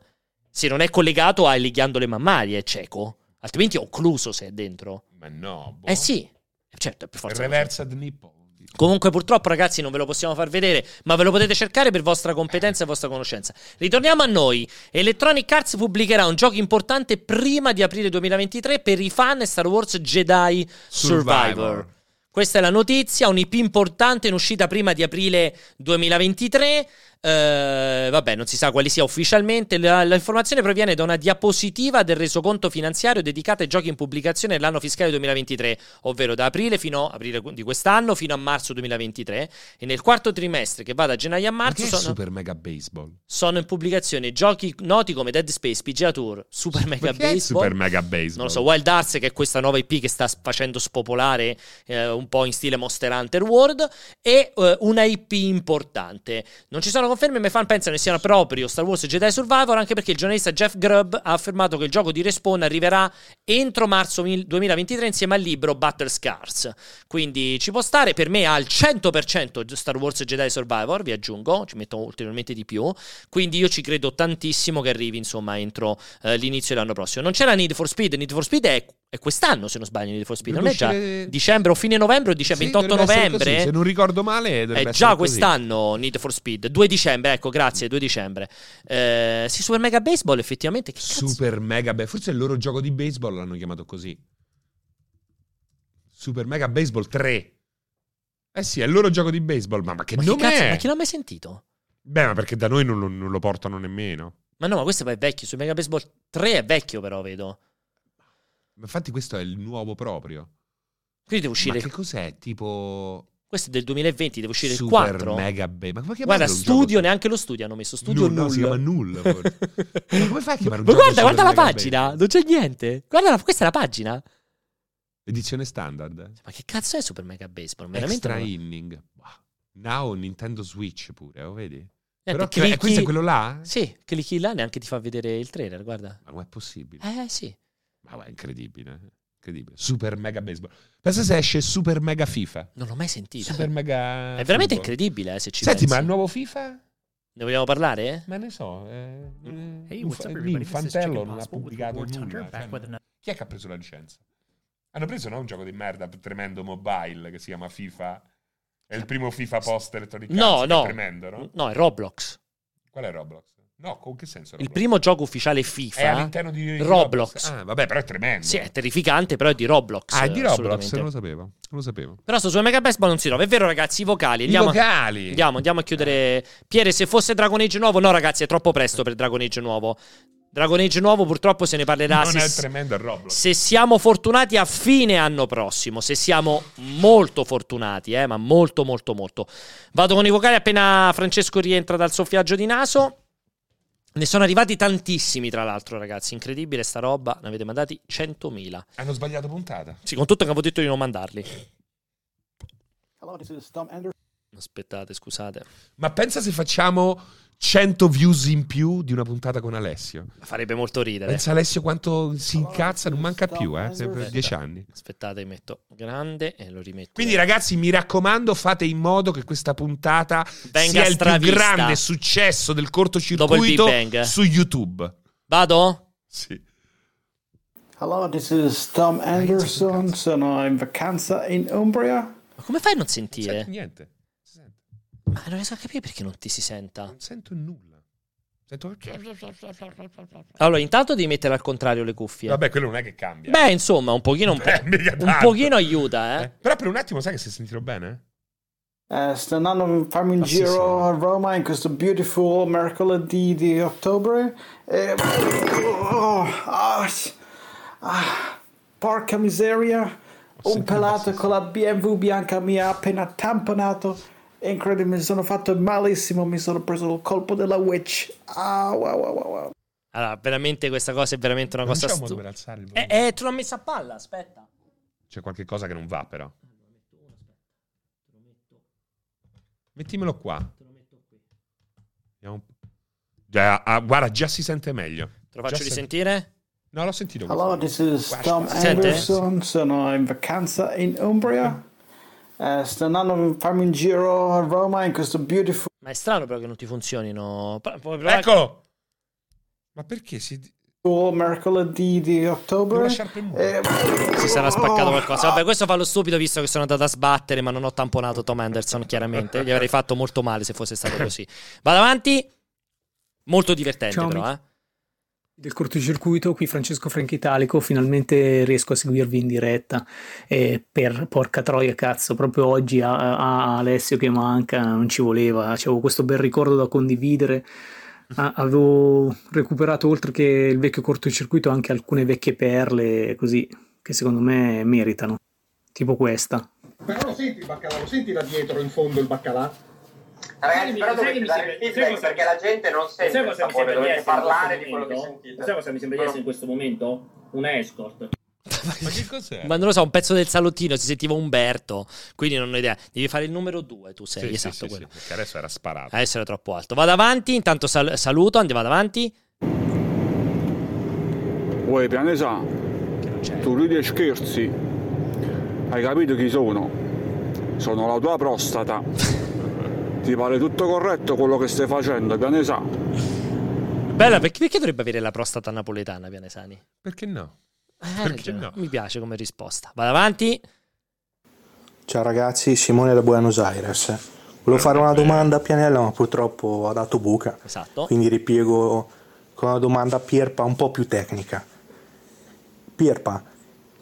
Speaker 2: se non è collegato alle ghiandole mammarie è cieco, altrimenti è occluso se è dentro.
Speaker 1: Ma no, boh.
Speaker 2: Eh sì. Certo, è per forza.
Speaker 1: Reversed nipple.
Speaker 2: Comunque purtroppo ragazzi non ve lo possiamo far vedere, ma ve lo potete cercare per vostra competenza e vostra conoscenza. Ritorniamo a noi. Electronic Arts pubblicherà un gioco importante prima di aprile 2023 per i fan di Star Wars Jedi Survivor.
Speaker 1: Survivor.
Speaker 2: Questa è la notizia, un IP importante in uscita prima di aprile 2023. Eh, vabbè, non si sa quali sia ufficialmente. La- l'informazione proviene da una diapositiva del resoconto finanziario dedicata ai giochi in pubblicazione nell'anno fiscale 2023, ovvero da aprile fino aprile di quest'anno fino a marzo 2023. E nel quarto trimestre, che va da gennaio a marzo,
Speaker 1: Perché è
Speaker 2: sono,
Speaker 1: Super Mega Baseball?
Speaker 2: sono in pubblicazione giochi noti come Dead Space, PGA Tour, Super Mega
Speaker 1: Perché è
Speaker 2: Baseball.
Speaker 1: Super Mega Baseball?
Speaker 2: Non lo so, Wild Arts che è questa nuova IP che sta s- facendo spopolare eh, un po' in stile Monster Hunter World e eh, una IP importante. Non ci sono conferme, ma i fan pensano che siano proprio Star Wars e Jedi Survivor, anche perché il giornalista Jeff Grubb ha affermato che il gioco di Respawn arriverà entro marzo mil- 2023 insieme al libro Battle Scars. Quindi ci può stare per me al 100% Star Wars e Jedi Survivor, vi aggiungo, ci metto ulteriormente di più. Quindi io ci credo tantissimo che arrivi, insomma, entro eh, l'inizio dell'anno prossimo. Non c'era Need for Speed, Need for Speed è, è quest'anno, se non sbaglio, Need for Speed, non è
Speaker 1: Dovrebbe
Speaker 2: già
Speaker 1: uscire-
Speaker 2: dicembre o fine novembre o dicembre,
Speaker 1: Sì,
Speaker 2: 28
Speaker 1: dovrebbe essere
Speaker 2: novembre.
Speaker 1: così, Se non ricordo male, dovrebbe
Speaker 2: È
Speaker 1: essere
Speaker 2: già
Speaker 1: così.
Speaker 2: quest'anno Need for Speed, 2 dicembre, ecco, grazie, 2 dicembre. Eh, sì, Super Mega Baseball effettivamente che cazzo?
Speaker 1: Super Mega Baseball. Forse il loro gioco di baseball l'hanno chiamato così. Super Mega Baseball 3. Eh sì, è il loro gioco di baseball. Ma, ma che
Speaker 2: ma, che
Speaker 1: nome
Speaker 2: cazzo-
Speaker 1: è?
Speaker 2: ma chi l'ha mai sentito?
Speaker 1: Beh, ma perché da noi non lo, non lo portano nemmeno.
Speaker 2: Ma no, ma questo poi è vecchio, Super Mega Baseball 3 è vecchio però, vedo.
Speaker 1: Ma Infatti questo è il nuovo proprio.
Speaker 2: Quindi deve
Speaker 1: Ma
Speaker 2: uscire
Speaker 1: che cos'è? Tipo...
Speaker 2: questo è del 2020, deve uscire
Speaker 1: Super
Speaker 2: il 4.
Speaker 1: Mega Baseball. Ma come chiamarlo
Speaker 2: Guarda,
Speaker 1: un gioco
Speaker 2: studio,
Speaker 1: su-
Speaker 2: neanche lo studio hanno messo studio
Speaker 1: Null, no,
Speaker 2: nulla.
Speaker 1: si chiama Null, forse. Ma come fai a chiamare un gioco
Speaker 2: Ma guarda,
Speaker 1: Super
Speaker 2: guarda la
Speaker 1: Mega
Speaker 2: pagina,
Speaker 1: Baseball?
Speaker 2: non c'è niente. Guarda, la- questa è la pagina.
Speaker 1: Edizione standard. eh?
Speaker 2: Ma che cazzo è Super Mega Baseball? Veramente.
Speaker 1: Extra
Speaker 2: non-
Speaker 1: inning. Wow. Now Nintendo Switch pure, oh, vedi? Però
Speaker 2: Niente,
Speaker 1: che- eh, questo è quello là?
Speaker 2: Sì, clicchi là, neanche ti fa vedere il trailer, guarda.
Speaker 1: Ma non è possibile.
Speaker 2: Eh sì.
Speaker 1: Ma guarda, è incredibile. eh. Incredibile. Super Mega Baseball. Pensa se esce Super Mega FIFA.
Speaker 2: Non l'ho mai sentito.
Speaker 1: Super Mega
Speaker 2: È veramente
Speaker 1: Football.
Speaker 2: incredibile eh, se ci
Speaker 1: Senti,
Speaker 2: pensi.
Speaker 1: ma il nuovo FIFA?
Speaker 2: Ne vogliamo parlare?
Speaker 1: Ma ne so. eh, eh,
Speaker 15: Hey,
Speaker 1: un
Speaker 15: what's
Speaker 1: fa-
Speaker 15: up,
Speaker 1: lì
Speaker 15: everybody? This is
Speaker 1: Infantello non
Speaker 15: Chicken
Speaker 1: ha
Speaker 15: Possible with
Speaker 1: pubblicato
Speaker 15: War
Speaker 1: nulla.
Speaker 15: Thunder,
Speaker 1: cioè,
Speaker 15: back with another-
Speaker 1: chi è che ha preso la licenza? Hanno preso no, un gioco di merda tremendo mobile che si chiama FIFA. È il primo FIFA post elettronico.
Speaker 2: No, Mm. no.
Speaker 1: Tremendo, no?
Speaker 2: No, è Roblox.
Speaker 1: Qual è Roblox? No, con che senso?
Speaker 2: Il
Speaker 1: Roblox?
Speaker 2: primo gioco ufficiale FIFA
Speaker 1: È all'interno di
Speaker 2: Roblox.
Speaker 1: Ah, vabbè, però è tremendo.
Speaker 2: Sì, è terrificante, però è di Roblox.
Speaker 1: Ah, è di Roblox,
Speaker 2: assolutamente.
Speaker 1: non lo sapevo. Non lo sapevo.
Speaker 2: Però sto su Mega Baseball non si trova. È vero, ragazzi, i vocali.
Speaker 1: I
Speaker 2: Andiamo,
Speaker 1: vocali.
Speaker 2: Andiamo, andiamo a chiudere. Piere, se fosse Dragon Age nuovo, no, ragazzi, è troppo presto per Dragon Age nuovo. Dragon Age nuovo purtroppo se ne parlerà
Speaker 1: non è
Speaker 2: se,
Speaker 1: tremendo è Roblox.
Speaker 2: se siamo fortunati a fine anno prossimo. Se siamo molto fortunati, eh, ma molto, molto, molto. Vado con i vocali appena Francesco rientra dal soffiaggio di naso. Ne sono arrivati tantissimi, tra l'altro, ragazzi. Incredibile sta roba. Ne avete mandati 100.000.
Speaker 1: Hanno sbagliato puntata.
Speaker 2: Sì, con tutto che avevo detto di non mandarli.
Speaker 7: Hello, this is Tom Anderson.
Speaker 2: Aspettate, scusate.
Speaker 1: Ma pensa se facciamo 100 views in più di una puntata con Alessio.
Speaker 2: Farebbe molto ridere.
Speaker 1: Pensa Alessio quanto si incazza, non manca più, eh, sempre
Speaker 2: Aspetta.
Speaker 1: 10 anni.
Speaker 2: Aspettate, metto grande e lo rimetto.
Speaker 1: Quindi ragazzi, mi raccomando, fate in modo che questa puntata
Speaker 2: Venga
Speaker 1: sia il più
Speaker 2: stravista.
Speaker 1: grande successo del
Speaker 2: Dopo il Big
Speaker 1: cortocircuito
Speaker 2: Bang.
Speaker 1: su YouTube.
Speaker 2: Vado?
Speaker 1: Sì.
Speaker 7: Hello, this is Tom Anderson. Sono in vacanza in Umbria.
Speaker 2: Ma come fai a non sentire?
Speaker 1: Niente.
Speaker 2: Ma non riesco a capire perché non ti si senta.
Speaker 1: Non sento nulla. Sento...
Speaker 2: Allora, intanto devi mettere al contrario le cuffie.
Speaker 1: Vabbè, quello non è che cambia.
Speaker 2: Beh, insomma, un pochino, un, po-
Speaker 1: Beh, mica
Speaker 2: un
Speaker 1: tanto.
Speaker 2: pochino aiuta, eh.
Speaker 1: Però per un attimo sai che si sentirò bene?
Speaker 7: Eh, sto andando a farmi un
Speaker 1: Ah, sì,
Speaker 7: giro a Roma in questo beautiful mercoledì di ottobre. E... Oh, ah, s- ah, porca miseria, un pelato con la BMW bianca mi ha appena tamponato. E incredibile, mi sono fatto malissimo, mi sono preso il colpo della witch. Ah, wow, wow, wow, wow.
Speaker 2: Allora, veramente questa cosa è veramente una
Speaker 1: Non
Speaker 2: cosa
Speaker 1: c'è un modo per
Speaker 2: stupida.
Speaker 1: alzare il
Speaker 2: Eh,
Speaker 1: volume.
Speaker 2: eh, tu l'ho messa a palla, aspetta.
Speaker 1: C'è qualche cosa che non va però. Mettimelo qua. Vediamo un po'. Già, ah, guarda, già si sente meglio.
Speaker 2: Te lo
Speaker 1: Già
Speaker 2: faccio
Speaker 1: sen-
Speaker 2: risentire?
Speaker 1: No, l'ho sentito.
Speaker 7: Hello, this is Tom
Speaker 2: Sente?
Speaker 7: Anderson. Sono in vacanza in Umbria. Eh, sto andando a farmi un giro a Roma in questo beautiful.
Speaker 2: Ma è strano però che non ti funzionino. Pro- puoi provare-
Speaker 1: Ecco! Ma perché si...
Speaker 7: Oh, mercoledì di ottobre. Eh,
Speaker 2: Si sarà spaccato
Speaker 7: oh,
Speaker 2: qualcosa. Vabbè, questo fa lo stupido visto che sono andato a sbattere, ma non ho tamponato Tom Anderson, chiaramente. Gli avrei fatto molto male se fosse stato così. Vado avanti. Molto divertente,
Speaker 15: Ciao,
Speaker 2: però, eh.
Speaker 15: amici Del cortocircuito, qui Francesco Franchi Italico, finalmente riesco a seguirvi in diretta. E per porca troia, cazzo, proprio oggi a, a Alessio che manca, non ci voleva, avevo questo bel ricordo da condividere. A- avevo recuperato oltre che il vecchio cortocircuito anche alcune vecchie perle, così, che secondo me meritano, tipo questa.
Speaker 16: Però lo senti il baccalà, lo senti là dietro in fondo il baccalà?
Speaker 17: Ragazzi, però
Speaker 16: Sai
Speaker 17: dovete
Speaker 16: che mi
Speaker 17: dare il
Speaker 16: sembra-
Speaker 17: feedback
Speaker 16: sai cosa-
Speaker 17: perché la gente non sente
Speaker 16: sai
Speaker 17: il
Speaker 16: cosa mi
Speaker 17: sapore,
Speaker 16: sembra di essere
Speaker 17: dovete
Speaker 16: in
Speaker 17: parlare
Speaker 16: questo
Speaker 17: di quello che
Speaker 16: momento?
Speaker 17: sentite.
Speaker 16: Sai cosa mi sembra di essere in questo momento? Una escort.
Speaker 1: Ma che cos'è?
Speaker 2: Ma non lo so, un pezzo del salottino, si sentiva Umberto, quindi non ho idea. Devi fare il numero due, tu sei,
Speaker 1: Sì, sì,
Speaker 2: esatto
Speaker 1: sì,
Speaker 2: quello. Ah, Eh.
Speaker 1: sì, perché adesso era sparato.
Speaker 2: Adesso era troppo alto. Vado avanti, intanto sal- saluto, andiamo avanti.
Speaker 11: Uè, Pianesa, tu ridi e scherzi. Hai capito chi sono? Sono la tua prostata. Ti pare tutto corretto quello che stai facendo, Pianesa?
Speaker 2: Bella, perché, perché dovrebbe avere la prostata napoletana, Pianesani?
Speaker 1: Perché no?
Speaker 2: Eh, perché no? Mi piace come risposta. Vado avanti.
Speaker 18: Ciao ragazzi, Simone da Buenos Aires. Volevo fare una domanda a Pianella, ma purtroppo ha dato buca.
Speaker 2: Esatto.
Speaker 18: Quindi ripiego con una domanda a Pierpa un po' più tecnica. Pierpa,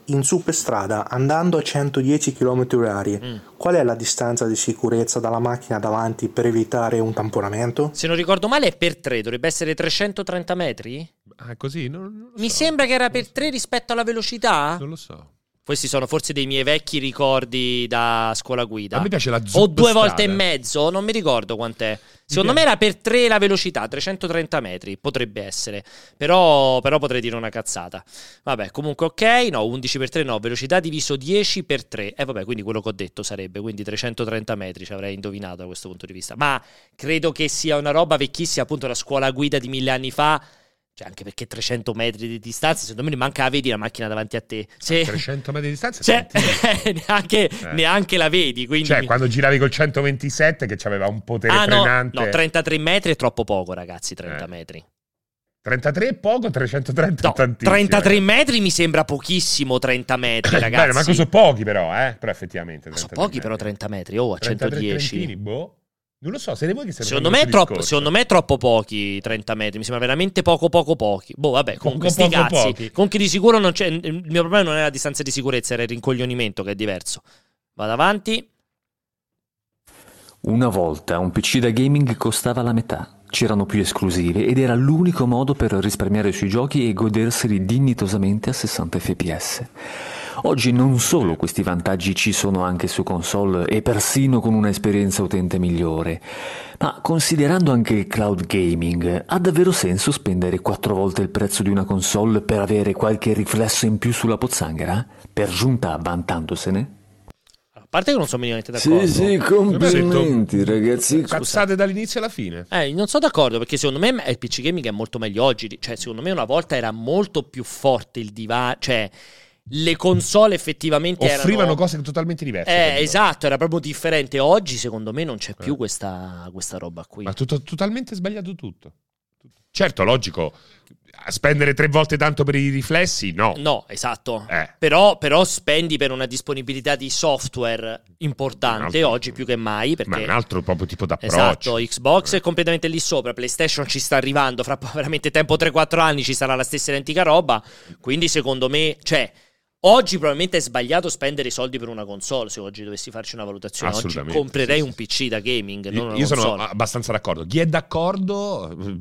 Speaker 18: in superstrada, andando a 110 km/h,
Speaker 2: Mm.
Speaker 18: qual è la distanza di sicurezza dalla macchina davanti per evitare un tamponamento?
Speaker 2: Se non ricordo male è per 3, dovrebbe essere 330 metri?
Speaker 1: Ah, così?
Speaker 2: Mi sembra che era per 3 rispetto alla velocità?
Speaker 1: Non lo so.
Speaker 2: Questi sono forse dei miei vecchi ricordi da scuola guida.
Speaker 1: A me piace la
Speaker 2: O
Speaker 1: zuppa
Speaker 2: due volte e
Speaker 1: strada.
Speaker 2: mezzo, non mi ricordo quant'è. Secondo me
Speaker 1: piace.
Speaker 2: era per 3 la velocità, 330 metri, potrebbe essere. Però, però potrei dire una cazzata. Vabbè, comunque ok, no, 11 per 3 no, velocità diviso 10 per 3. E vabbè, quindi quello che ho detto sarebbe, quindi 330 metri, ci avrei indovinato da questo punto di vista. Ma credo che sia una roba vecchissima, appunto la scuola guida di mille anni fa Cioè, anche perché 300 metri di distanza, secondo me ne manca la vedi la macchina davanti a te. Se-
Speaker 1: 300 metri di distanza?
Speaker 2: Cioè,
Speaker 1: senti.
Speaker 2: neanche,
Speaker 1: Eh.
Speaker 2: neanche la vedi. Quindi...
Speaker 1: Cioè, quando giravi col 127 che aveva un potere
Speaker 2: ah, no,
Speaker 1: frenante.
Speaker 2: no, 33 metri è troppo poco,
Speaker 1: Eh.
Speaker 2: ragazzi. 30 metri.
Speaker 1: 33 è poco, 330 è tantissimo. eh.
Speaker 2: 33 metri mi sembra pochissimo. 30 metri,
Speaker 1: Bene,
Speaker 2: ragazzi.
Speaker 1: ma sono pochi però, eh? Però effettivamente.
Speaker 2: sono pochi, però 30 metri. Oh, a 110.
Speaker 1: Trentini, boh. Non lo so, siete voi che siete
Speaker 2: Secondo me, è troppo, secondo me è troppo pochi i 30 metri, mi sembra veramente poco poco pochi. Boh, vabbè, con
Speaker 1: Poco,
Speaker 2: questi
Speaker 1: poco,
Speaker 2: cazzi.
Speaker 1: pochi.
Speaker 2: Con chi di sicuro non c'è. Il mio problema non è la distanza di sicurezza, era il rincoglionimento che è diverso. Vado avanti.
Speaker 19: Una volta un PC da gaming costava la metà, c'erano più esclusive ed era l'unico modo per risparmiare sui giochi e goderseli dignitosamente a 60 fps. Oggi non solo questi vantaggi ci sono anche su console e persino con un'esperienza utente migliore, ma considerando anche il cloud gaming, ha davvero senso spendere 4 volte il prezzo di una console per avere qualche riflesso in più sulla pozzanghera? Per giunta vantandosene?
Speaker 2: A parte che non sono minimamente d'accordo.
Speaker 20: Sì, sì, complimenti ragazzi.
Speaker 1: Cazzate dall'inizio alla fine.
Speaker 2: Eh, non sono d'accordo perché secondo me eh, il PC gaming è molto meglio oggi. Cioè, secondo me una volta era molto più forte il divario. Cioè, le console effettivamente
Speaker 1: Offrivano
Speaker 2: erano.
Speaker 1: cose totalmente diverse.
Speaker 2: Eh,
Speaker 1: capito?
Speaker 2: esatto, era proprio differente. Oggi, secondo me, non c'è più questa, questa roba qui.
Speaker 1: Eh. Ma tutto- totalmente sbagliato tutto. Certo, logico. Spendere tre volte tanto per i riflessi? No.
Speaker 2: No, esatto.
Speaker 1: Eh.
Speaker 2: Però, però spendi per una disponibilità di software importante
Speaker 1: Un altro-
Speaker 2: oggi più che mai. Perché
Speaker 1: Ma è un altro proprio tipo d'approccio.
Speaker 2: Esatto, Xbox è completamente lì sopra, PlayStation ci sta arrivando, fra po- veramente tempo 3-4 anni ci sarà la stessa identica roba, quindi secondo me, cioè, oggi probabilmente è sbagliato spendere i soldi per una console, se oggi dovessi farci una valutazione, oggi
Speaker 1: Assolutamente,
Speaker 2: comprerei un PC da gaming, non
Speaker 1: Io,
Speaker 2: una
Speaker 1: io
Speaker 2: console.
Speaker 1: sono abbastanza d'accordo. Chi è d'accordo eh,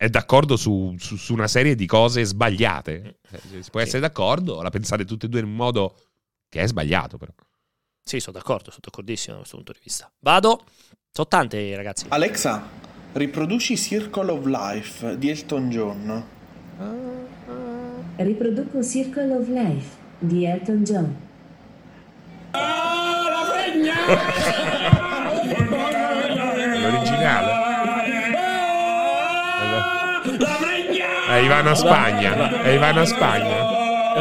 Speaker 1: è d'accordo su, su- su una serie di cose sbagliate. Eh, Si può essere d'accordo, la pensate tutte e due in un modo che è sbagliato, però.
Speaker 2: Sì, sono d'accordo, sono d'accordissimo da questo punto di vista. Vado, sono tante ragazzi.
Speaker 21: Alexa, riproduci Circle of Life di Elton John.
Speaker 22: Riproduco Circle of Life di Elton John.
Speaker 1: L'originale. È Ivana Spagna. È Ivana Spagna.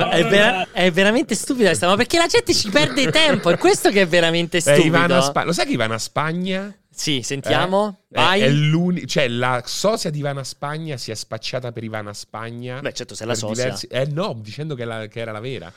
Speaker 2: È, vera- è veramente stupida questa, ma perché la gente ci perde tempo, è questo che è veramente
Speaker 1: È
Speaker 2: stupido.
Speaker 1: Ivana Eh, Spa- Lo sai che Ivana Spagna?
Speaker 2: Sì, sentiamo.
Speaker 1: Eh,
Speaker 2: Vai.
Speaker 1: È, è l'uni- cioè, la socia di Ivana Spagna si è spacciata per Ivana Spagna.
Speaker 2: Beh, certo, se è la
Speaker 1: per
Speaker 2: socia.
Speaker 1: Eh, no, dicendo che, la- che era la vera.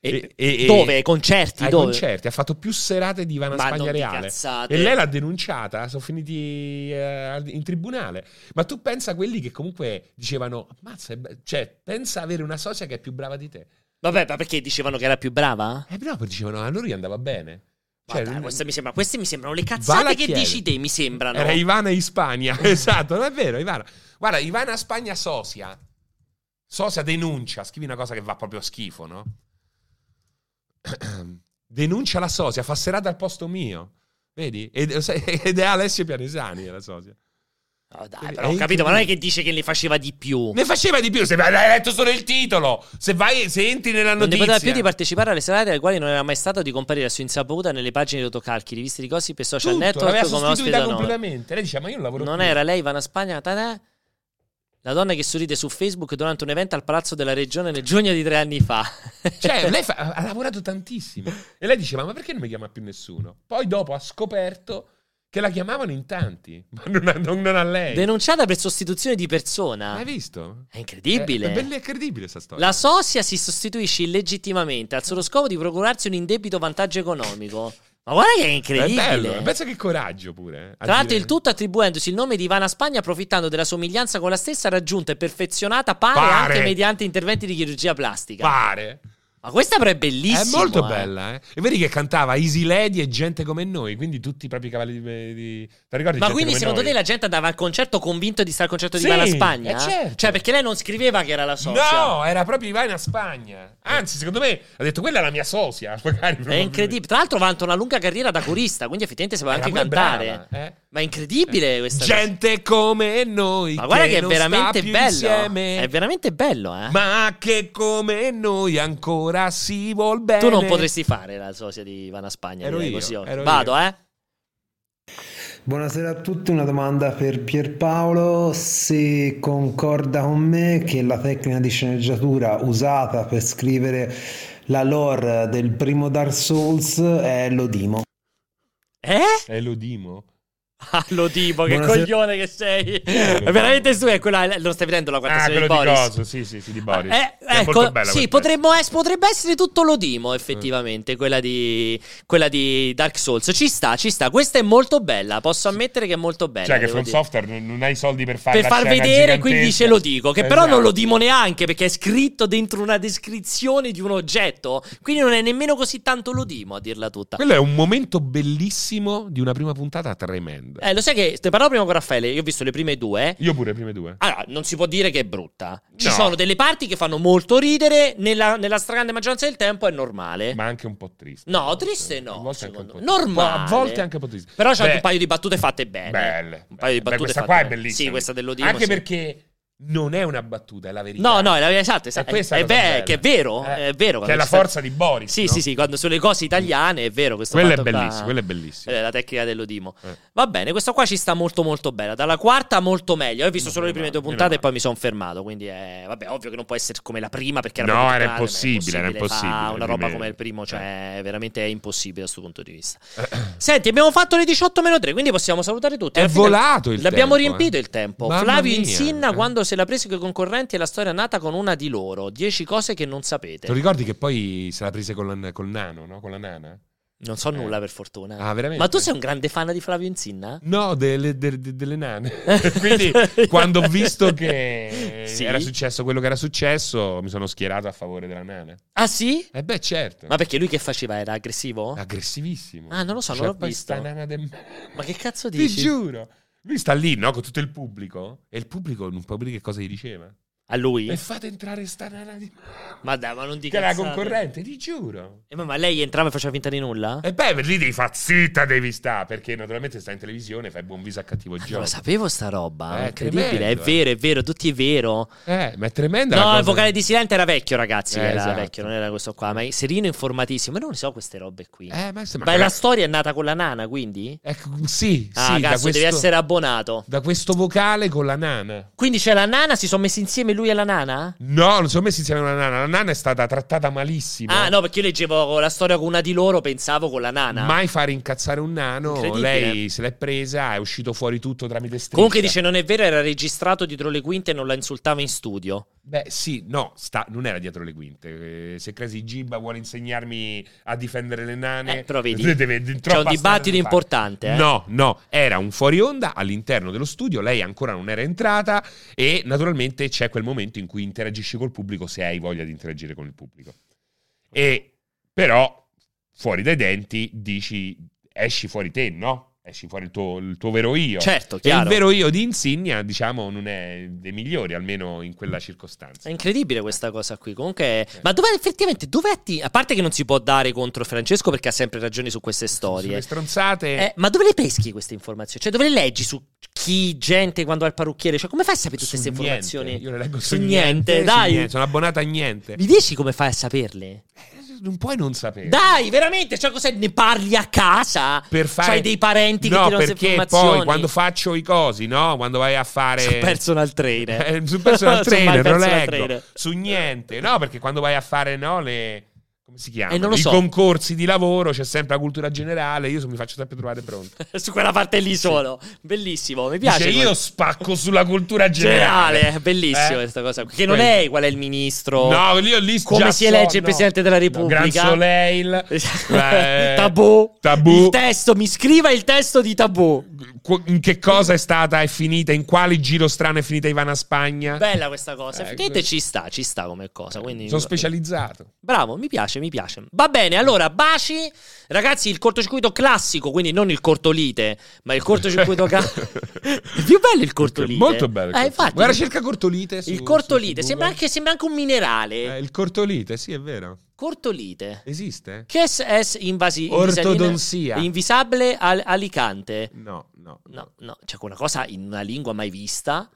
Speaker 2: E-
Speaker 1: E- e-
Speaker 2: dove? Ai concerti?
Speaker 1: Ai
Speaker 2: dove?
Speaker 1: concerti, ha fatto più serate di Ivana
Speaker 2: Ma non
Speaker 1: Spagna
Speaker 2: di
Speaker 1: Reale.
Speaker 2: cazzate.
Speaker 1: E lei l'ha denunciata, sono finiti eh, in tribunale. Ma tu pensa a quelli che comunque dicevano, ammazza, è be- cioè, pensa avere una socia che è più brava di te.
Speaker 2: Vabbè, ma perché dicevano che era più brava?
Speaker 1: Eh, però poi dicevano, a loro gli andava bene. Cioè,
Speaker 2: Ma dai, questa mi sembra- queste mi sembrano le
Speaker 1: Vale
Speaker 2: cazzate
Speaker 1: a
Speaker 2: che
Speaker 1: chiedere.
Speaker 2: dici te, mi sembrano.
Speaker 1: Era Ivana in Spagna, esatto, non è vero, Ivana. Guarda, Ivana Spagna sosia. Sosia denuncia, scrivi una cosa che va proprio a schifo, no? denuncia la sosia, fa serata al posto mio. Vedi? Ed, ed è Alessio Pianesani la sosia.
Speaker 2: dai, però ho capito, ma non è che dice che ne faceva di più.
Speaker 1: Ne faceva di più, se hai letto solo il titolo. Se, vai, se entri nella
Speaker 2: Non ne
Speaker 1: notizia.
Speaker 2: poteva più di partecipare alle serate alle quali non era mai stato di comparire a sua insaputa nelle pagine di autocalchi, riviste di gossip e social
Speaker 1: Tutto, l'aveva
Speaker 2: network come ospite
Speaker 1: sostituita
Speaker 2: anonimo.
Speaker 1: completamente. Lei dice, ma io non lavoro
Speaker 2: Non
Speaker 1: più.
Speaker 2: era lei, Ivana Spagna, tadà, la donna che sorride su Facebook durante un evento al Palazzo della Regione nel giugno di tre anni fa.
Speaker 1: Cioè, lei fa- ha lavorato tantissimo. E lei diceva, ma perché non mi chiama più nessuno? Poi dopo ha scoperto che la chiamavano in tanti, ma non a, non- non a lei.
Speaker 2: Denunciata per sostituzione di persona.
Speaker 1: Hai visto?
Speaker 2: È incredibile.
Speaker 1: Eh, È, è bella e credibile questa storia.
Speaker 2: La sosia si sostituisce illegittimamente al solo scopo di procurarsi un indebito vantaggio economico. Ma guarda che è incredibile.
Speaker 1: È bello. Pensa che coraggio pure. eh, a
Speaker 2: Tra l'altro
Speaker 1: dire-
Speaker 2: il tutto attribuendosi il nome di Ivana Spagna approfittando della somiglianza con la stessa raggiunta e perfezionata pare,
Speaker 1: Pare.
Speaker 2: anche mediante interventi di chirurgia plastica.
Speaker 1: Pare.
Speaker 2: Ma questa però è
Speaker 1: È
Speaker 2: bellissima.
Speaker 1: molto
Speaker 2: eh.
Speaker 1: bella, eh. E vedi che cantava Easy Lady e gente come noi, quindi tutti i propri cavalli di... di... Te ricordi
Speaker 2: Ma
Speaker 1: gente
Speaker 2: quindi
Speaker 1: Cioè, come
Speaker 2: secondo
Speaker 1: noi?
Speaker 2: te la gente andava al concerto convinto di stare al concerto di
Speaker 1: Sì,
Speaker 2: Ivana Spagna?
Speaker 1: eh, certo.
Speaker 2: Cioè perché lei non scriveva che era la sosia.
Speaker 1: No, era proprio Ivana Spagna. Anzi, secondo me, ha detto, quella è la mia sosia. Magari,
Speaker 2: È incredibile. Tra l'altro vanta una lunga carriera da corista, quindi effettivamente sapeva
Speaker 1: Era
Speaker 2: anche
Speaker 1: pure
Speaker 2: cantare.
Speaker 1: brava, eh.
Speaker 2: Ma è incredibile questa cosa.
Speaker 1: Gente come noi.
Speaker 2: Ma guarda che è
Speaker 1: non sta
Speaker 2: veramente
Speaker 1: più
Speaker 2: bello.
Speaker 1: insieme,
Speaker 2: È veramente bello, eh.
Speaker 1: Ma che come noi ancora si vuol bene.
Speaker 2: Tu non potresti fare la sosia di Ivana Spagna.
Speaker 1: Ero
Speaker 2: direi eh?
Speaker 1: io,
Speaker 2: così oggi.
Speaker 1: ero
Speaker 2: Vado, eh.
Speaker 3: Buonasera a tutti, una domanda per Pierpaolo, se concorda con me che la tecnica di sceneggiatura usata per scrivere la lore del primo Dark Souls è l'Odimo.
Speaker 2: Eh?
Speaker 1: È l'Odimo?
Speaker 2: Ah, lo tipo, che
Speaker 1: Buonasera.
Speaker 2: coglione che sei. Veramente tu è quella. Non stai vedendo la
Speaker 1: Ah,
Speaker 2: quarta
Speaker 1: quello
Speaker 2: di
Speaker 1: di
Speaker 2: Boris?
Speaker 1: coso, sì, sì, sì, di Boris.
Speaker 2: Eh,
Speaker 1: Che è
Speaker 2: ecco,
Speaker 1: molto bella Mm.
Speaker 2: sì,
Speaker 1: quella.
Speaker 2: potremmo es- potrebbe essere tutto l'Odimo, effettivamente, quella, di, quella di Dark Souls. Ci sta, ci sta. Questa è molto bella, posso ammettere che è molto bella.
Speaker 1: Cioè, che
Speaker 2: devo
Speaker 1: From
Speaker 2: dire.
Speaker 1: Software non, non hai soldi per fare
Speaker 2: per
Speaker 1: la
Speaker 2: far
Speaker 1: scena
Speaker 2: vedere,
Speaker 1: gigantesca.
Speaker 2: quindi ce lo dico. Che però
Speaker 1: Esatto.
Speaker 2: non lo dimo neanche perché è scritto dentro una descrizione di un oggetto. Quindi non è nemmeno così tanto lo dimo a dirla tutta.
Speaker 1: Quello è un momento bellissimo di una prima puntata tremenda.
Speaker 2: Eh, lo sai che ne parlavo prima con Raffaele. Io ho visto le prime due.
Speaker 1: Io pure, prime due.
Speaker 2: Allora, non si può dire che è brutta. Ci
Speaker 1: No.
Speaker 2: sono delle parti che fanno molto ridere. Nella, nella stragrande maggioranza del tempo è normale.
Speaker 1: Ma anche un po' triste.
Speaker 2: No, triste
Speaker 1: A
Speaker 2: no.
Speaker 1: volte anche un po'
Speaker 2: secondo- normale.
Speaker 1: A volte anche un po' triste.
Speaker 2: Però c'è
Speaker 1: Beh,
Speaker 2: un paio di battute fatte bene.
Speaker 1: Belle.
Speaker 2: Un paio di
Speaker 1: Beh,
Speaker 2: battute
Speaker 1: questa
Speaker 2: fatte
Speaker 1: qua è
Speaker 2: bene.
Speaker 1: bellissima.
Speaker 2: Sì, questa dello dico.
Speaker 1: Anche perché non è una battuta, è la verità.
Speaker 2: No, no, è la esatto,
Speaker 1: E
Speaker 2: esatto. È,
Speaker 1: Eh, questa è la
Speaker 2: ve-
Speaker 1: cosa bella.
Speaker 2: che è vero,
Speaker 1: Eh,
Speaker 2: è vero.
Speaker 1: che
Speaker 2: quando
Speaker 1: è la
Speaker 2: ci sta-
Speaker 1: forza di Boris,
Speaker 2: Sì,
Speaker 1: no?
Speaker 2: sì, sì, quando sulle cose italiane è vero questo
Speaker 1: Quella è
Speaker 2: fatto qua.
Speaker 1: bellissima, quella è bellissima.
Speaker 2: Eh, la tecnica dell'Odimo. Va bene, questa qua ci sta molto molto bella. Dalla quarta molto meglio. Io Ho visto
Speaker 1: Mm,
Speaker 2: solo le
Speaker 1: eh,
Speaker 2: prime due puntate e poi mi sono fermato, quindi è vabbè, ovvio che non può essere come la prima perché era
Speaker 1: No,
Speaker 2: molto
Speaker 1: era
Speaker 2: grande, ma è
Speaker 1: impossibile, era
Speaker 2: impossibile fa
Speaker 1: impossibile, Eh.
Speaker 2: una roba
Speaker 1: di me.
Speaker 2: come il primo, cioè veramente è impossibile da questo punto di vista. Senti, abbiamo fatto le 18 meno 3, quindi possiamo salutare tutti.
Speaker 1: È
Speaker 2: Alla fine
Speaker 1: volato il tempo,
Speaker 2: L'abbiamo riempito
Speaker 1: eh.
Speaker 2: il tempo.
Speaker 1: Mamma
Speaker 2: Flavio
Speaker 1: mia. Eh.
Speaker 2: Insinna quando se l'ha preso con i concorrenti è la storia nata con una di loro. 10 cose che non sapete.
Speaker 1: Te lo ricordi che poi se la prese con la- col nano, no? Con la nana?
Speaker 2: Non so nulla per fortuna.
Speaker 1: Eh. Ah, veramente?
Speaker 2: Ma tu sei un grande fan di Flavio Insinna?
Speaker 1: No, delle, de- de- delle nane. Quindi, quando ho visto che
Speaker 2: Sì?
Speaker 1: era successo quello che era successo, mi sono schierato a favore della nana.
Speaker 2: Ah sì?
Speaker 1: Eh beh, certo.
Speaker 2: Ma perché lui che faceva? Era aggressivo?
Speaker 1: Aggressivissimo.
Speaker 2: Ah, non lo so,
Speaker 1: Cioè,
Speaker 2: non l'ho
Speaker 1: poi
Speaker 2: visto.
Speaker 1: sta nana del
Speaker 2: Ma che cazzo
Speaker 1: Ti
Speaker 2: dici?
Speaker 1: giuro. Lui sta lì, no? Con tutto il pubblico. E il pubblico non può dire che cosa gli diceva.
Speaker 2: A lui?
Speaker 1: E fate entrare sta nana di...
Speaker 2: Ma dai, ma non dica.
Speaker 1: Eh.
Speaker 2: Eh,
Speaker 1: Che era la concorrente, Eh, ti giuro.
Speaker 2: ma, ma lei entrava e faceva finta di nulla?
Speaker 1: E beh, lì devi far zitta, devi sta, perché naturalmente stai in televisione, fai buon viso a cattivo gioco.
Speaker 2: Ah, Non lo sapevo sta roba.
Speaker 1: Eh,
Speaker 2: è incredibile.
Speaker 1: tremendo,
Speaker 2: è vero, è vero, tutti è vero.
Speaker 1: Eh, ma è tremenda. la
Speaker 2: No,
Speaker 1: cosa.
Speaker 2: il vocale di Silente era vecchio, ragazzi.
Speaker 1: Eh,
Speaker 2: era
Speaker 1: esatto.
Speaker 2: vecchio, non era questo qua. Ma Serino è informatissimo. Ma non so queste robe qui.
Speaker 1: Eh, ma sembra...
Speaker 2: Ma la storia è nata con la nana, quindi?
Speaker 1: Ecco, sì,
Speaker 2: Ah,
Speaker 1: sì, da
Speaker 2: cazzo,
Speaker 1: questo,
Speaker 2: devi essere abbonato.
Speaker 1: da questo vocale con la nana.
Speaker 2: Quindi c'è la nana, si sono messi insieme lui e la nana?
Speaker 1: No, non sono messi insieme la nana. La nana è stata trattata malissimo.
Speaker 2: Ah, no, perché io leggevo la storia con una di loro, pensavo con la nana.
Speaker 1: Mai fare incazzare un nano.
Speaker 2: Incredibile.
Speaker 1: Lei se l'è presa, è uscito fuori tutto tramite striscia.
Speaker 2: Comunque dice non è vero, era registrato dietro le quinte e non la insultava in studio.
Speaker 1: Beh, sì, no, sta, non era dietro le quinte. Eh, Se Crasi Gibba vuole insegnarmi a difendere le nane,
Speaker 2: Eh, però vedi,
Speaker 1: deve- deve-
Speaker 2: C'è un
Speaker 1: troppa strada da
Speaker 2: dibattito
Speaker 1: fare.
Speaker 2: importante. eh.
Speaker 1: No, no, era un fuori onda all'interno dello studio, lei ancora non era entrata e naturalmente c'è quel momento in cui interagisci col pubblico se hai voglia di interagire con il pubblico. E però fuori dai denti dici esci fuori te, no? Esci fuori il tuo, il tuo vero io.
Speaker 2: Certo,
Speaker 1: e il
Speaker 2: chiaro.
Speaker 1: vero io di Insignia, diciamo, non è dei migliori, almeno in quella circostanza.
Speaker 2: È incredibile questa cosa qui. Comunque, ma dove effettivamente dove atti- a parte che non si può dare contro Francesco perché ha sempre ragioni su queste
Speaker 1: Sulle
Speaker 2: storie.
Speaker 1: stronzate.
Speaker 2: Eh, ma dove le peschi queste informazioni? Cioè, dove le leggi su chi gente quando va al parrucchiere? Cioè, come fai a sapere tutte
Speaker 1: su
Speaker 2: queste
Speaker 1: niente.
Speaker 2: informazioni?
Speaker 1: Io le leggo
Speaker 2: Su niente,
Speaker 1: su
Speaker 2: dai.
Speaker 1: niente, Sono abbonata a niente.
Speaker 2: Mi dici come fai a saperle?
Speaker 1: Non puoi non sapere.
Speaker 2: Dai, veramente? Cioè, cos'è? Ne parli a casa?
Speaker 1: per fare...
Speaker 2: C'hai dei parenti che
Speaker 1: no,
Speaker 2: ti danno queste
Speaker 1: perché
Speaker 2: informazioni?
Speaker 1: poi quando faccio i cosi, no? Quando vai a fare...
Speaker 2: Su personal trainer.
Speaker 1: Eh, su personal
Speaker 2: Su
Speaker 1: trainer,
Speaker 2: My
Speaker 1: lo
Speaker 2: Personal
Speaker 1: leggo.
Speaker 2: Trainer.
Speaker 1: Su niente. No, perché quando vai a fare, no, le... Come si chiama?
Speaker 2: Eh, non lo
Speaker 1: I
Speaker 2: so.
Speaker 1: concorsi di lavoro, c'è sempre la cultura generale, io so- mi faccio sempre trovare pronto.
Speaker 2: Su quella parte lì solo. Bellissimo, mi piace.
Speaker 1: Dice,
Speaker 2: quel-
Speaker 1: io spacco sulla cultura generale.
Speaker 2: Generale, bellissimo
Speaker 1: Eh?
Speaker 2: questa cosa qui. Che non
Speaker 1: Quello.
Speaker 2: è qual è il ministro.
Speaker 1: No, io lì
Speaker 2: Come
Speaker 1: già
Speaker 2: si
Speaker 1: so,
Speaker 2: elegge il
Speaker 1: no.
Speaker 2: presidente della Repubblica.
Speaker 1: Gran Soleil, eh,
Speaker 2: tabù.
Speaker 1: Tabù. Eh.
Speaker 2: Il testo, mi scriva il testo di Tabù.
Speaker 1: Qu- in che cosa è stata è finita, in quale giro strano è finita Ivana Spagna.
Speaker 2: Bella questa cosa.
Speaker 1: Eh,
Speaker 2: Effettivamente
Speaker 1: questo-
Speaker 2: ci sta, ci sta come cosa. Quindi...
Speaker 1: Sono specializzato.
Speaker 2: Bravo, mi piace, mi piace. Va bene, allora, baci. Ragazzi, il cortocircuito classico, quindi non il cortolite, ma il cortocircuito... ca- è più bello il cortolite.
Speaker 1: Molto bello. il
Speaker 2: Eh,
Speaker 1: cortolite.
Speaker 2: infatti,
Speaker 1: Guarda, cerca cortolite. su-
Speaker 2: il
Speaker 1: su-
Speaker 2: cortolite,
Speaker 1: su
Speaker 2: sembra
Speaker 1: Google.
Speaker 2: anche, sembra anche un minerale.
Speaker 1: Eh, il cortolite, sì, è vero.
Speaker 2: Cortolite.
Speaker 1: Esiste?
Speaker 2: Che es, es invasi,
Speaker 1: Ortodonsia.
Speaker 2: invisalina- Invisabile al- Alicante.
Speaker 1: No, no.
Speaker 2: cioè, No, no, c'è una cosa in una lingua mai vista.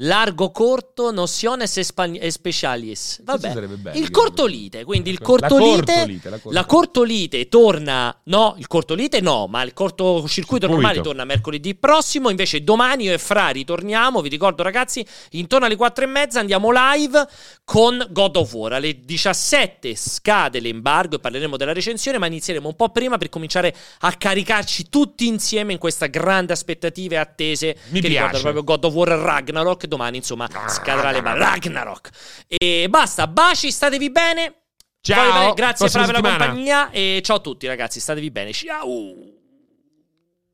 Speaker 2: Largo corto, nociones espan- e specialis. Vabbè.
Speaker 1: Questo sarebbe bello,
Speaker 2: il
Speaker 1: che-
Speaker 2: cortolite, quindi il
Speaker 1: La
Speaker 2: cortolite,
Speaker 1: cortolite, la cortolite.
Speaker 2: la cortolite torna, no, il cortolite no, ma il cortocircuito normale torna mercoledì prossimo, invece domani io e Fra ritorniamo, vi ricordo ragazzi, intorno alle 4 e mezza andiamo live con God of War, alle 17 scade l'embargo e parleremo della recensione, ma inizieremo un po' prima per cominciare a caricarci tutti insieme in questa grande aspettativa e attese
Speaker 1: Mi
Speaker 2: che riguardano
Speaker 1: piace.
Speaker 2: proprio God of War Ragnarok, domani insomma scadrà le balle, Ragnarok! E basta, baci, statevi bene!
Speaker 1: Ciao,
Speaker 2: Poi, beh, grazie
Speaker 1: prossima
Speaker 2: Fra per la
Speaker 1: settimana.
Speaker 2: compagnia e ciao a tutti ragazzi, statevi bene. Ciao!